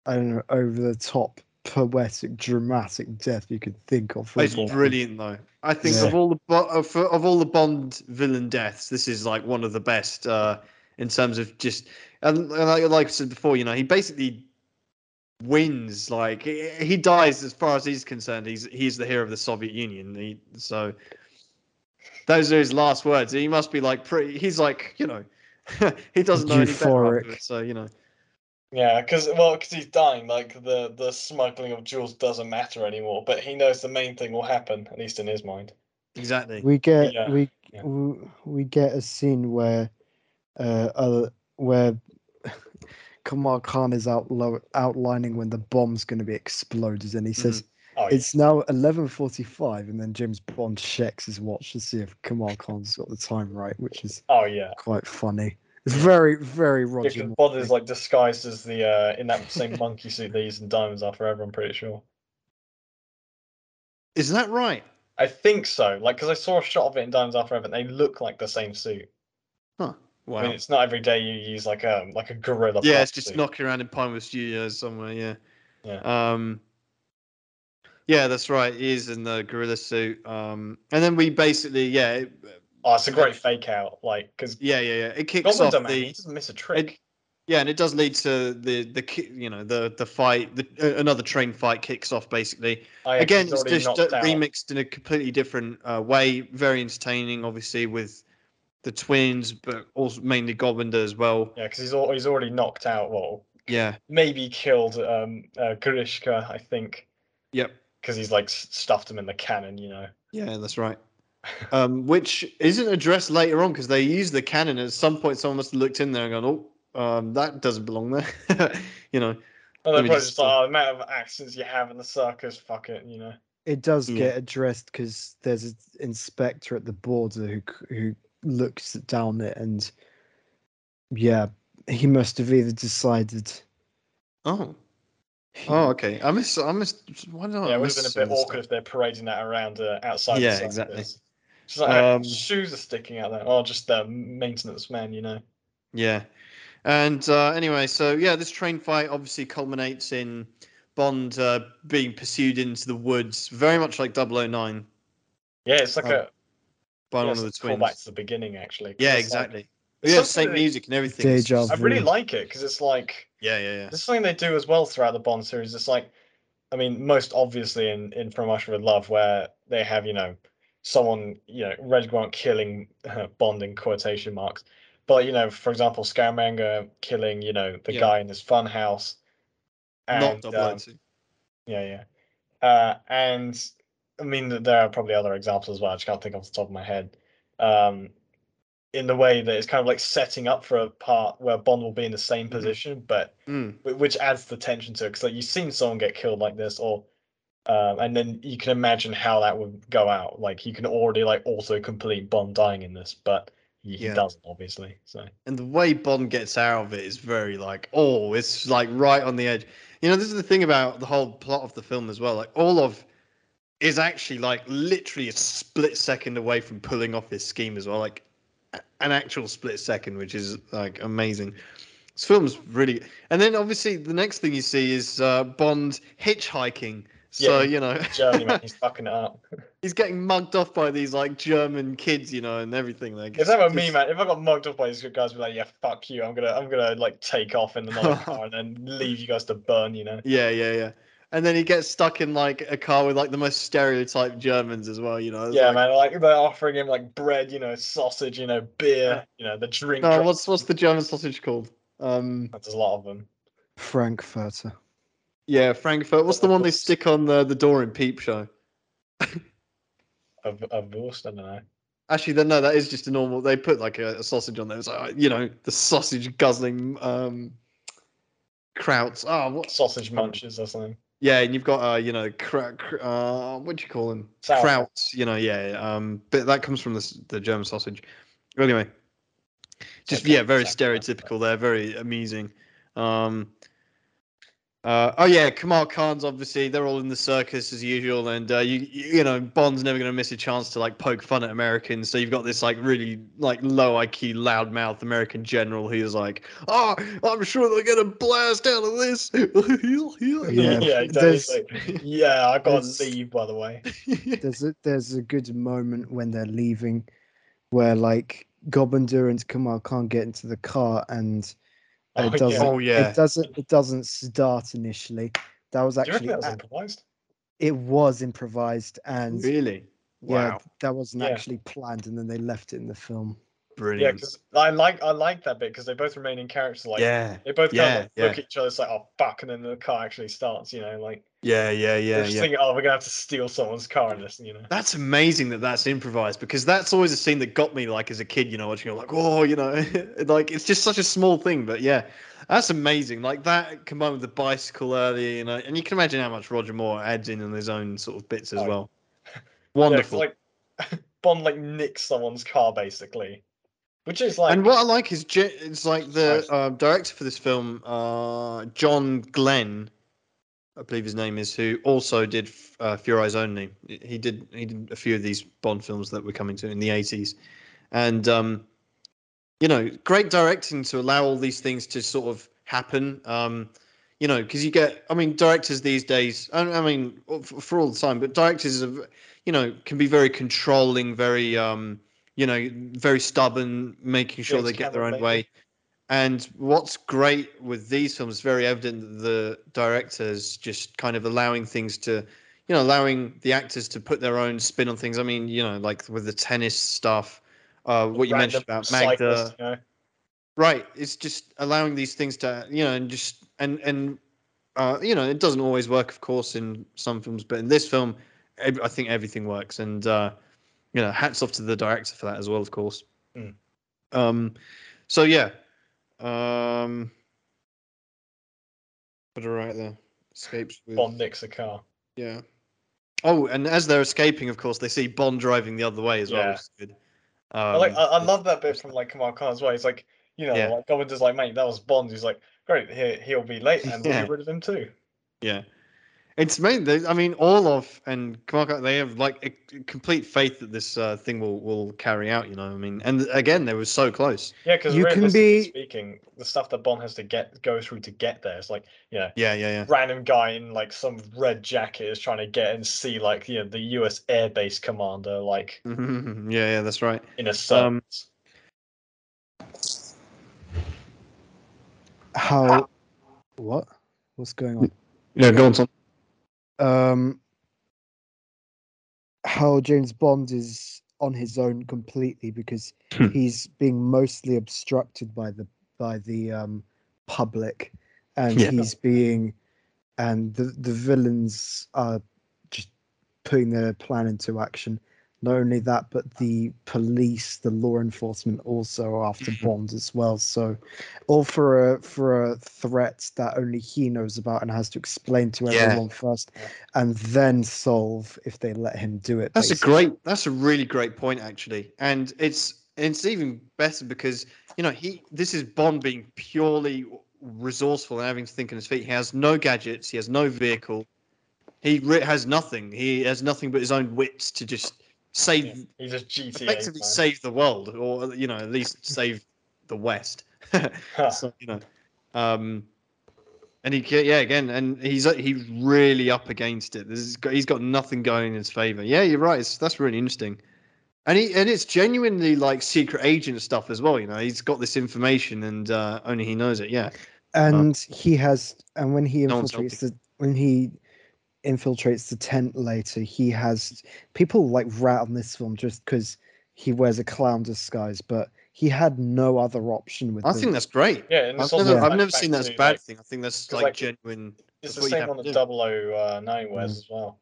I don't know over the top poetic dramatic death you could think of. for a
It's
Bond.
brilliant though. I think
Yeah.
of all the Bo- of, of all the Bond villain deaths, this is like one of the best uh, in terms of just and, and like, like I said before, you know, he basically wins. Like he, he dies as far as he's concerned. He's he's the hero of the Soviet Union. He, so those are his last words. He must be like pretty. He's like you know. he doesn't know any better
Euphoric.
afterwards, so you know.
Yeah, because well, because he's dying. Like the the smuggling of jewels doesn't matter anymore, but he knows the main thing will happen, at least in his mind.
Exactly.
We get
Yeah,
we,
yeah.
w we get a scene where uh other where Kamal Khan is out outlining when the bomb's going to be exploded, and he says
Oh, yeah.
it's now eleven forty-five, and then James Bond checks his watch to see if Kamal Khan's got the time right, which is
oh yeah.
quite funny. It's very very
Because
Roger.
Bond
Moore.
is like disguised as the uh, in that same monkey suit they use in Diamonds Are Forever. I'm pretty sure.
Is that right?
I think so. Like, because I saw a shot of it in Diamonds Are Forever, and they look like the same suit.
Huh. Wow.
I mean, it's not every day you use like um like a gorilla.
yeah,
prop
it's just
suit.
knocking around in Pinewood Studios somewhere. Yeah.
Yeah.
Um. Yeah, that's right. He is in the gorilla suit. Um. And then we basically, yeah, it,
Oh, it's a great fake out. Like, because
yeah, yeah, yeah. It kicks
Goblin
off
Domain, he
the.
doesn't miss a trick.
Yeah, and it does lead to the the ki- you know the the fight. The, uh, another train fight kicks off basically.
I am
Again, it's
already
just
knocked
uh,
out.
remixed in a completely different uh, way. Very entertaining, obviously, with the twins, but also mainly Gobinder as well.
Yeah, because he's al- he's already knocked out. Well,
Yeah.
maybe killed um uh, Grishka, I think,
Yep.
because he's like s- stuffed him in the cannon. You know.
Yeah, that's right. Um, which isn't addressed later on because they use the cannon. At some point, someone must have looked in there and gone, "Oh, um, that doesn't belong there." you know.
And
Let
they're
me
probably
just-
just like, oh, the amount of accidents you have in the circus, fuck it, you know.
It does
Yeah.
get addressed because there's an inspector at the border who c- who looks down it, and yeah, he must have either decided.
Oh. Oh, okay. I miss. I miss. Why not? I
yeah, it would
miss
have been a
some
bit
of this
awkward if they're parading that around uh, outside.
Yeah,
the circus.
exactly.
Just like, oh,
Um,
shoes are sticking out there. Oh, just the maintenance man, you know.
stuff. Yeah. And uh, anyway, so yeah, this train fight obviously culminates in Bond uh, being pursued into the woods, very much like 009
Yeah, it's like
Um,
a
by
yeah,
one of the
it's a callback
twins.
to the beginning actually. 'cause
Yeah,
it's like-
exactly.
it's
Yeah,
something
same
that-
music and everything.
Deja
It's just-
I really
Vroom.
like it because it's like
Yeah, yeah, yeah.
This is something they do as well throughout the Bond series. It's like, I mean, most obviously in in From Russia with Love, where they have you know someone you know Red Grant killing uh, Bond in quotation marks, but you know, for example, Scaramanga killing you know the
Yeah.
guy in his funhouse, and
not
um,
002.
yeah, yeah, uh, and I mean th- there are probably other examples as well. I just can't think off the top of my head. Um, in the way that it's kind of like setting up for a part where Bond will be in the same
Mhm.
position, but
Mm.
wh- which adds the tension to it because like you've seen someone get killed like this or um, and then you can imagine how that would go out like you can already like also complete bond dying in this but he, he
Yeah.
doesn't obviously so
And the way Bond gets out of it is very like, oh, it's like right on the edge. You know, this is the thing about the whole plot of the film as well. Like, Orlov is actually like literally a split second away from pulling off his scheme as well. Like, a- an actual split second, which is like amazing. This film's really. And then obviously the next thing you see is uh, Bond hitchhiking. So,
Yeah.
you know.
Germany man he's fucking it up
He's getting mugged off by these like German kids, you know, and everything. Like,
if that were me
just-
man if I got mugged up by these good guys I'd be like yeah fuck you I'm gonna I'm gonna like take off in another car and then leave you guys to burn you know
Yeah, yeah, yeah. And then he gets stuck in like a car with like the most stereotyped Germans as well, you know. It's
yeah
like,
man like they're offering him like bread you know sausage you know beer you know the drink
No,
drop-
what's what's the German sausage called? Um,
there's a lot of them
Frankfurter.
Yeah, Frankfurt. What's the one they stick on the, the door in Peep Show?
Of of Wurst, I don't know.
Actually, then no, that is just a normal. They put like a, a sausage on there. It's like you know the sausage guzzling um, krauts. Oh, what?
Sausage munches or something.
Yeah, and you've got uh, you know, cra- cr- uh, what do you call them?
Sauerkraut.
Krauts. You know, yeah. yeah, Um, but that comes from the s- the German sausage. Anyway, just
Okay,
yeah, very
sauerkraut.
stereotypical. There, very amusing. Um. Uh, oh yeah, Kamal Khan's obviously they're all in the circus as usual, and uh, you you you know Bond's never going to miss a chance to like poke fun at Americans. So you've got this like really like low IQ, loudmouth American general who's like, oh, I'm sure they're going to blast out of this.
Yeah,
yeah,
there's-
exactly. yeah, I got
there's-
to leave by the way.
There's a, there's a good moment when they're leaving, where like Gobinder and Kamal can't get into the car, and
Oh,
it doesn't
yeah.
Oh yeah,
it doesn't it doesn't start initially. That was
Do you reckon
actually
that was
a-
improvised?
it was improvised, and
really?
yeah,
Wow,
that wasn't
Yeah.
actually planned, and then they left it in the film.
Yeah,
brilliant.
because I like I like that bit because they both remain in character. Like
Yeah,
they both kind
Yeah,
of like, look at each other. It's like oh fuck, and then the car actually starts. You know, like
yeah, yeah,
they're
yeah,
just
yeah.
thinking, oh, we're gonna have to steal someone's car in this. You know.
That's amazing that that's improvised because that's always a scene that got me like as a kid, you know, watching it like, oh, you know, like it's just such a small thing, but yeah, that's amazing. Like that combined with the bicycle earlier, you know, and you can imagine how much Roger Moore adds in on his own sort of bits as
Oh.
well.
Yeah, 'cause,
Wonderful.
like Bond like nicks someone's car basically, which is like
and what I like is ge- it's like the uh, director for this film, uh, John Glenn, I believe his name is, who also did f- uh, Fear Eyes Only. He did he did a few of these Bond films that were coming to in the eighties, and um, you know, great directing to allow all these things to sort of happen. Um, you know, because you get, I mean, directors these days, I, I mean, for, for all the time, but directors of, you know, can be very controlling, very, um, you know, very stubborn, making sure
Yes,
they get their own
Cameron,
way.
maybe.
And what's great with these films, it's very evident that the directors just kind of allowing things to, you know, allowing the actors to put their own spin on things. I mean, you know, like with the tennis stuff, uh, what you mentioned
random
about Magda.
cyclist, you know?
Right. It's just allowing these things to, you know, and just and and uh, you know, it doesn't always work, of course, in some films, but in this film, ev- I think everything works, and uh, you know, hats off to the director for that as well, of course.
Mm.
Um, so yeah, um, put it right there. Escapes with
Bond nicks a car.
yeah. Oh, and as they're escaping, of course, they see Bond driving the other way as well.
Yeah.
Which is good.
I like.
Um,
I, I love that bit from like Kamal Khan as well. He's like, you know,
Yeah.
like Gobinder's like, mate, that was Bond. He's like, great, he, he'll be late, and we'll
Yeah.
get rid of him too.
Yeah. It's main. they- I mean, Orlov and Kamarka, they have like a, a complete faith that this uh, thing will will carry out. You know, I mean, and again, they were so close.
Yeah, because
You can
realistically
be-
speaking, the stuff that Bond has to get go through to get there is like, you know,
Yeah, yeah, yeah.
random guy in like some red jacket is trying to get and see like you know the U.S. Air Base commander like
Mhm, yeah, yeah, that's right.
in a
Um,
circus.
How? What? What's going on?
Yeah, go on, Tom.
um, how James Bond is on his own completely because
Hmm.
he's being mostly obstructed by the by the um, public, and
Yeah.
he's being and the the villains are just putting their plan into action. Not only that, but the police, the law enforcement, also are after
Mhm.
Bond as well. So, all for a for a threat that only he knows about and has to explain to
Yeah.
everyone first, and then solve if they let him do it.
That's a
basically.
great. That's a really great point, actually, and it's it's even better because you know he. This is Bond being purely resourceful and having to think on his feet. He has no gadgets. He has no vehicle. He re- has nothing. He has nothing but his own wits to just save
Yeah, He's just GTA.
effectively
man.
save the world, or you know, at least save the West.
Huh.
so you know, um, and he ca- yeah again, and he's he's really up against it. This is, he's got nothing going in his favor. Yeah, you're right. It's, that's really interesting. And he and it's genuinely like secret agent stuff as well. You know, he's got this information, and uh, only he knows it. Yeah,
and he has and when he
No one's
infiltrates the when he infiltrates the tent later he has people like rat on this film just because he wears a clown disguise but he had no other option with
I
the-
think that's great.
Yeah, and
I've
it's
never,
also
I've never seen that as a
too,
bad
like,
thing. I think that's
'cause,
like,
like,
genuine. That's
It's the
what you
same
have
on
to
the
do. Mm.
double O uh, nine was as well.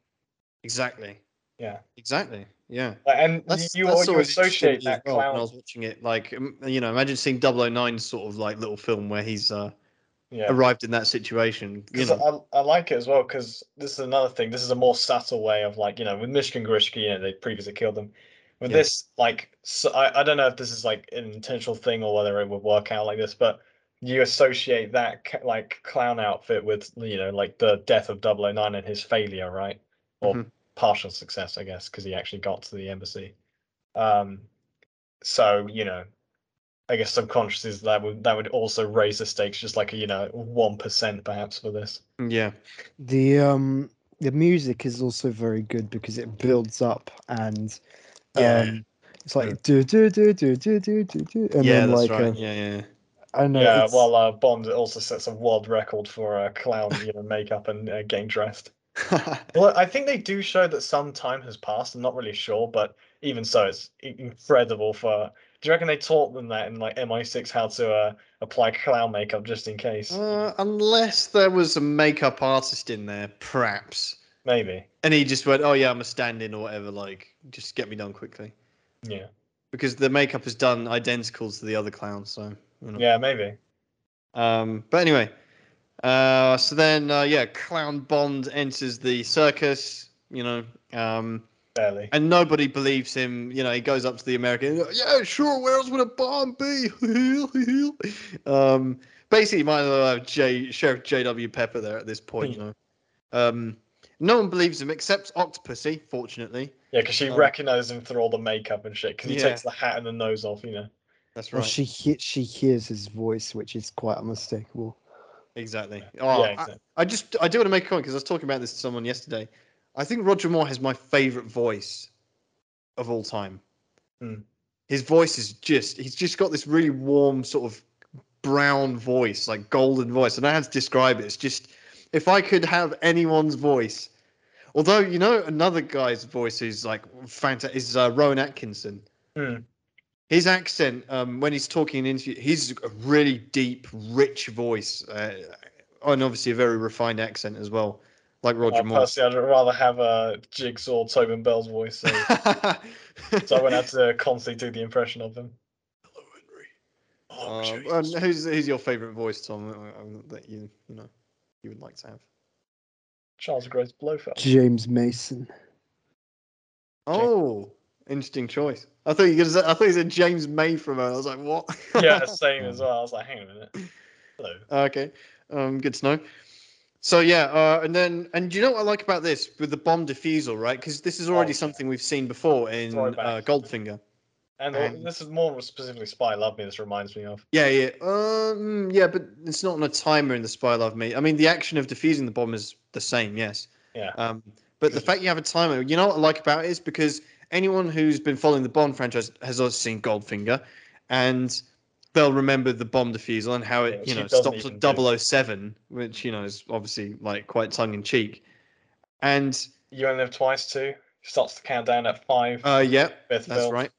Exactly.
Yeah.
Exactly. Yeah.
Like, and
That's,
you,
that's
you, you
always interesting
associate
as
that
well
clown.
When I was watching it, like um, you know, imagine seeing 009 's sort of like little film where he's uh,
yeah.
arrived in that situation. You
'Cause
know,
I, I like it as well because this is another thing. This is a more subtle way of like you know with Michigan Grishki, you know they previously killed them. With
Yeah.
this, like so, I I don't know if this is like an intentional thing or whether it would work out like this, but you associate that ca- like clown outfit with you know like the death of 009 and his failure, right? Or
Mhm.
partial success, I guess, because he actually got to the embassy. Um, so you know I guess subconsciously that would that would also raise the stakes just like you know one percent perhaps for this.
Mm, yeah,
the um the music is also very good because it builds up and
Yeah.
um it's like do do do do do do do do and
yeah,
then
that's
like
right.
uh,
yeah, yeah,
I know
yeah,
it's-
well, uh, Bond also sets a world record for uh, clown you know makeup and uh, getting dressed.
yeah.
Well, I think they do show that some time has passed. I'm not really sure, but even so, it's i- incredible for. Do you reckon they taught them that in like MI6 how to uh, apply clown makeup just in case?
uh, unless there was a makeup artist in there, perhaps,
Maybe.
and he just went, "Oh yeah, I'm a stand-in or whatever. Like, just get me done quickly,"
Yeah.
because the makeup is done identical to the other clown. So you know.
Yeah, maybe.
Um, but anyway, uh, so then uh, yeah, Clown Bond enters the circus, you know, um,
Barely.
and nobody believes him. You know, he goes up to the American, yeah, sure, where else would a bomb be? um, basically, might as well have J- Sheriff J.W. Pepper there at this point, you know. Um, no one believes him except Octopussy, fortunately.
Yeah, because she
Oh.
recognized him through all the makeup and shit. Because he
Yeah.
takes the hat and the nose off, you know.
That's
well,
right.
she he- she hears his voice which is quite unmistakable
Exactly. Oh,
yeah,
I-
exactly.
I just I do want to make a comment because I was talking about this to someone yesterday. I think Roger Moore has my favorite voice of all time.
Hmm.
His voice is just he's just got this really warm sort of brown voice, like golden voice. I don't know how to describe it. It's just if I could have anyone's voice. Although you know another guy's voice is like fantastic is uh, Rowan Atkinson.
Hmm.
His accent um, when he's talking in interview, he's a really deep, rich voice, uh, and obviously a very refined accent as well, like Roger
Uh,
Moore.
personally, I'd rather have a jigsaw Tobin Bell's voice, so, so I won't have to constantly do the impression of Oh, him.
Um, and who's who's your favourite voice, Tom? uh, um, That you you know you would like to have?
Charles Grace Blofeld.
James Mason
Oh, interesting choice. I thought you were gonna say, I thought you said James May from her. I was like, what?
yeah, same as well. I was like, hang on a minute. Hello.
Okay, um, good to know. So yeah, uh, and then and you know what I like about this with the bomb defusal, right? Because this is already
yeah.
something we've seen before in
Throwback.
uh, Goldfinger.
And al-
And-
this is more specifically Spy Love Me, this reminds me of.
Yeah, yeah, um, yeah, but it's not on a timer in the Spy Love Me. I mean, the action of defusing the bomb is the same, yes.
Yeah.
Um, but the fact you have a timer, you know what I like about it is because anyone who's been following the Bond franchise has also seen Goldfinger, and they'll remember the bomb defusal and how
Yeah,
it,
which
you
he
know,
doesn't
stops
even
at
do.
007, which you know is obviously like quite tongue in cheek. And
You Only Live Twice, too. Starts the countdown at five.
uh, yeah,
fifth
That's
bell.
right.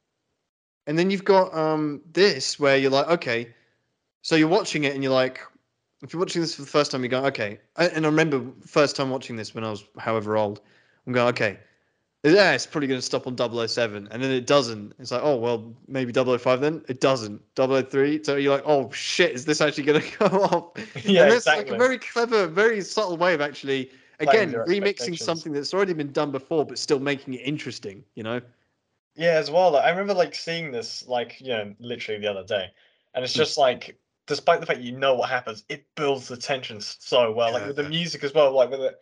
And then you've got um, this where you're like, okay, so you're watching it and you're like, if you're watching this for the first time, you go, okay. I, and I remember first time watching this when I was however old, I'm going, okay, yeah, it's probably going to stop on 007. And then it doesn't. It's like, oh, well, maybe 005 then? It doesn't. 003. So you're like, oh, shit, is this actually going to go off?
yeah,
and that's
exactly.
like a very clever, very subtle way of actually, again,
Playing your
remixing
expectations.
something that's already been done before, but still making it interesting, you know?
Yeah, as well. Like, I remember like seeing this like you know literally the other day, and it's
Hmm.
just like despite the fact you know what happens, it builds the tension so well. Like with the
Yeah.
music as well. Like with the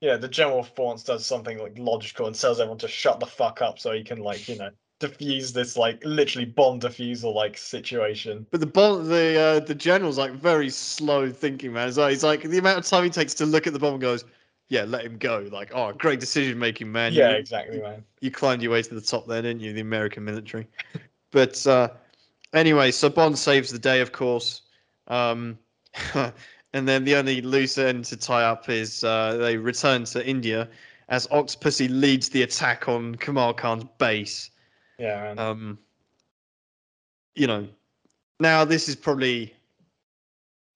yeah, the general Force does something like logical and tells everyone to shut the fuck up so he can like you know diffuse this like literally bomb defusal like situation.
But the bomb, the uh, the general's like very slow thinking, man. It's like, it's like the amount of time he takes to look at the bomb and goes, "Yeah, let him go." Like, oh, great decision making, man.
yeah,
you,
exactly, man.
you climbed your way to the top there, didn't you? The American military. but uh, anyway, so Bond saves the day, of course. Um, and then the only loose end to tie up is uh, they return to India as Octopussy leads the attack on Kamal Khan's base
Yeah, man.
um, you know, Now, this is probably,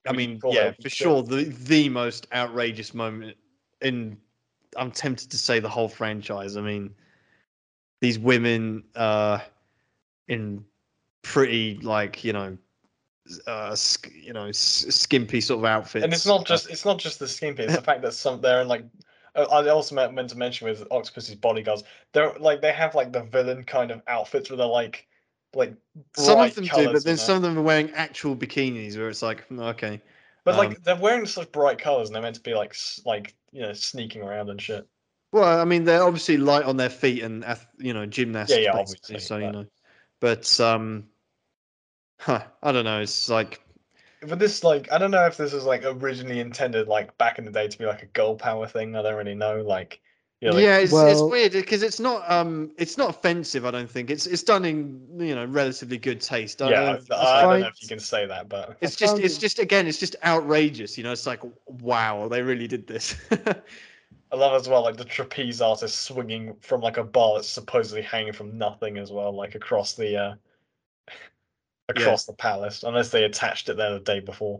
I mean,
Go
yeah,
ahead,
for
sure.
sure, the the most outrageous moment in. I'm tempted to say the whole franchise. I mean, these women uh, in pretty like you know, uh, sk- you know, s- skimpy sort of outfits.
and it's not just it's not just the skin piece. The fact that some they're in like I I also meant, meant to mention with Octopus's bodyguards, they're like they have like the villain kind of outfits where they're like like
some
bright
of them do,
colours
but
and
then
that.
some of them are wearing actual bikinis, where it's like, mm, okay,
But like
um,
they're wearing such bright colors, and they're meant to be like s- like you know sneaking around and shit.
Well, I mean, they're obviously light on their feet and ath- you know gymnastics.
yeah,
basically,
obviously,
So you
but-
know, but um, huh, I don't know. It's like
But this like I don't know if this was like originally intended like back in the day to be like a girl power thing. I don't really know. Like
yeah,
you know, like,
it's,
Well-
it's weird because it's not um, it's not offensive. I don't think it's it's done in you know relatively good taste. I don't know
yeah.
if-
I, I don't know
fine.
if you can say that, but
It's
I
just
found
it's
it-
just again it's just outrageous. You know, it's like wow, they really did this.
I love as well like the trapeze artist swinging from like a bar that's supposedly hanging from nothing as well, like across the uh across the palace, unless they attached it there the day before.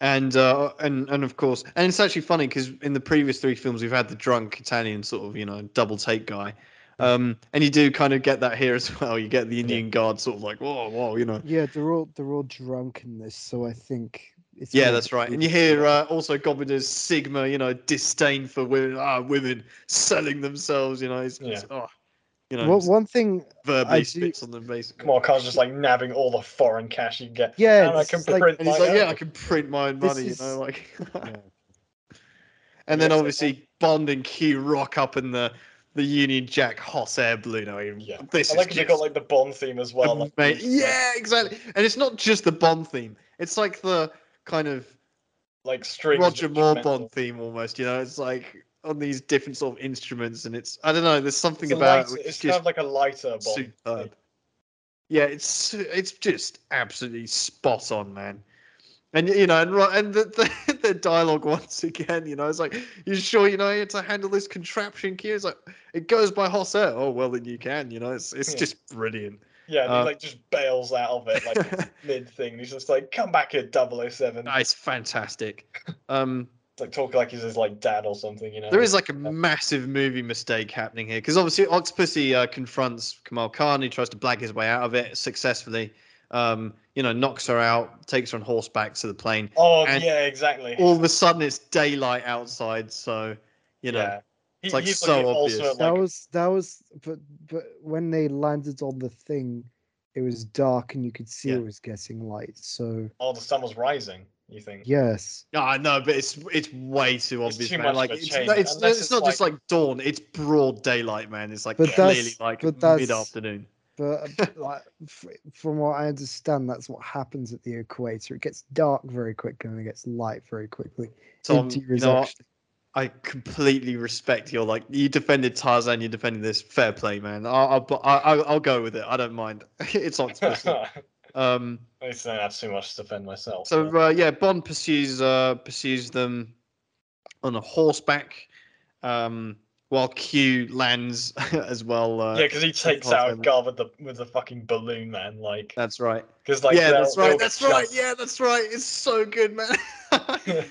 and uh, and and of course, and it's actually funny because in the previous three films we've had the drunk Italian sort of you know double take guy, um, and you do kind of get that here as well. You get the Indian guard sort of like whoa whoa you know
Yeah, they're all they're all drunk in this, so I think it's
yeah
more
that's right. And you
believable.
hear uh, also Gobinder's Sigma you know disdain for women ah women selling themselves you know it's, it's- oh, you know
Well, one thing,
verbally
do-
spits on them basically.
Come on, Khan's just like nabbing all the foreign cash you can get.
yeah,
and I
this
can
is like-
print
And he's
my
like, yeah,
own.
I can print my own
This
money, you
is-
know, like.
Yeah,
and then
so-
obviously Bond and Q rock up in the the Union Jack hot air balloon. I mean,
Yeah.
this
I
is
like if you
just
got like the Bond theme as well. Like,
ama-
the-
yeah, exactly. And it's not just the Bond theme; it's like the kind of
like strings.
Roger
with
Moore
instrumental.
Bond theme almost. You know, it's like on these different sort of instruments, and it's I don't know. There's something
It's, a
about
lighter-
it which
it's
is
kind
just
of like a lighter Bond.
superb. Yeah, it's su- it's just absolutely spot on, man. And you know, and ri- and the, the, the dialogue once again, you know, it's like, you sure you know how to handle this contraption, Q? It's like it goes by Hosse. Oh well, then you can. You know, it's it's
Yeah.
just brilliant.
Yeah, and
Uh,
he like just bails out of it like mid thing. He's just like, come back here, 007.
Ah, it's fantastic. Um,
like talk like he's his like dad or something, you know.
there is like a massive movie mistake happening here because obviously Octopussy uh, confronts Kamal Khan. He tries to blag his way out of it successfully. Um, you know, knocks her out, takes her on horseback to the plane.
Oh
and-
yeah, exactly.
all of a sudden it's daylight outside, so you know.
yeah. He-
it's, like,
he's
so
looking also
obvious.
at,
that
like,
was that was, but but when they landed on the thing, it was dark and you could see
Yeah.
it was getting light. So
oh, the sun was rising. You think?
yes,
No, I know, but it's it's way too obvious,
too
man.
much of
like
a
it's,
change,
no, it's, no,
unless
it's
it's
not just like dawn; it's broad daylight, man. It's like
But
clearly
that's-
like
but that's-
mid afternoon.
but uh, like f- from what I understand, that's what happens at the equator. It gets dark very quickly and it gets light very quickly.
Tom,
India
um, you
is
know, what?
actually-
I completely respect your like. You defended Tarzan, you defended this. Fair play, man. I'll I'll, bu- I- I'll, I'll go with it. I don't mind. it's octopus.
At
um.
least I don't have too much to defend myself.
So uh, yeah, Bond pursues uh, pursues them on a horseback, um, while Q lands as well. Uh,
yeah, because he takes
can't
out
say that.
Gar with the with the fucking balloon, man. Like,
That's right.
because like
Uh,
uh,
yeah,
they'll-
that's
they'll
right.
get
That's right.
jumped-
Yeah, that's right. It's so good, man.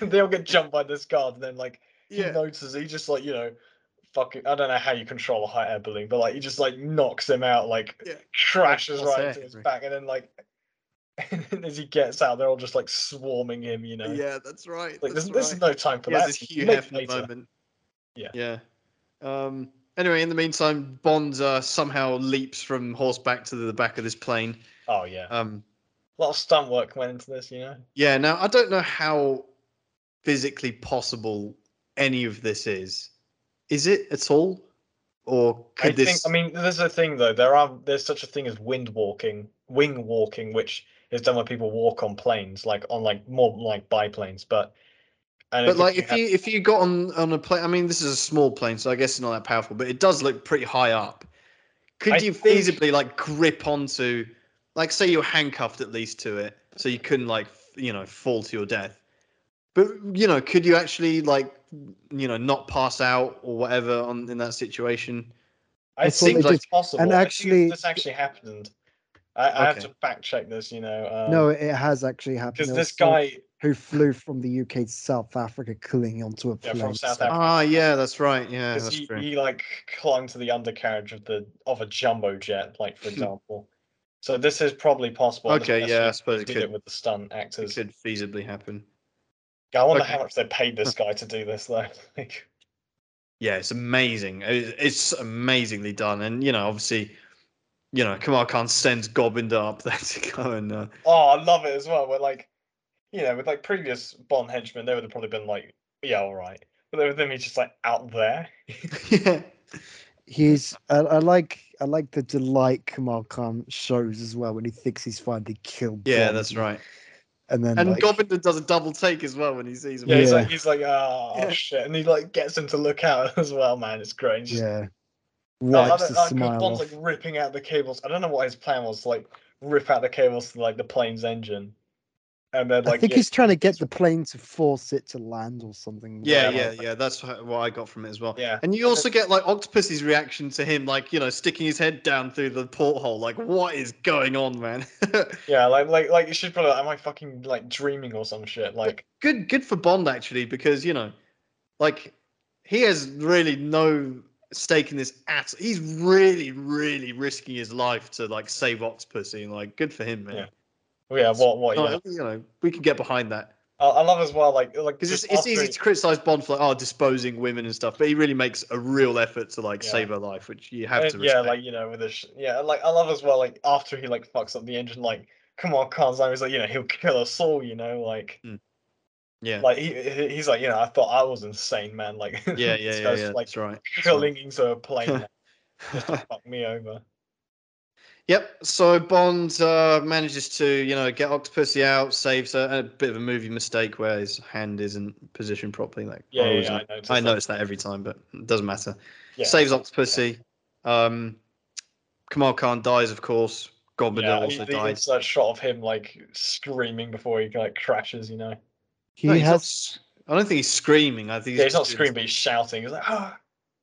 they'll get jumped by this guard, and then like he
yeah.
notices he just like you know, fucking I don't know how you control a hot air balloon, but like he just like knocks him out, like
Yeah.
crashes
Hot
right
air
into his
balloon.
back, and then like as he gets out, they're all just like swarming him, you know.
Yeah, that's right.
Like
that's
there's,
right.
there's no time for
He has
that.
this Hugh
Make
Hefner
later.
moment.
Yeah.
Yeah. Um, anyway, in the meantime, Bond uh, somehow leaps from horseback to the back of this plane.
Oh yeah,
Um,
a lot of stunt work went into this, you know.
yeah. Now I don't know how physically possible any of this is. Is it at all? Or could
I
this?
think I mean there's a thing though. There are there's such a thing as wind walking, wing walking, which is done when people walk on planes, like on like more like biplanes, but. And
But like,
you
if
have-
you if you got on on a plane, I mean, this is a small plane, so I guess it's not that powerful. But it does look pretty high up. Could
I
you
think-
feasibly like grip onto, like, say you're handcuffed at least to it, so you couldn't like f- you know fall to your death. But you know, could you actually like you know not pass out or whatever on in that situation?
I
That's what
think
they
it's possible.
And
I think
actually-
this actually happened. I, I have
Okay.
to fact check this, you know. Um,
no, it has actually happened.
because
There
this
was someone
guy,
who flew from the UK to South Africa, clinging onto a
Yeah,
plane. Uh,
from South
so-
Africa.
Ah, yeah, that's right. Yeah,
'cause
that's
he,
true.
he like clung to the undercarriage of the of a jumbo jet, like for example. So this is probably possible. unless
Hmm. okay,
they
yeah, I
actually
suppose it
did it
could,
with the
it
stunt actors.
could feasibly happen.
I wonder how
okay.
much they paid this guy to do this though. like,
Yeah, it's amazing. It- It's amazingly done, and you know, obviously, you know, Kamal Khan sends Gobinder up there to go and uh,
oh, I love it as well. Where like, you know, with like previous Bond henchmen, they would have probably been like, yeah, all right. But with him, he's just like out there.
yeah,
He's I, I like I like the delight Kamal Khan shows as well when he thinks he's finally killed.
yeah,
Bond,
that's right.
And then
And
like,
Gobinder does a double take as well when he sees him.
Yeah, he's
Yeah.
like he's like oh,
Yeah.
shit, and he like gets him to look out as well, man. It's great. He's just, "Oh,
yeah,
I love
wipes
it,
the
like, 'cause
smile
Bond's
off.
like ripping out the cables. I don't know what his plan was. Like rip out the cables to like the plane's engine, and then like
I think
yeah,
he's trying to get the plane to force it to land or something.
Yeah,
Yeah,
yeah, yeah. That's ho- what I got from it as well.
yeah.
And you also get like Octopus's reaction to him, like you know, sticking his head down through the porthole. Like, what is going on, man?
Yeah, like like like you should probably. Am I fucking like dreaming or some shit? Like
good, good for Bond actually, because you know, like he has really no stake in this at. He's really, really risking his life to like save Octopus. And like, good for him, man.
Yeah. yeah, what what? Yeah.
Like, you know, we can get behind that
I, I love as well. Like like
because it's,
just
it's
after
easy
he-
to criticize Bond for like, oh, disposing women and stuff, but he really makes a real effort to like
Yeah.
save her life, which you have
and
to respect.
uh, yeah, like you know with this. sh- Yeah, like I love as well. Like after he like fucks up the engine, like come on, Khan's always like you know he'll kill us all. You know like.
yeah.
Like he, he- he's like you know I thought I was insane man like
yeah, yeah,
this
yeah,
guy's,
yeah.
like
that's right.
curling into a plane just to fuck me over.
yep. So Bond uh, manages to, you know, get Octopussy out, saves her. A bit of a movie mistake where his hand isn't positioned properly. Like,
Yeah,
I
yeah,
always
yeah,
know-
I noticed.
I
that.
notice that every time, but it doesn't matter.
Yeah.
Saves Octopussy. Um, Kamal Khan dies, of course. Gobinder
yeah,
also
the
dies.
insert shot of him like screaming before he like crashes. You know,
He
No, he's not
has
s- I don't think he's screaming. I think
yeah, he's not
just doing-
screaming, but he's shouting. He's like, ah,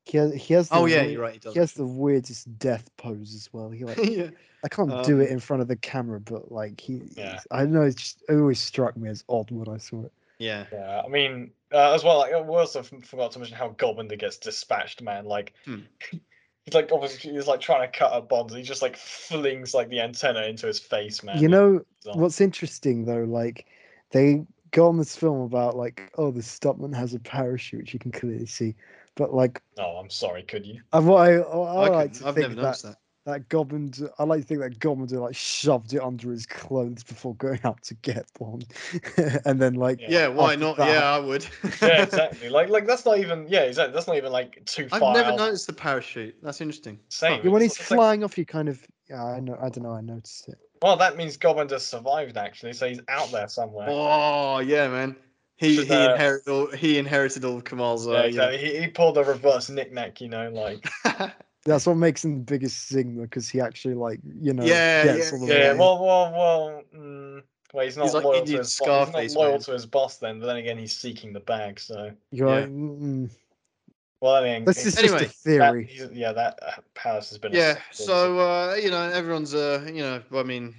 he has, he has the
Oh yeah,
weird-
you're right. He does.
He has the weirdest death pose as well. He like
yeah.
I can't do it
Um,
in front of the camera, but like he,
Yeah.
I don't know. It's just, it always struck me as odd when I saw it.
Yeah.
Yeah, I mean, uh, as well, like, we also f- forgot to mention how Gobinder gets dispatched, man. Like,
Hmm.
he's like obviously he's like trying to cut a bond, and he just like flings like the antenna into his face, man.
you know
It's on.
what's interesting though? Like they go on this film about like, oh, the stuntman has a parachute, which you can clearly see. But like,
No, I'm sorry, could you?
I, what I, I, I
I
like
couldn't-
to
I've
think
never
that
noticed that.
that Gobind, I like to think that Gobinder like shoved it under his clothes before going out to get one, and then like,
Yeah.
Yeah, why
After
not?
that-
Yeah, I would.
Yeah, exactly. like, like that's not even. Yeah, exactly. That's not even like too far.
I've never
out.
noticed the parachute. That's interesting.
Same.
when he's
It's- it's like-
flying off, you kind of, yeah, I know, I don't know, I noticed it.
well, that means Gobinder survived actually, so he's out there somewhere.
Oh yeah, man. He
Should,
he
uh,
inherited all he inherited all of Kamal's. Uh,
yeah,
you know-
exactly. He, he pulled a reverse knick-knack, you know, like
That's what makes him the biggest singer because he actually like, you know,
Yeah,
gets
yeah,
all the
Yeah,
way.
well, well, well. Mm, well, he's not
He's like
loyal, to
Indian
his, bo- he's
Scarface,
not loyal
man.
to his boss then, but then again, he's seeking the bag, so.
You're
yeah.
like, mm,
Well, I mean,
this is
Anyway,
just a
that-
theory.
he's- yeah, that uh, Paris has been. a
yeah.
sexual-
So uh, you know, everyone's uh, you know, I mean,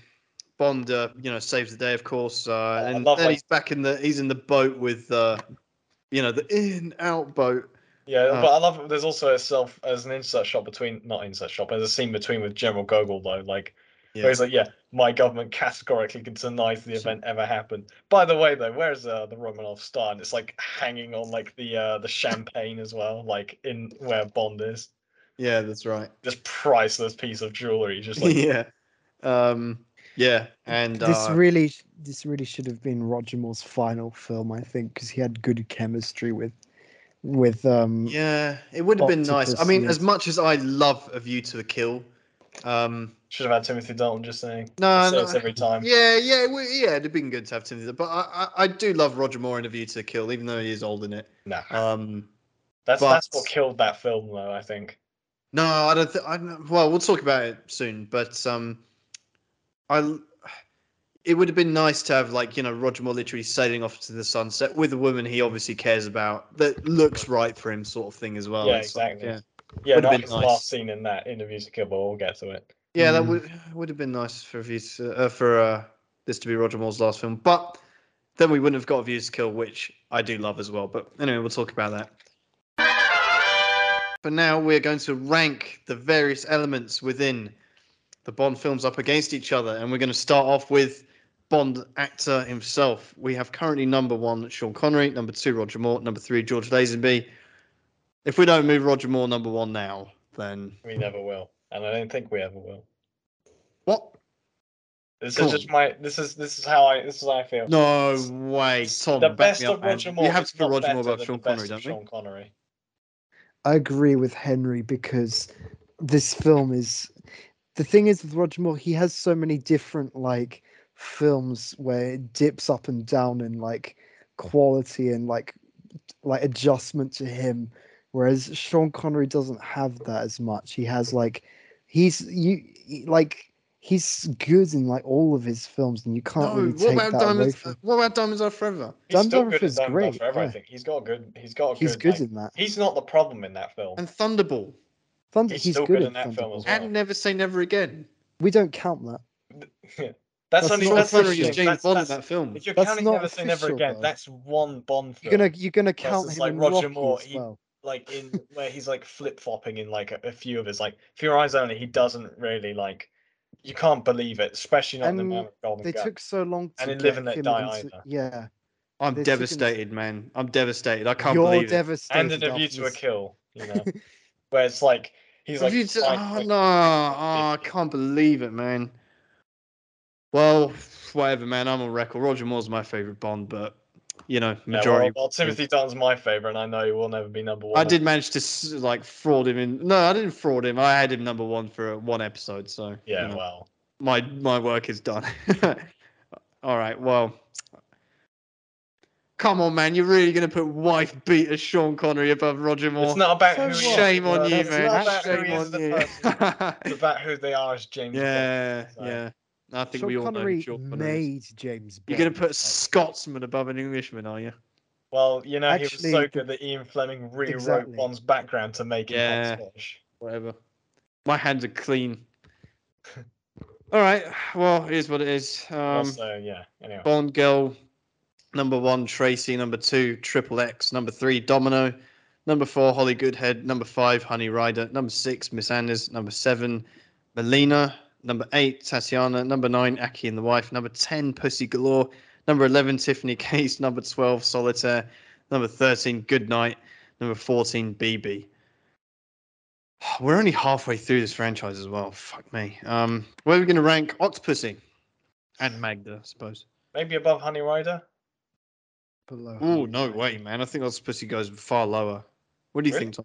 Bond, uh, you know, saves the day, of course, uh,
I
and
love,
then
like-
he's back in the he's in the boat with, uh, you know, the in out boat.
yeah,
uh,
but I love. There's also a self as an insert shot between, not insert shot, but there's a scene between with General Gogol though, like
Yeah.
where he's like, yeah, my government categorically denies the event ever happened. By the way, though, where's uh, the Romanov star? And it's like hanging on like the uh, the champagne as well, like in where Bond is.
Yeah, that's right.
this priceless piece of jewelry. Just like
yeah. Um. Yeah. And
this
uh,
really, sh- this really should have been Roger Moore's final film, I think, because he had good chemistry with, with um,
Yeah, it would have been nice. I
Octopus,
mean,
yes.
as much as I love A View to a Kill, um,
should have had Timothy Dalton just saying.
no,
says
Uh, no,
every time.
yeah, yeah, it would, yeah, it'd have been good to have Timothy. But I, I, I do love Roger Moore in A View to a Kill, even though he is old in it.
Nah,
Um,
that's
but-
that's what killed that film though. I think.
no, I don't. Th- I don't, well, we'll talk about it soon, but um, I, it would have been nice to have like you know Roger Moore literally sailing off to the sunset with a woman he obviously cares about that looks right for him, sort of thing as well.
yeah,
It's like,
exactly.
yeah.
Yeah,
Would've been
that was
nice.
the last scene in that in the musical, but we'll get to it.
Yeah, that
Mm.
would would have been nice for views uh, for uh, this to be Roger Moore's last film, but then we wouldn't have got Views to Kill, which I do love as well. But anyway, we'll talk about that. But now we're going to rank the various elements within the Bond films up against each other, and we're going to start off with Bond actor himself. We have currently number one Sean Connery, number two Roger Moore, number three George Lazenby. If we don't move Roger Moore number one now, then
We never will, and I don't think we ever will.
what?
This
Cool.
is just my. This is this is how I. This is how I feel.
No way, Tom.
the
back
best
me up,
of
man.
Roger Moore.
You have
is
to put
not
Roger Moore
better
above
than
Sean
the best
Connery,
of
don't we?
Sean Connery.
I agree with Henry because this film is the thing is with Roger Moore, he has so many different like films where it dips up and down in like quality and like like adjustment to him. Whereas Sean Connery doesn't have that as much. He has like he's you he- like he's good in like all of his films and you can't
No.
really
What
take
about
that away
Diamonds?
from
What about Diamonds Are Forever?
He's still
Dunbar
good in
is
Diamond
great,
Forever. I
yeah.
think he's got a good. He's got a good.
he's good
like-
in that.
he's not the problem in that film.
And
Oh.
Thunderball.
Thunder
he's
he's
still
good,
good
in,
in that film as
Thunderball.
well.
And Never Say Never Again.
We don't count that.
that's,
that's
only
not
Sean
that's
official.
Connery
interesting.
is James
that's,
Bond
that's,
in that film.
If you're
That's
counting
not
Never Say Never
official,
Again,
though.
that's one Bond film.
You're gonna you're gonna count
Versus,
him
like,
in
Roger
Rocky
Moore,
as
he-
well.
like in where he's like flip flopping in like a, a few of his like for your eyes only. He doesn't really like. You can't believe it, especially not in the
And
Man with Golden
They
Gun.
took so long to
And in
get
Live and Let
him
Die
into,
either.
yeah.
I'm
They're
devastated, man. I'm devastated. I can't
You're
believe it.
devastated.
and in a view
after
to a
this.
kill, you know, where it's like he's like,
Have you t-
fine,
oh
like,
no! Oh, I can't believe it, man. Well, whatever, man. I'm on record. Roger Moore's my favorite Bond, but you know,
yeah, well-
majority.
well, Timothy Dalton's my favorite, and I know he will never be number one.
I did manage to s- like fraud him in. No, I didn't fraud him. I had him number one for uh, one episode. So
Yeah,
you know,
well,
my my work is done. All right. Well, come on, man. You're really gonna put wife beater Sean Connery above Roger Moore?
it's not about who
So
he is.
Oh, Shame
what?
on you,
That's
man.
not
about who
Shame
he is as
on
a
you.
It's about who they are as James. Bond.
yeah,
so.
yeah. I think we
Sean
all know
Connery
who Sean Connery. is.
made James.
You're
Bond.
gonna put a
like-
Scotsman above an Englishman, are you?
Well, you know, he was
Actually,
so
the-
good that Ian Fleming rewrote
Exactly.
Bond's background to make
Yeah.
him Bond Scottish.
whatever. My hands are clean. All right. Well, here's what it is.
Well,
Um,
so uh, yeah. Anyway,
Bond girl, number one Tracy, number two Triple X, number three Domino, number four Holly Goodhead, number five Honey Rider, number six Miss Anders, number seven Melina, number eight Tatiana, number nine Aki and the Wife, number ten Pussy Galore, number eleven Tiffany Case, number twelve Solitaire, number thirteen Goodnight, number fourteen BB. We're only halfway through this franchise as well. Fuck me. Um, where are we going to rank Octopussy and Magda? I suppose.
maybe above Honey Rider.
below
Oh
him.
no way, man! I think Octopussy goes far lower. What do you
Really?
think? Tom?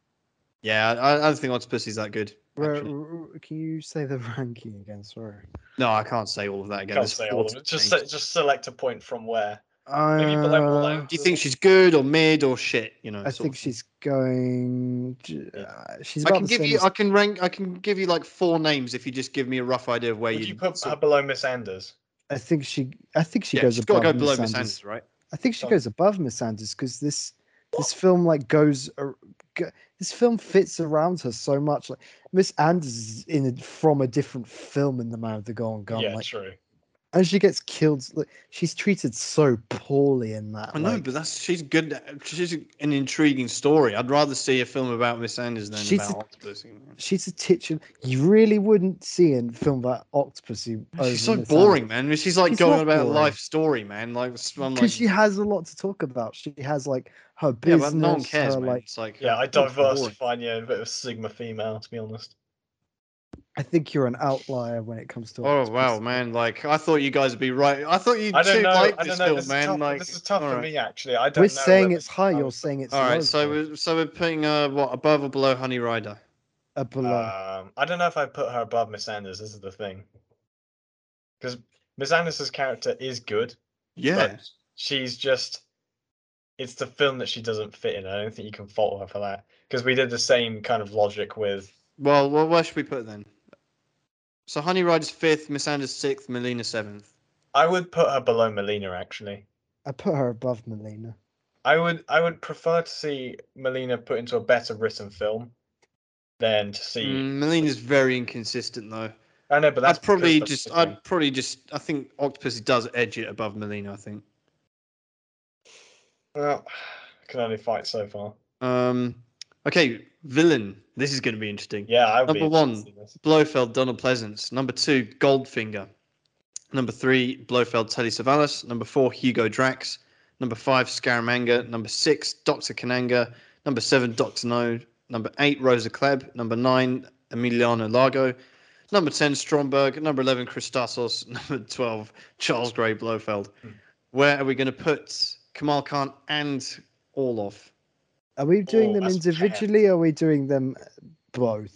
Yeah, I, I don't think Octopussy's that good.
Where-
actually.
r- r- can you say the ranking again? Sorry.
No, I can't say all of that again.
Can't
There's
say all of
14
it. Just
names.
se- just select a point from where. Maybe you put like all
Uh,
out.
Do you think she's good or mid or shit? You know.
I
sort
think
of thing.
she's going. j- Uh, she's
I
about
can
the
give
same.
you.
as-
I can rank. I can give you like four names if you just give me a rough idea of where
Would
you'd
you put
sort
her
of-
below Miss Anders?
I think she. I think she
yeah,
goes
she's got to
above
go below
Miss Anders.
Anders, right?
I think she
Sorry.
goes above Miss Anders because this this film like goes ar- go, this film fits around her so much. Like Miss Anders is in a, from a different film in the Man of the Golden Gun,
yeah,
like,
true.
and she gets killed. Like, she's treated so poorly in that.
I know,
like,
but that's she's good. She's an intriguing story. I'd rather see a film about Miss Anders than
She's-
about Octopussy. man.
she's a titular. You really wouldn't see in film that Octopussy. over
She's so
Oh, Miss
boring, man. She's like
She's
going
not
about a
boring.
life story, man. Like, s- I'm like,
because she has a lot to talk about. She has like her
yeah,
business.
but no one cares,
her,
man.
like,
it's like,
Yeah, I
boring.
diversified. Yeah, a bit of Sigma female, to be honest.
I think you're an outlier when it comes to.
Oh wow,
Octopussy.
man! Like, I thought you guys would be right. I thought you
I don't
two
know.
like
I
this
don't know.
film,
this,
man.
is tough,
like,
this is tough
all
for
right.
me, actually. I don't know
We're saying
whether-
it's high.
I
You're
was-
saying it's
um, All
low,
right, so
though.
we're so we're putting uh what above or below Honey Rider?
Uh, below.
Um, I don't know if I put her above Miss Anders. This is the thing, because Miss Anders' character is good.
Yeah,
She's just, it's the film that she doesn't fit in. I don't think you can fault her for that because we did the same kind of logic with.
Well, well, where should we put it then? So Honey Rider's fifth, Miss Anders sixth, Melina seventh.
I would put her below Melina actually.
I put her above Melina.
I would I would prefer to see Melina put into a better written film than to see
Mm, Melina's very inconsistent though.
I know, but that's
Mm. I'd probably
because that's
just,
the thing.
I'd probably just, I think Octopus does edge it above Molina. I think.
Well, can only fight so far.
Um, okay, villain. This is going to be interesting.
Yeah, I would be
Number
interested
one.
to see this.
Blofeld, Donald Pleasance. Number two, Goldfinger. Number three, Blofeld, Telly Savalas. Number four, Hugo Drax. Number five, Scaramanga. Number six, Doctor Kananga. Number seven, Doctor No. Number eight, Rosa Klebb. Number nine, Emiliano Largo. Number ten, Stromberg. Number eleven, Christassos. Number twelve, Charles Gray Blofeld.
Hmm.
Where are we going to put Kamal Khan and Orlov?
Are we doing
Oh,
them
that's
individually? Or are we doing them uh, both?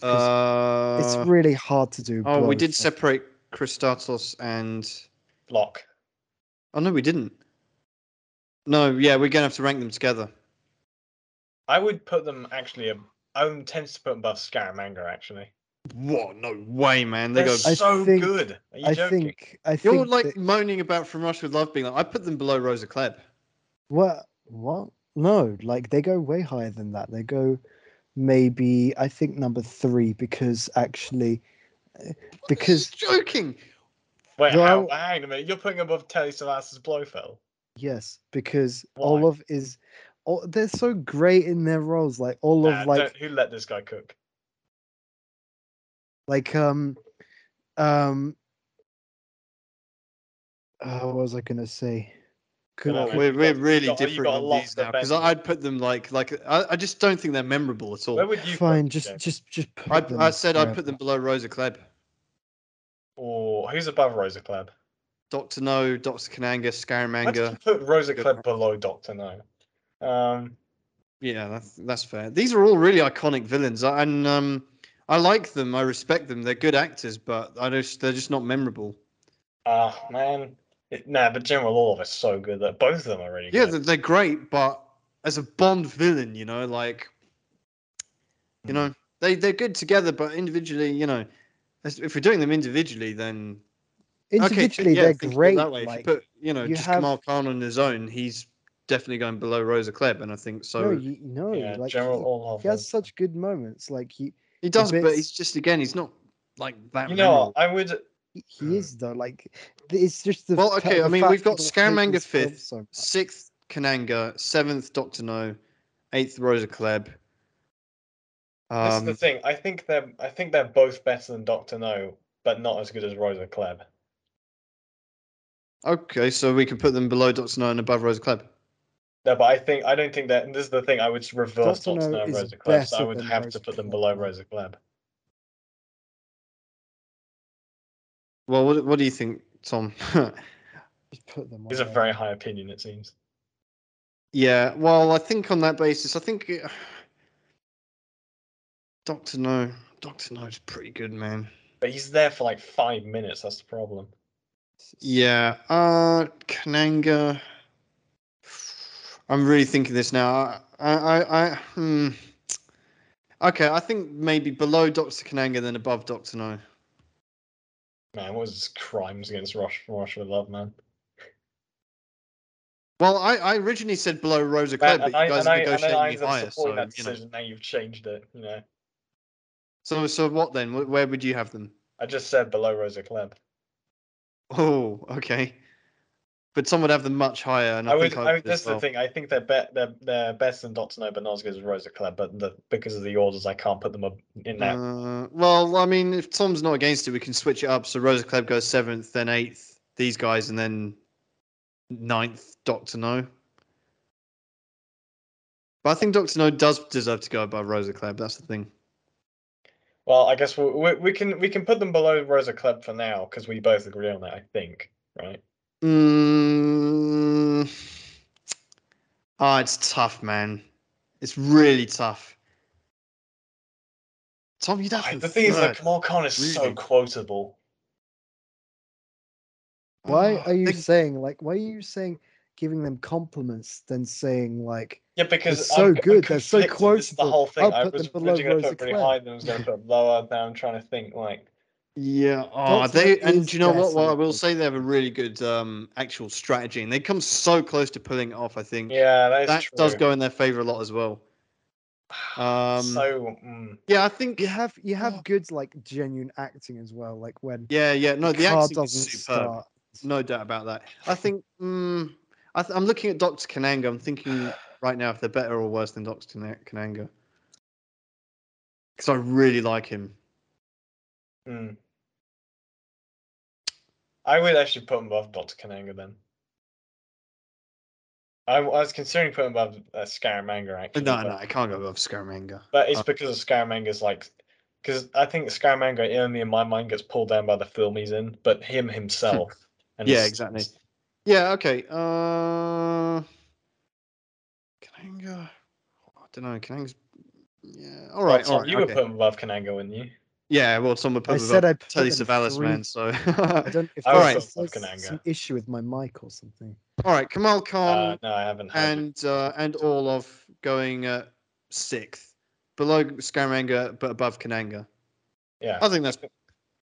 Uh,
'Cause it's really hard to do.
oh, we
both.
did separate Christatos and
Block.
Oh no, we didn't. No, yeah, we're gonna have to rank them together.
I would put them actually. ab- I would tend to put them above Scaramanga actually.
What? No way, man. They
They're
go.
I
so
think-
good. Are you
I
joking?
think. I
You're
think.
like
that-
moaning about From Rush with Love being like, I put them below Rosa Klebb.
what? What? No, like they go way higher than that. They go maybe I think number three because actually uh, because
joking.
Wait,
Well-
how, hang on a minute. You're putting above Telly Savalas' Blofeld.
yes because
Why?
Olaf is. Oh, they're so great in their roles. Like Olaf,
Nah,
like
don't- who let this guy cook?
like um um uh, what was i gonna say Could-
Well,
Well,
Okay.
we're we're really
You got- you
different
got a
on
lot
these
that
now because
bend.
I'd put them like like I, I just don't think they're memorable at all.
Where would you put
fine
him,
just
James?
just just put
I,
them
I said I'd put
wherever.
them below Rosa Klebb.
or who's above Rosa Klebb?
Doctor No, Doctor Kananga,
Why did you
Scaramanga.
put Rosa
Good
Klebb below Doctor No? Um,
Yeah, that's that's fair. These are all really iconic villains, I- and um, I like them. I respect them. They're good actors, but I just they're just not memorable.
ah man, It- nah, but General Orlov is so good that both of them are really
Yeah,
good.
they're, they're great, but as a Bond villain, you know, like,
Hmm.
you know, they they're good together, but individually, you know, as- if we're doing them individually, then
individually
okay, yeah,
they're
think of it
great
That way, If you
like,
put you know
you
just
have-
Kamal Khan on his own, he's definitely going below Rosa Klebb, and I think so.
no you no
yeah,
Oh, like
General
he-
Orlov.
he, has
is-
such good moments like he
he does, but
it's-
he's just again, he's not like that.
You know,
memorable.
what, I would.
he
Hmm.
he is though like th- it's just the
Well,
fa-
okay, I
the
mean,
fact
we've got
that they've taken
Scaramanga
this film
fifth,
so much.
sixth Kananga, seventh Doctor No, eighth Rosa Klebb.
This is
Um,
the thing. I think they're. I think they're both better than Doctor No, but not as good as Rosa Klebb.
okay, so we can put them below Doctor No and above Rosa Klebb.
No, but I think I don't think that. And this is the thing. I would reverse
Doctor
Doctor,
No
No and
is
Rosa Klebb, so I
better
would
than
have
Rosa
to put them
Klebb,
below
man.
Rosa Klebb.
Well, what, what do you think, Tom?
Just put them
It's a
on there.
very high opinion, it seems.
yeah, well, I think on that basis, I think uh, Doctor No, Doctor No's pretty good, man.
But he's there for like five minutes. That's the problem.
It's-
Yeah, uh, Kananga. I'm really thinking this now. I, I, I, hmm. Okay, I think maybe below Doctor Kananga, then above Doctor No.
Man, what was his crimes against Rush, Rush with Love, man?
Well, I, I originally said below Rosa Klebb,
Man,
but you
and, I,
guys
and,
are negotiating me
I, and then I ended up
higher, so
supporting that
you know.
decision. Now you've changed it. You know,
So, so what then? Wh- Where would you have them?
I just said below Rosa Klebb.
Oh, okay. But some would have them much higher, and I,
I would.
think I
I
would
would
as
that's
well.
the thing. I think they're be- they're they're better than Doctor No, but not as good as Rosa Klebb. But the, because of the orders, I can't put them up in that.
Uh, well, I mean, if Tom's not against it, we can switch it up. So Rosa Klebb goes seventh, then eighth, these guys, and then ninth, Doctor No. But I think Doctor No does deserve to go above Rosa Klebb. That's the thing.
Well, I guess we, we we can we can put them below Rosa Klebb for now because we both agree on that. I think, right?
Mm. Ah, it's tough, man. It's really tough. Tom, you'd have
I-
them
the thing is
third.
that Kamal Khan is so
really.
quotable.
Why
Ah,
are you
they-
saying like? Why are you saying giving them compliments than saying like?
Yeah, because
so
I'm- I'm
good, they're so
conflicted, this is the
quotable.
whole thing.
I'll
I
put them
was
below
originally going to
Rosa
put really
Klebb.
high, then I was going to put lower. Now I'm trying to think like
Yeah, oh,
Doctor
they and
is
do you know what?
better
Well, I will
than-
say they have a really good um, actual strategy, and they come so close to pulling it off. I think
Yeah, that is
that
true.
does go in their favor a lot as well. Um,
so mm,
yeah, I think.
You have you have
Oh.
good like genuine acting as well. Like when
Yeah, yeah. No, the
car
acting
doesn't
is superb.
start.
No doubt about that. I think mm I th- I'm looking at Doctor Kananga. I'm thinking right now if they're better or worse than Doctor Kana- Kananga, because I really like him.
mm. I would actually put him above Doctor Kananga then. I, I was considering putting him above uh, Scaramanga actually.
But no,
but-
no, I can't go above Scaramanga.
But it's
Uh,
because of Scaramanga's like, because I think Scaramanga only in my mind gets pulled down by the film he's in, but him himself. and
Yeah,
his-
exactly. Yeah, okay. Uh, Kananga. I don't know. Kananga's. Yeah. All right.
Tom,
all right.
you
okay.
would put him above Kananga, wouldn't you?
yeah. Well, someone put.
I said I put
Telly
them
Savalas,
three-
man. So.
I don't if
I
would
there's-
put
there's
Falcon
some
Anger.
issue with my mic or something.
all right, Kamal Khan.
uh, no, I haven't. heard you.
Um, and uh, and Orlov going uh, sixth, below Scaramanga but above Kananga.
yeah,
I think that's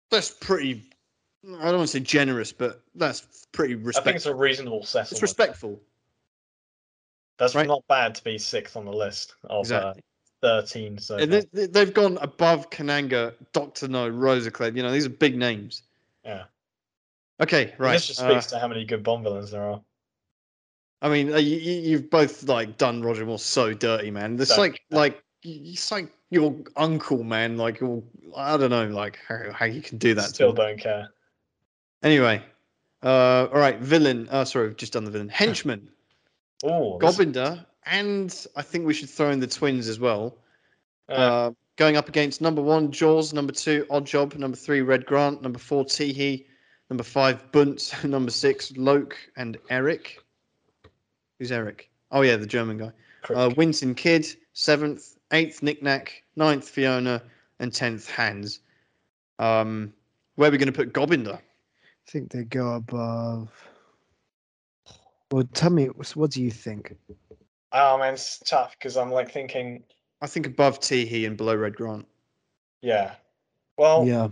that's pretty. I don't want to say generous, but that's pretty
I think it's
respectful.
a reasonable settlement.
It's, respectful,
That's
right?
not bad to be sixth on the list of uh,
exactly.
thirteen. So
And
far.
they- they, they've gone above Kananga, Doctor No, Rosaclad. You know, these are big names.
Yeah.
Okay, right.
this just
uh,
speaks to how many good Bond villains there are.
I mean, uh, you, you- you've both like done Roger Moore so dirty, man. It's
Don't.
like like y- it's like your uncle, man. Like your, I don't know, like how, how you can do that. to
Still
him.
don't care.
Anyway, uh, all right, villain. Uh, sorry, we've just done the villain. Henchman,
Oh,
Gobinder, and I think we should throw in the twins as well.
Uh,
Uh, going up against number one, Jaws, number two, Odd Job, number three, Red Grant, number four, Teehee, number five, Bunt, number six, Loke, and Eric. Who's Eric? Oh, yeah, the German guy. Uh, Winton Kid, seventh, eighth, Knick Knack, ninth, Fiona, and tenth, Hans. Um, where are we going to put Gobinder?
I think they go above. Well, tell me, what's- what do you think?
oh man, it's tough because I'm like thinking,
I think above Teehee and below Red Grant.
yeah.
Oh,
Well,
yeah,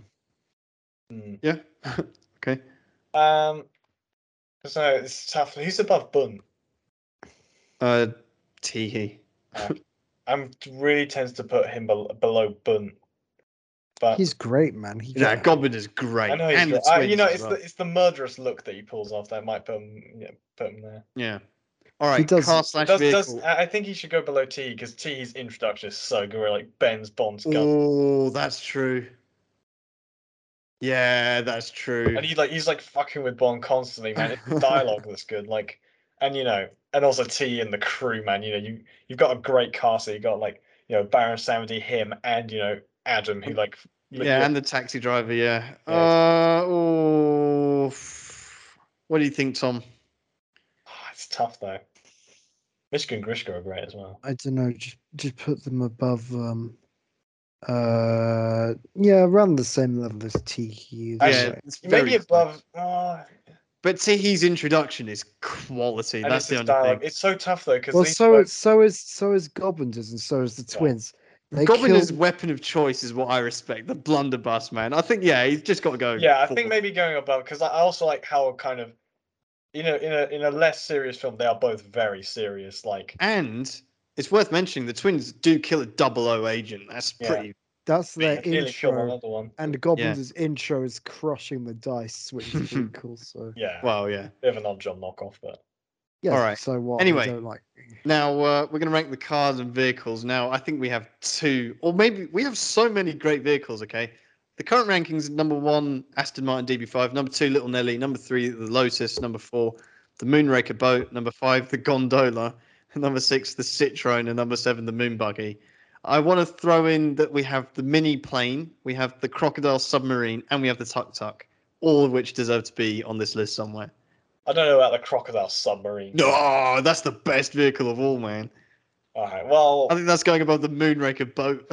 hmm.
Yeah. okay.
Um, so it's tough. Who's above Bun?
Uh, Teehee.
I'm really tends to put him bel below Bun, but
he's great, man. He
uh, Yeah,
got-
Goblin is great.
I know he's
and
good.
the
I, you
twins
know
as
it's
well.
the it's the murderous look that he pulls off that might put him yeah, put him there.
Yeah. All right.
does-
car slash
Does,
vehicle.
does, I I think he should go below T because T's introduction is so good. Where like Ben's Bond's gun,
oh, that's true. Yeah, that's true.
and he like he's like fucking with Bond constantly, man. It's the dialogue that's good, like, and you know, and also T and the crew, man. You know, you you've got a great cast. So you got like you know Baron Samedi, him, and you know Adam, who like
yeah, and the taxi driver. Yeah.
Yeah.
Uh, oh, f- what do you think, Tom?
Ah, it's tough though. Mishka and Grishka are great as well.
I don't know. Just, just put them above. Um, uh, yeah, around the same level as Tiki.
Yeah,
Actually,
it's very
Maybe
close.
above. Oh,
But Teehee's introduction is quality.
and
That's
it's
the
his
only
dialogue.
thing.
It's so tough though because
Well, so so is so is Goblin's and so is the
Yeah.
twins. They
Goblinder's
killed-
weapon of choice is what I respect. The blunderbuss, man. I think yeah, he's just got to go.
yeah, I
for-
think maybe going above because I I also like how kind of you know in a in a less serious film they are both very serious. Like
And it's worth mentioning the twins do kill a double O agent. That's
Yeah.
pretty.
That's
they
their
nearly kill
intro.
another one.
And Goblin's intro is crushing the dice, which is pretty cool. So
Yeah,
Well, yeah.
they have an odd job knockoff, but
yeah,
Alright.
so what? I
Anyway.
don't like.
Now uh, we're going to rank the cars and vehicles. Now I think we have two, or maybe we have so many great vehicles. Okay, the current rankings: number one, Aston Martin DB5; number two, Little Nelly; number three, the Lotus; number four, the Moonraker boat; number five, the gondola; number six, the Citroen; and number seven, the Moon buggy. I want to throw in that we have the mini plane, we have the crocodile submarine, and we have the tuk tuk, all of which deserve to be on this list somewhere.
I don't know about the crocodile submarine.
No, that's the best vehicle of all, man.
All right. Well,
I think that's going above the Moonraker boat.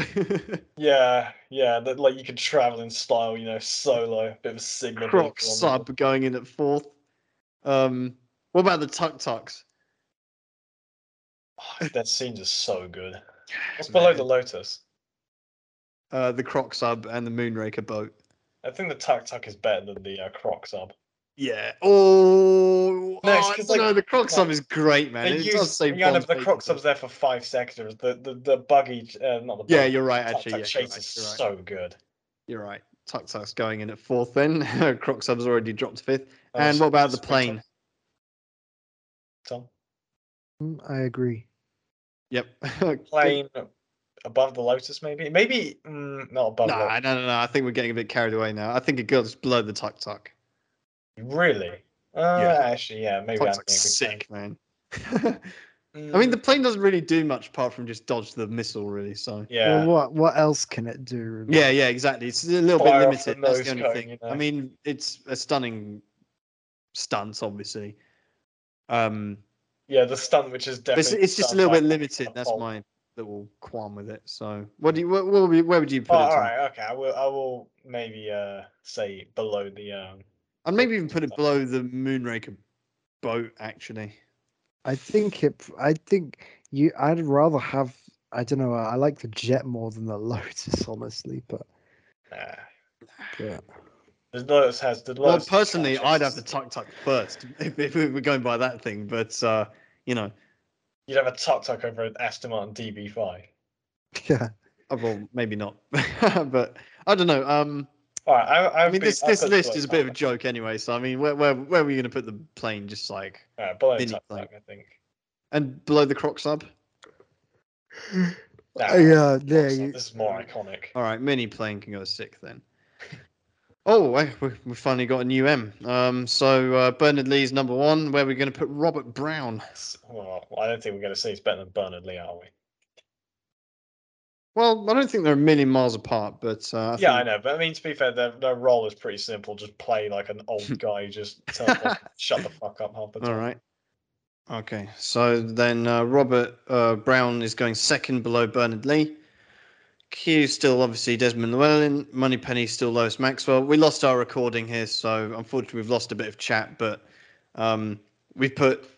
yeah, yeah. That like you can travel in style, you know, solo, bit of a signal.
Croc sub going in at fourth. Um, what about the Tuk Tuks?
Oh, that scene is so good. What's below the Lotus?
uh, the Croc sub and the Moonraker boat.
I think the Tuk Tuk is better than the uh, Croc sub.
Yeah. Oh,
No, it's
oh,
'cause,
no,
like-
the croc sub is great, man.
They
It
used-
does save
yeah, no,
Bond's
but the croc
bacon.
sub's there for five seconds. The the, the buggy, uh, not the buggy.
Yeah, you're right.
tuck,
Actually,
tuck
yeah, you're
chase
right,
is
you're right.
so good.
You're right. Tuck Tuck's going in at fourth then. Croc sub's already dropped fifth.
Oh,
and
s-
what about the
spring
plane?
tuck, Tom?
Mm, I agree.
Yep.
plane above the lotus, maybe. Maybe mm, not above.
Nah,
Lotus.
no, no, no. I think we're getting a bit carried away now. I think it goes below the Tuck Tuck.
Really? Uh,
Yeah.
Actually, yeah. Maybe
Tuck
I'm
Tuck's sick, man.
being a bit-
I mean,
Mm,
the plane doesn't really do much apart from just dodge the missile, really. So.
yeah.
Well, what what else can it do? really?
Yeah, yeah, exactly. It's a little
Fire
bit
off the
limited. That's
nose
the only
cone,
thing.
you
I
know.
mean, it's a stunning stunt, obviously. Um,
Yeah, the stunt, which is
but it's,
definitely.
it's just a
stunned
little
by
bit limited.
a
That's
bolt.
my little qualm with it. So, what do you? What, what would you- where would you put
Oh,
it?
all
Tom?
right, okay. I will. I will maybe uh say below the um.
I'd maybe even put it below the Moonraker boat. Actually,
I think it. I think you. I'd rather have. I don't know. I like the jet more than the Lotus, honestly. But
Nah.
yeah,
The Lotus has the
well,
Lotus.
personally, I'd have the
the.
Tuck Tuck first if, if we were going by that thing. But uh, you know,
You'd have a tuk tuk over an Aston Martin DB5.
yeah.
oh, well, maybe not. but I don't know. Um,
All right, I,
I mean, this this list is a bit of a joke anyway. So I mean, where where where are we going to put the plane? Just like
All right, uh, below
mini
tuk
plane.
tuk, I think.
and below the croc sub.
Nah,
Uh, yeah,
tuk-tuk,
there you-
This is more iconic.
All right, mini plane can go sick then. Oh, I- we we finally got a new M. Um, so uh, Bernard Lee's number one. Where are we going to put Robert Brown?
S- Well, I don't think we're going to say it's better than Bernard Lee, are we?
Well, I don't think they're a million miles apart, but uh, I
yeah, I
think-
know, but I mean, to be fair, their, their role is pretty simple. Just play like an old guy. who Just tell them, like, shut the fuck up half the time.
All right. Okay, so then uh, Robert uh, Brown is going second below Bernard Lee. Q still obviously Desmond Llewellyn. Moneypenny still Lois Maxwell. We lost our recording here, so unfortunately we've lost a bit of chat, but um, we put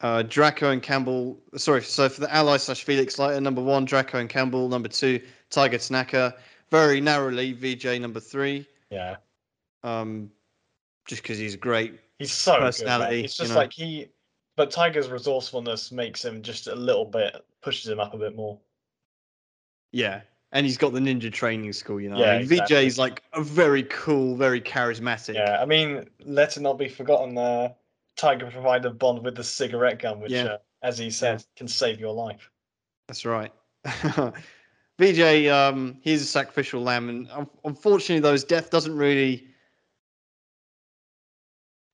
uh, Draco and Campbell. Sorry, so for the ally slash Felix Leiter, number one, Draco and Campbell. Number two, Tiger Snacker. Very narrowly, VJ number three,
Yeah,
um, just because he's great.
he's so Good,
Personality,
man. It's
you
just
know.
like he, but Tiger's resourcefulness makes him just a little bit pushes him up a bit more.
Yeah. And he's got the ninja training school, you know. I
Yeah,
mean,
exactly.
VJ's like a very cool, very charismatic.
Yeah, I mean, let it not be forgotten. Uh, Tiger provided Bond with the cigarette gun, which,
Yeah.
uh, as he said, can save your life.
That's right. VJ, um, he's a sacrificial lamb, and un- unfortunately, though, his death doesn't really.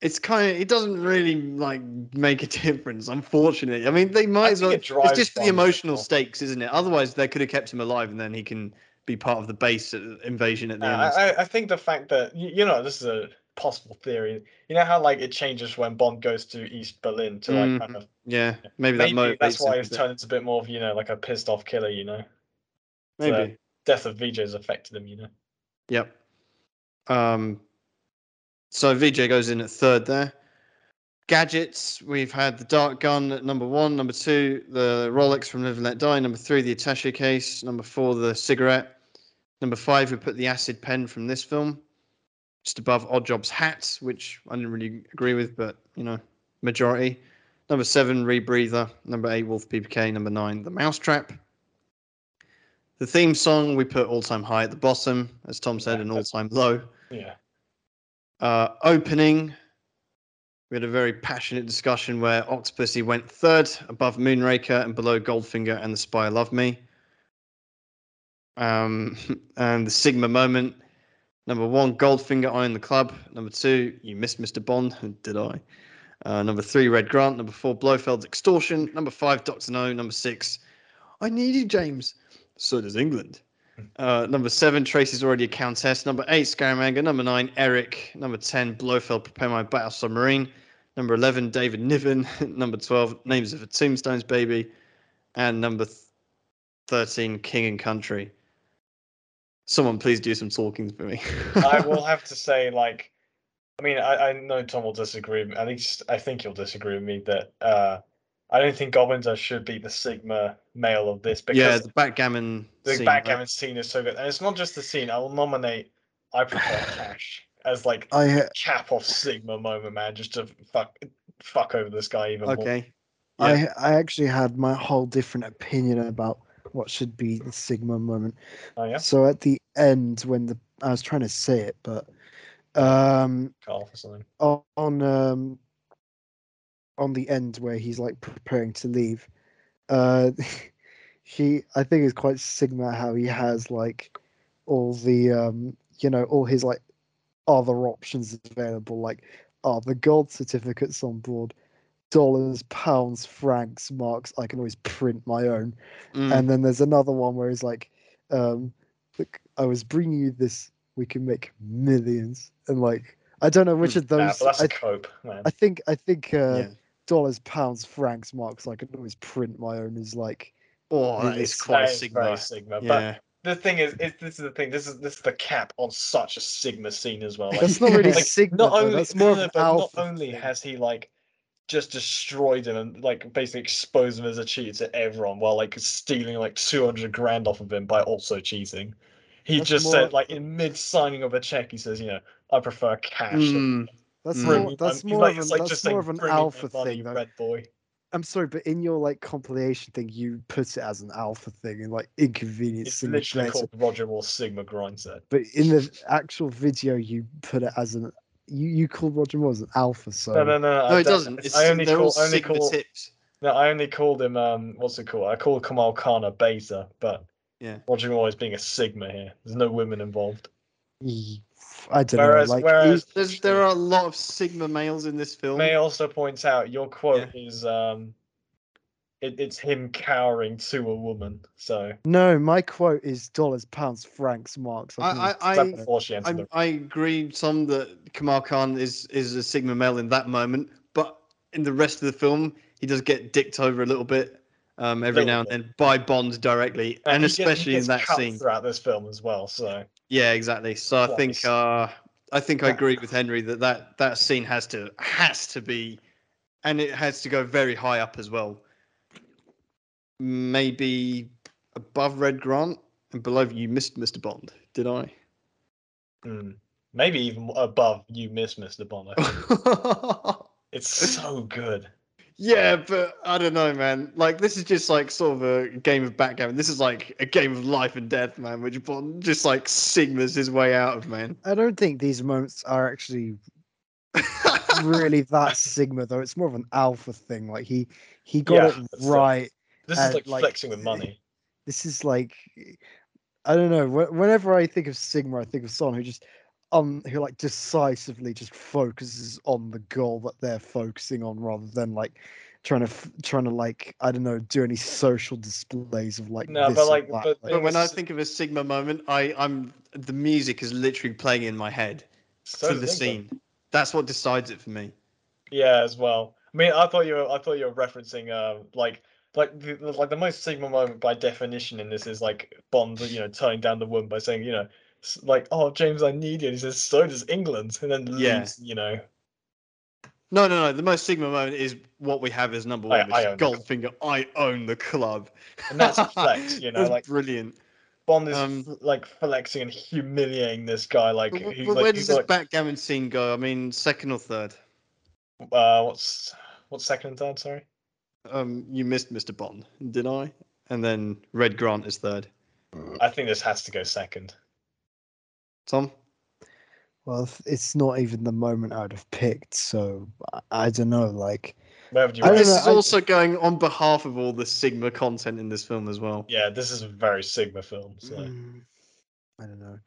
It's kind of it doesn't really like make a difference. Unfortunately, I mean they might as
think
well.
it
It's
drives
just for the
Bond a bit
emotional
more.
stakes, isn't it? Otherwise, they could have kept him alive, and then he can be part of the base at- invasion at the end.
Uh,
and
I,
stuff.
I- I think the fact that you, you know this is a possible theory. You know how like it changes when Bond goes to East Berlin to like kind of
yeah, maybe,
maybe,
Mm-hmm. that motivates
that's why
him a
he's
bit.
turned into a bit more of you know like a pissed off killer. You know, so-
Maybe.
death of VJ has affected him. You know,
Yep. Um, so VJ goes in at third there. Gadgets, we've had the dart gun at number one, number two, the Rolex from Live and Let Die, number three, the attache case, number four, the cigarette, number five, we put the acid pen from this film, just above Oddjob's hat, which I didn't really agree with, but you know, majority. Number seven, Rebreather, number eight, Wolf PPK, number nine, the Mousetrap. The theme song, we put all time high at the bottom, as Tom said,
Yeah,
and all
that's-
time low
yeah,
uh, opening. We had a very passionate discussion where Octopussy went third, above Moonraker and below Goldfinger and The Spy Love Me. Um, and the Sigma moment. Number one, Goldfinger, I in the club. Number two, you missed Mr. Bond. Did I? Uh, number three, Red Grant. Number four, Blofeld's Extortion. Number five, Doctor No. Number six, I need you, James. So does England.
Hmm.
Uh, number seven, Tracy's already a countess. Number eight, Scaramanga. Number nine, Eric. Number ten, Blofeld, prepare my battle submarine. Number eleven, David Niven. number twelve, names of the tombstones, baby. And number th- thirteen, King and Country. Someone please do some talking for me.
I will have to say like, I mean, I, I know Tom will disagree. At least I think he'll disagree with me that uh, I don't think Goblinzer should be the Sigma male of this because
yeah, the backgammon.
The
scene, right?
backgammon scene is so good, and it's not just the scene. I will nominate. I prefer Cash. as like
I ha-
cap off Sigma moment, man, just to fuck fuck over this guy even more.
Okay.
I I actually had my whole different opinion about what should be the Sigma moment.
Oh yeah,
So at the end, when the I was trying to say it, but um,
cut off or something.
o- on um, on the end where he's like preparing to leave, uh, he I think it's quite Sigma how he has like all the um, you know all his like other options available, like oh the gold certificates on board, dollars, pounds, francs, marks. I can always print my own.
Hmm.
Mm.
And then there's another one where he's like, um, look, I was bringing you this. We can make millions. And like, I don't know which of
Hmm. Nah,
those.
but that's
I,
a cope, man.
I think I think uh,
yeah.
dollars, pounds, francs, marks. I can always print my own. Is like,
Oh, that
This
is
That
quite
is
Sigma.
very Sigma. But
Yeah.
the thing is, is, this is the thing. This is this is the cap on such a Sigma scene as well. Like,
that's not really
like,
Sigma.
not
though,
only
that's more
no,
of
no,
an
but not
alpha
only
thing.
has he like just destroyed him and like basically exposed him as a cheater to everyone while like stealing like 200 grand off of him by also cheating he
That's
just
more-
said like in mid signing of a check he says you know i prefer cash
Mm.
That's
Mm.
more. That's more
Hmm. like,
of an.
it's like
that's
just
more
saying,
of an
"Bring me my
alpha
money,
thing.
you
Though.
red boy
I'm sorry, but in your like compilation thing, you put it as an alpha thing and like inconvenience.
it's
Sigma
literally
players.
called roger moore's sigma grind set
but in the actual video you put it as an you, you called Roger Moore as an alpha, so
no no no, I
No, it
don't-
doesn't. It's,
i only
they're
call
all
only
Sigma
call
tips.
No, I only called him um what's it called? I called Kamal Khan a beta, but
Yeah.
Roger Moore is being a sigma here. There's no women involved.
he- I don't
Whereas
know. Like
whereas
There's, there are a lot of Sigma males in this film.
May also points out your quote is um it, it's him cowering to a woman. So
he- no, my quote is dollars, pounds, francs, marks. I, think
I, I,
that
I,
before she entered
I,
the
I agree some that Kamal Khan is, is a Sigma male in that moment, but in the rest of the film, he does get dicked over a little bit um, every
Little
now and then by Bond directly, and,
he gets- he
especially
gets
in that
cut
scene.
throughout this film as well. So
Yeah, exactly. So I think
Twice.
uh, I think I
Yeah.
agree with Henry that, that that scene has to has to be, and it has to go very high up as well. Maybe above Red Grant and below you missed Mr. Bond. Did I?
hmm, maybe even above you miss Mr. Bond. I think. it's so good.
yeah, but I don't know, man. Like this is just like sort of a game of backgammon. This is like a game of life and death, man. Which Bond just like sigmas his way out of, man.
I don't think these moments are actually really that Sigma though. It's more of an alpha thing. Like he he got
Yeah,
it
that's it.
right.
This
Uh,
is like,
like,
flexing with money.
This is like I don't know. wh- Whenever I think of Sigma, I think of someone who just um who like decisively just focuses on the goal that they're focusing on rather than like trying to f- trying to like I don't know do any social displays of like
No,
this
but,
or
like,
that.
but-
But
It
when I
was-
think of a Sigma moment, I, I'm the music is literally playing in my head
So
to
does
the
England.
scene. That's what decides it for me.
Yeah, as well. I mean, I thought you were, I thought you were referencing uh, like like the, the- like the most sigma moment by definition in this is like Bond, you know, turning down the woman by saying, you know, s- like, oh James, I need you. And he says, so does England, and then
Yeah.
leaves, you know.
No, no, no. The most Sigma moment is what we have as number
I-
one, which
I
is
own the
Goldfinger. I own the club.
And that's a flex, you know,
That's
like-
brilliant.
Bond is
Um,
f- like flexing and humiliating this guy, like
But,
who's
but
like,
where does
who's,
this
like,
backgammon scene go? I mean, second or third?
uh, what's what's second and third? Sorry.
Um, you missed Mr. Bond, did I? And then Red Grant is third.
I think this has to go second.
Tom?
well, if- it's not even the moment I'd have picked. So I, I don't know. Like
Wherever you
I don't
want.
This
know,
is also going on behalf of all the Sigma content in this film as well.
Yeah, this is a very sigma film. So.
mm, I don't know.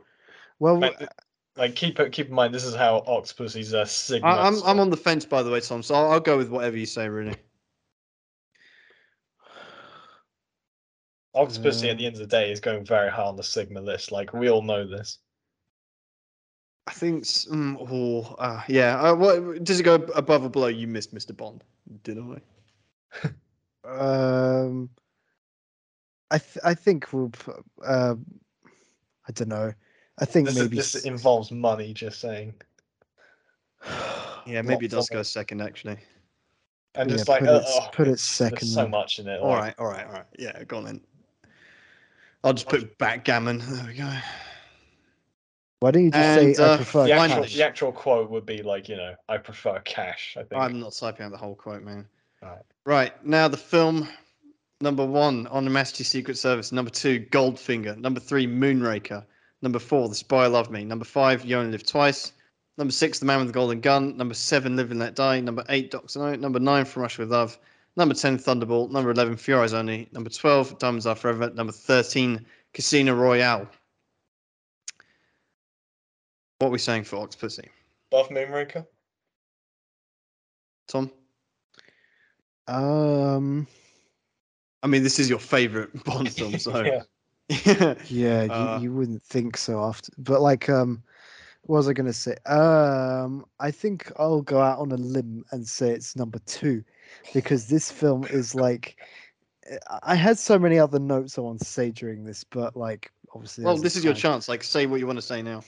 Well,
Like, th- like keep it- keep in mind, this is how Octopussy's uh, Sigma.
I, I'm I'm
score.
on the fence, by the way, Tom. So I'll, I'll go with whatever you say, really.
Octopussy at the end of the day is going very hard on the Sigma list. Like we all know this.
I think. s- Mm, oh, uh, yeah. Uh, what does it go ab- above or below? You missed Mr. Bond, did I?
um, I th- I think we'll. p- Uh, I don't know. I think
This,
maybe
is, this
s-
involves money. Just saying,
Yeah, maybe it does
Lots of
go second, actually.
and
Yeah,
it's like
put
uh,
it-
oh,
put it
it's-
second
There's so
then.
much in it.
All
like-
right, all right, all right. Yeah, go on then. I'll just put backgammon. There we go.
Why don't you just
And,
say I
uh,
prefer
the,
Fine.
actual,
cash?
the actual quote would be like, you know, I prefer cash. I think.
I'm not typing out the whole quote, man.
Alright.
Right now, the film number one on the Majesty Secret Service. Number two, Goldfinger. Number three, Moonraker. Number four, The Spy Loved Me. Number five, You Only Live Twice. Number six, The Man with the Golden Gun. Number seven, Live and Let Die. Number eight, Doctor No. Number nine, From Russia with Love. Number ten, Thunderbolt. Number eleven, Fear Eyes Only. Number twelve, Diamonds Are Forever. Number thirteen, Casino Royale. What are we saying for Oxpussy,
Above Moonraker.
Tom?
Um,
I mean, this is your favorite Bond film, so.
yeah.
yeah, you,
Uh,
you wouldn't think so after, but like, um, what was I gonna say? Um, I think I'll go out on a limb and say it's number two, because this film is like, eh, I- I had so many other notes I want to say during this, but like, obviously, there
well,
wasn't
this is your
time.
chance. Like, say what you want to say now.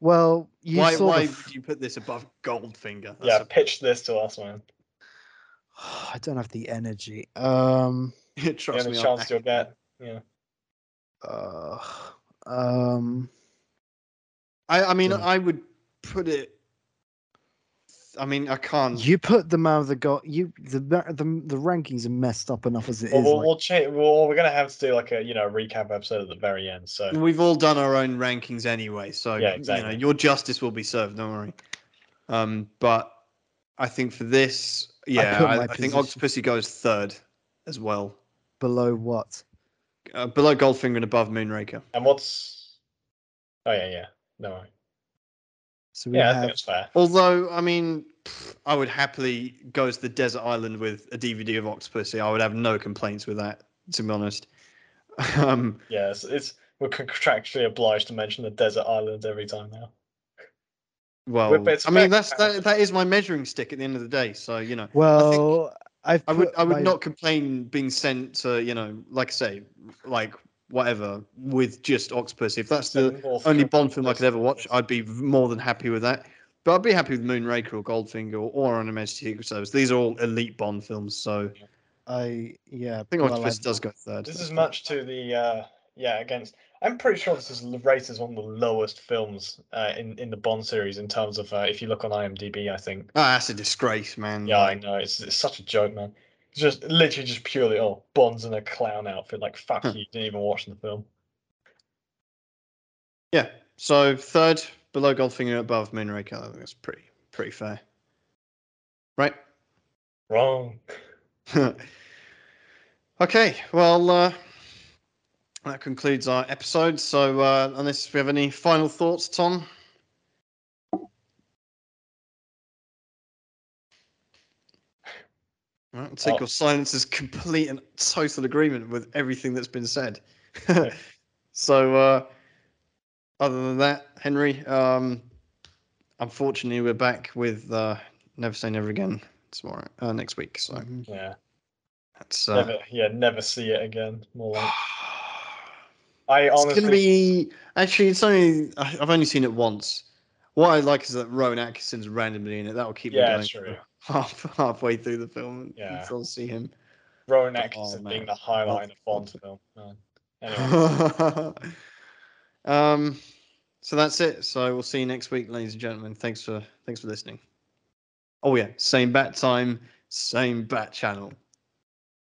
Well, you
why
saw the
why
f-
would you put this above Goldfinger? That's
Yeah. Pitch this to us, man.
I don't have the energy. Um,
a-
The
trust
only
me.
chance
I'm,
you'll get. Yeah.
uh, um,
I, I mean,
Yeah.
I would put it. I mean, I can't.
you put the man with the gold. You the ma- the the rankings are messed up enough as it is.
Well, we'll,
like-
we'll change. Well, we're gonna have to do like a you know recap episode at the very end. So
We've all done our own rankings anyway, so
Yeah,
you
exactly.
know your justice will be served. Don't worry. Um, but I think for this, yeah,
put
I,
my
I think
position-
Octopussy goes third as well,
below what?
uh, below Goldfinger and above Moonraker.
and what's? Oh yeah, yeah. No. worry.
So we
Yeah, I think
have
it's fair.
Although, I mean, pff, I would happily go to the desert island with a DVD of Octopussy. I would have no complaints with that, to be honest. Um,
Yeah, it's, it's we're contractually obliged to mention the desert island every time now.
well,
it's
I mean,
fair
that's that,
comparison.
that is my measuring stick at the end of the day. So you know,
well. I've
I would
put
I would
my-
not complain being sent to you know, like I say, like whatever with just Octopussy. If that's
So
the
North
only
Korea
Bond film I
versus
could ever watch,
North-
I'd be v- more than happy with that. But I'd be happy with Moonraker or Goldfinger or, or on a Majesty Secret Service. These are all elite Bond films, so I
I yeah. I
think
well,
Octopus
I've-
does go third.
This is much to the uh yeah against. I'm pretty sure this is rated as one of the lowest films uh, in in the Bond series in terms of uh, if you look on IMDb. I think.
Ah, that's a disgrace, man.
Yeah, I
Like,
know. It's, it's such a joke, man. It's just literally just purely oh Bond's in a clown outfit. Like fuck
Huh.
you, you didn't even watch the film.
yeah. So third below Goldfinger, above Moonraker. I think that's pretty pretty fair, right?
Wrong.
okay, well, uh, that concludes our episode. So, uh, unless we have any final thoughts, Tom? All right, I take
Oh.
your silence as complete and total agreement with everything that's been said. so, uh, other than that, Henry, um, unfortunately, we're back with uh, Never Say Never Again tomorrow, uh, next week. So,
Mhm.
Yeah.
that's. Uh,
Never. Yeah. Never see it again. More like I
It's
honestly.
gonna be actually. It's only I- I've only seen it once. What I like is that Rowan Atkinson's randomly in it. That will keep
yeah,
me going
true.
half halfway through the film.
Yeah.
until I see him.
Rowan
Oh,
Atkinson being
man.
the highlight of
Well-
Bond film. Man. Anyway,
um, so that's it. So we'll see you next week, ladies and gentlemen. Thanks for thanks for listening. Oh yeah, same bat time, same bat channel.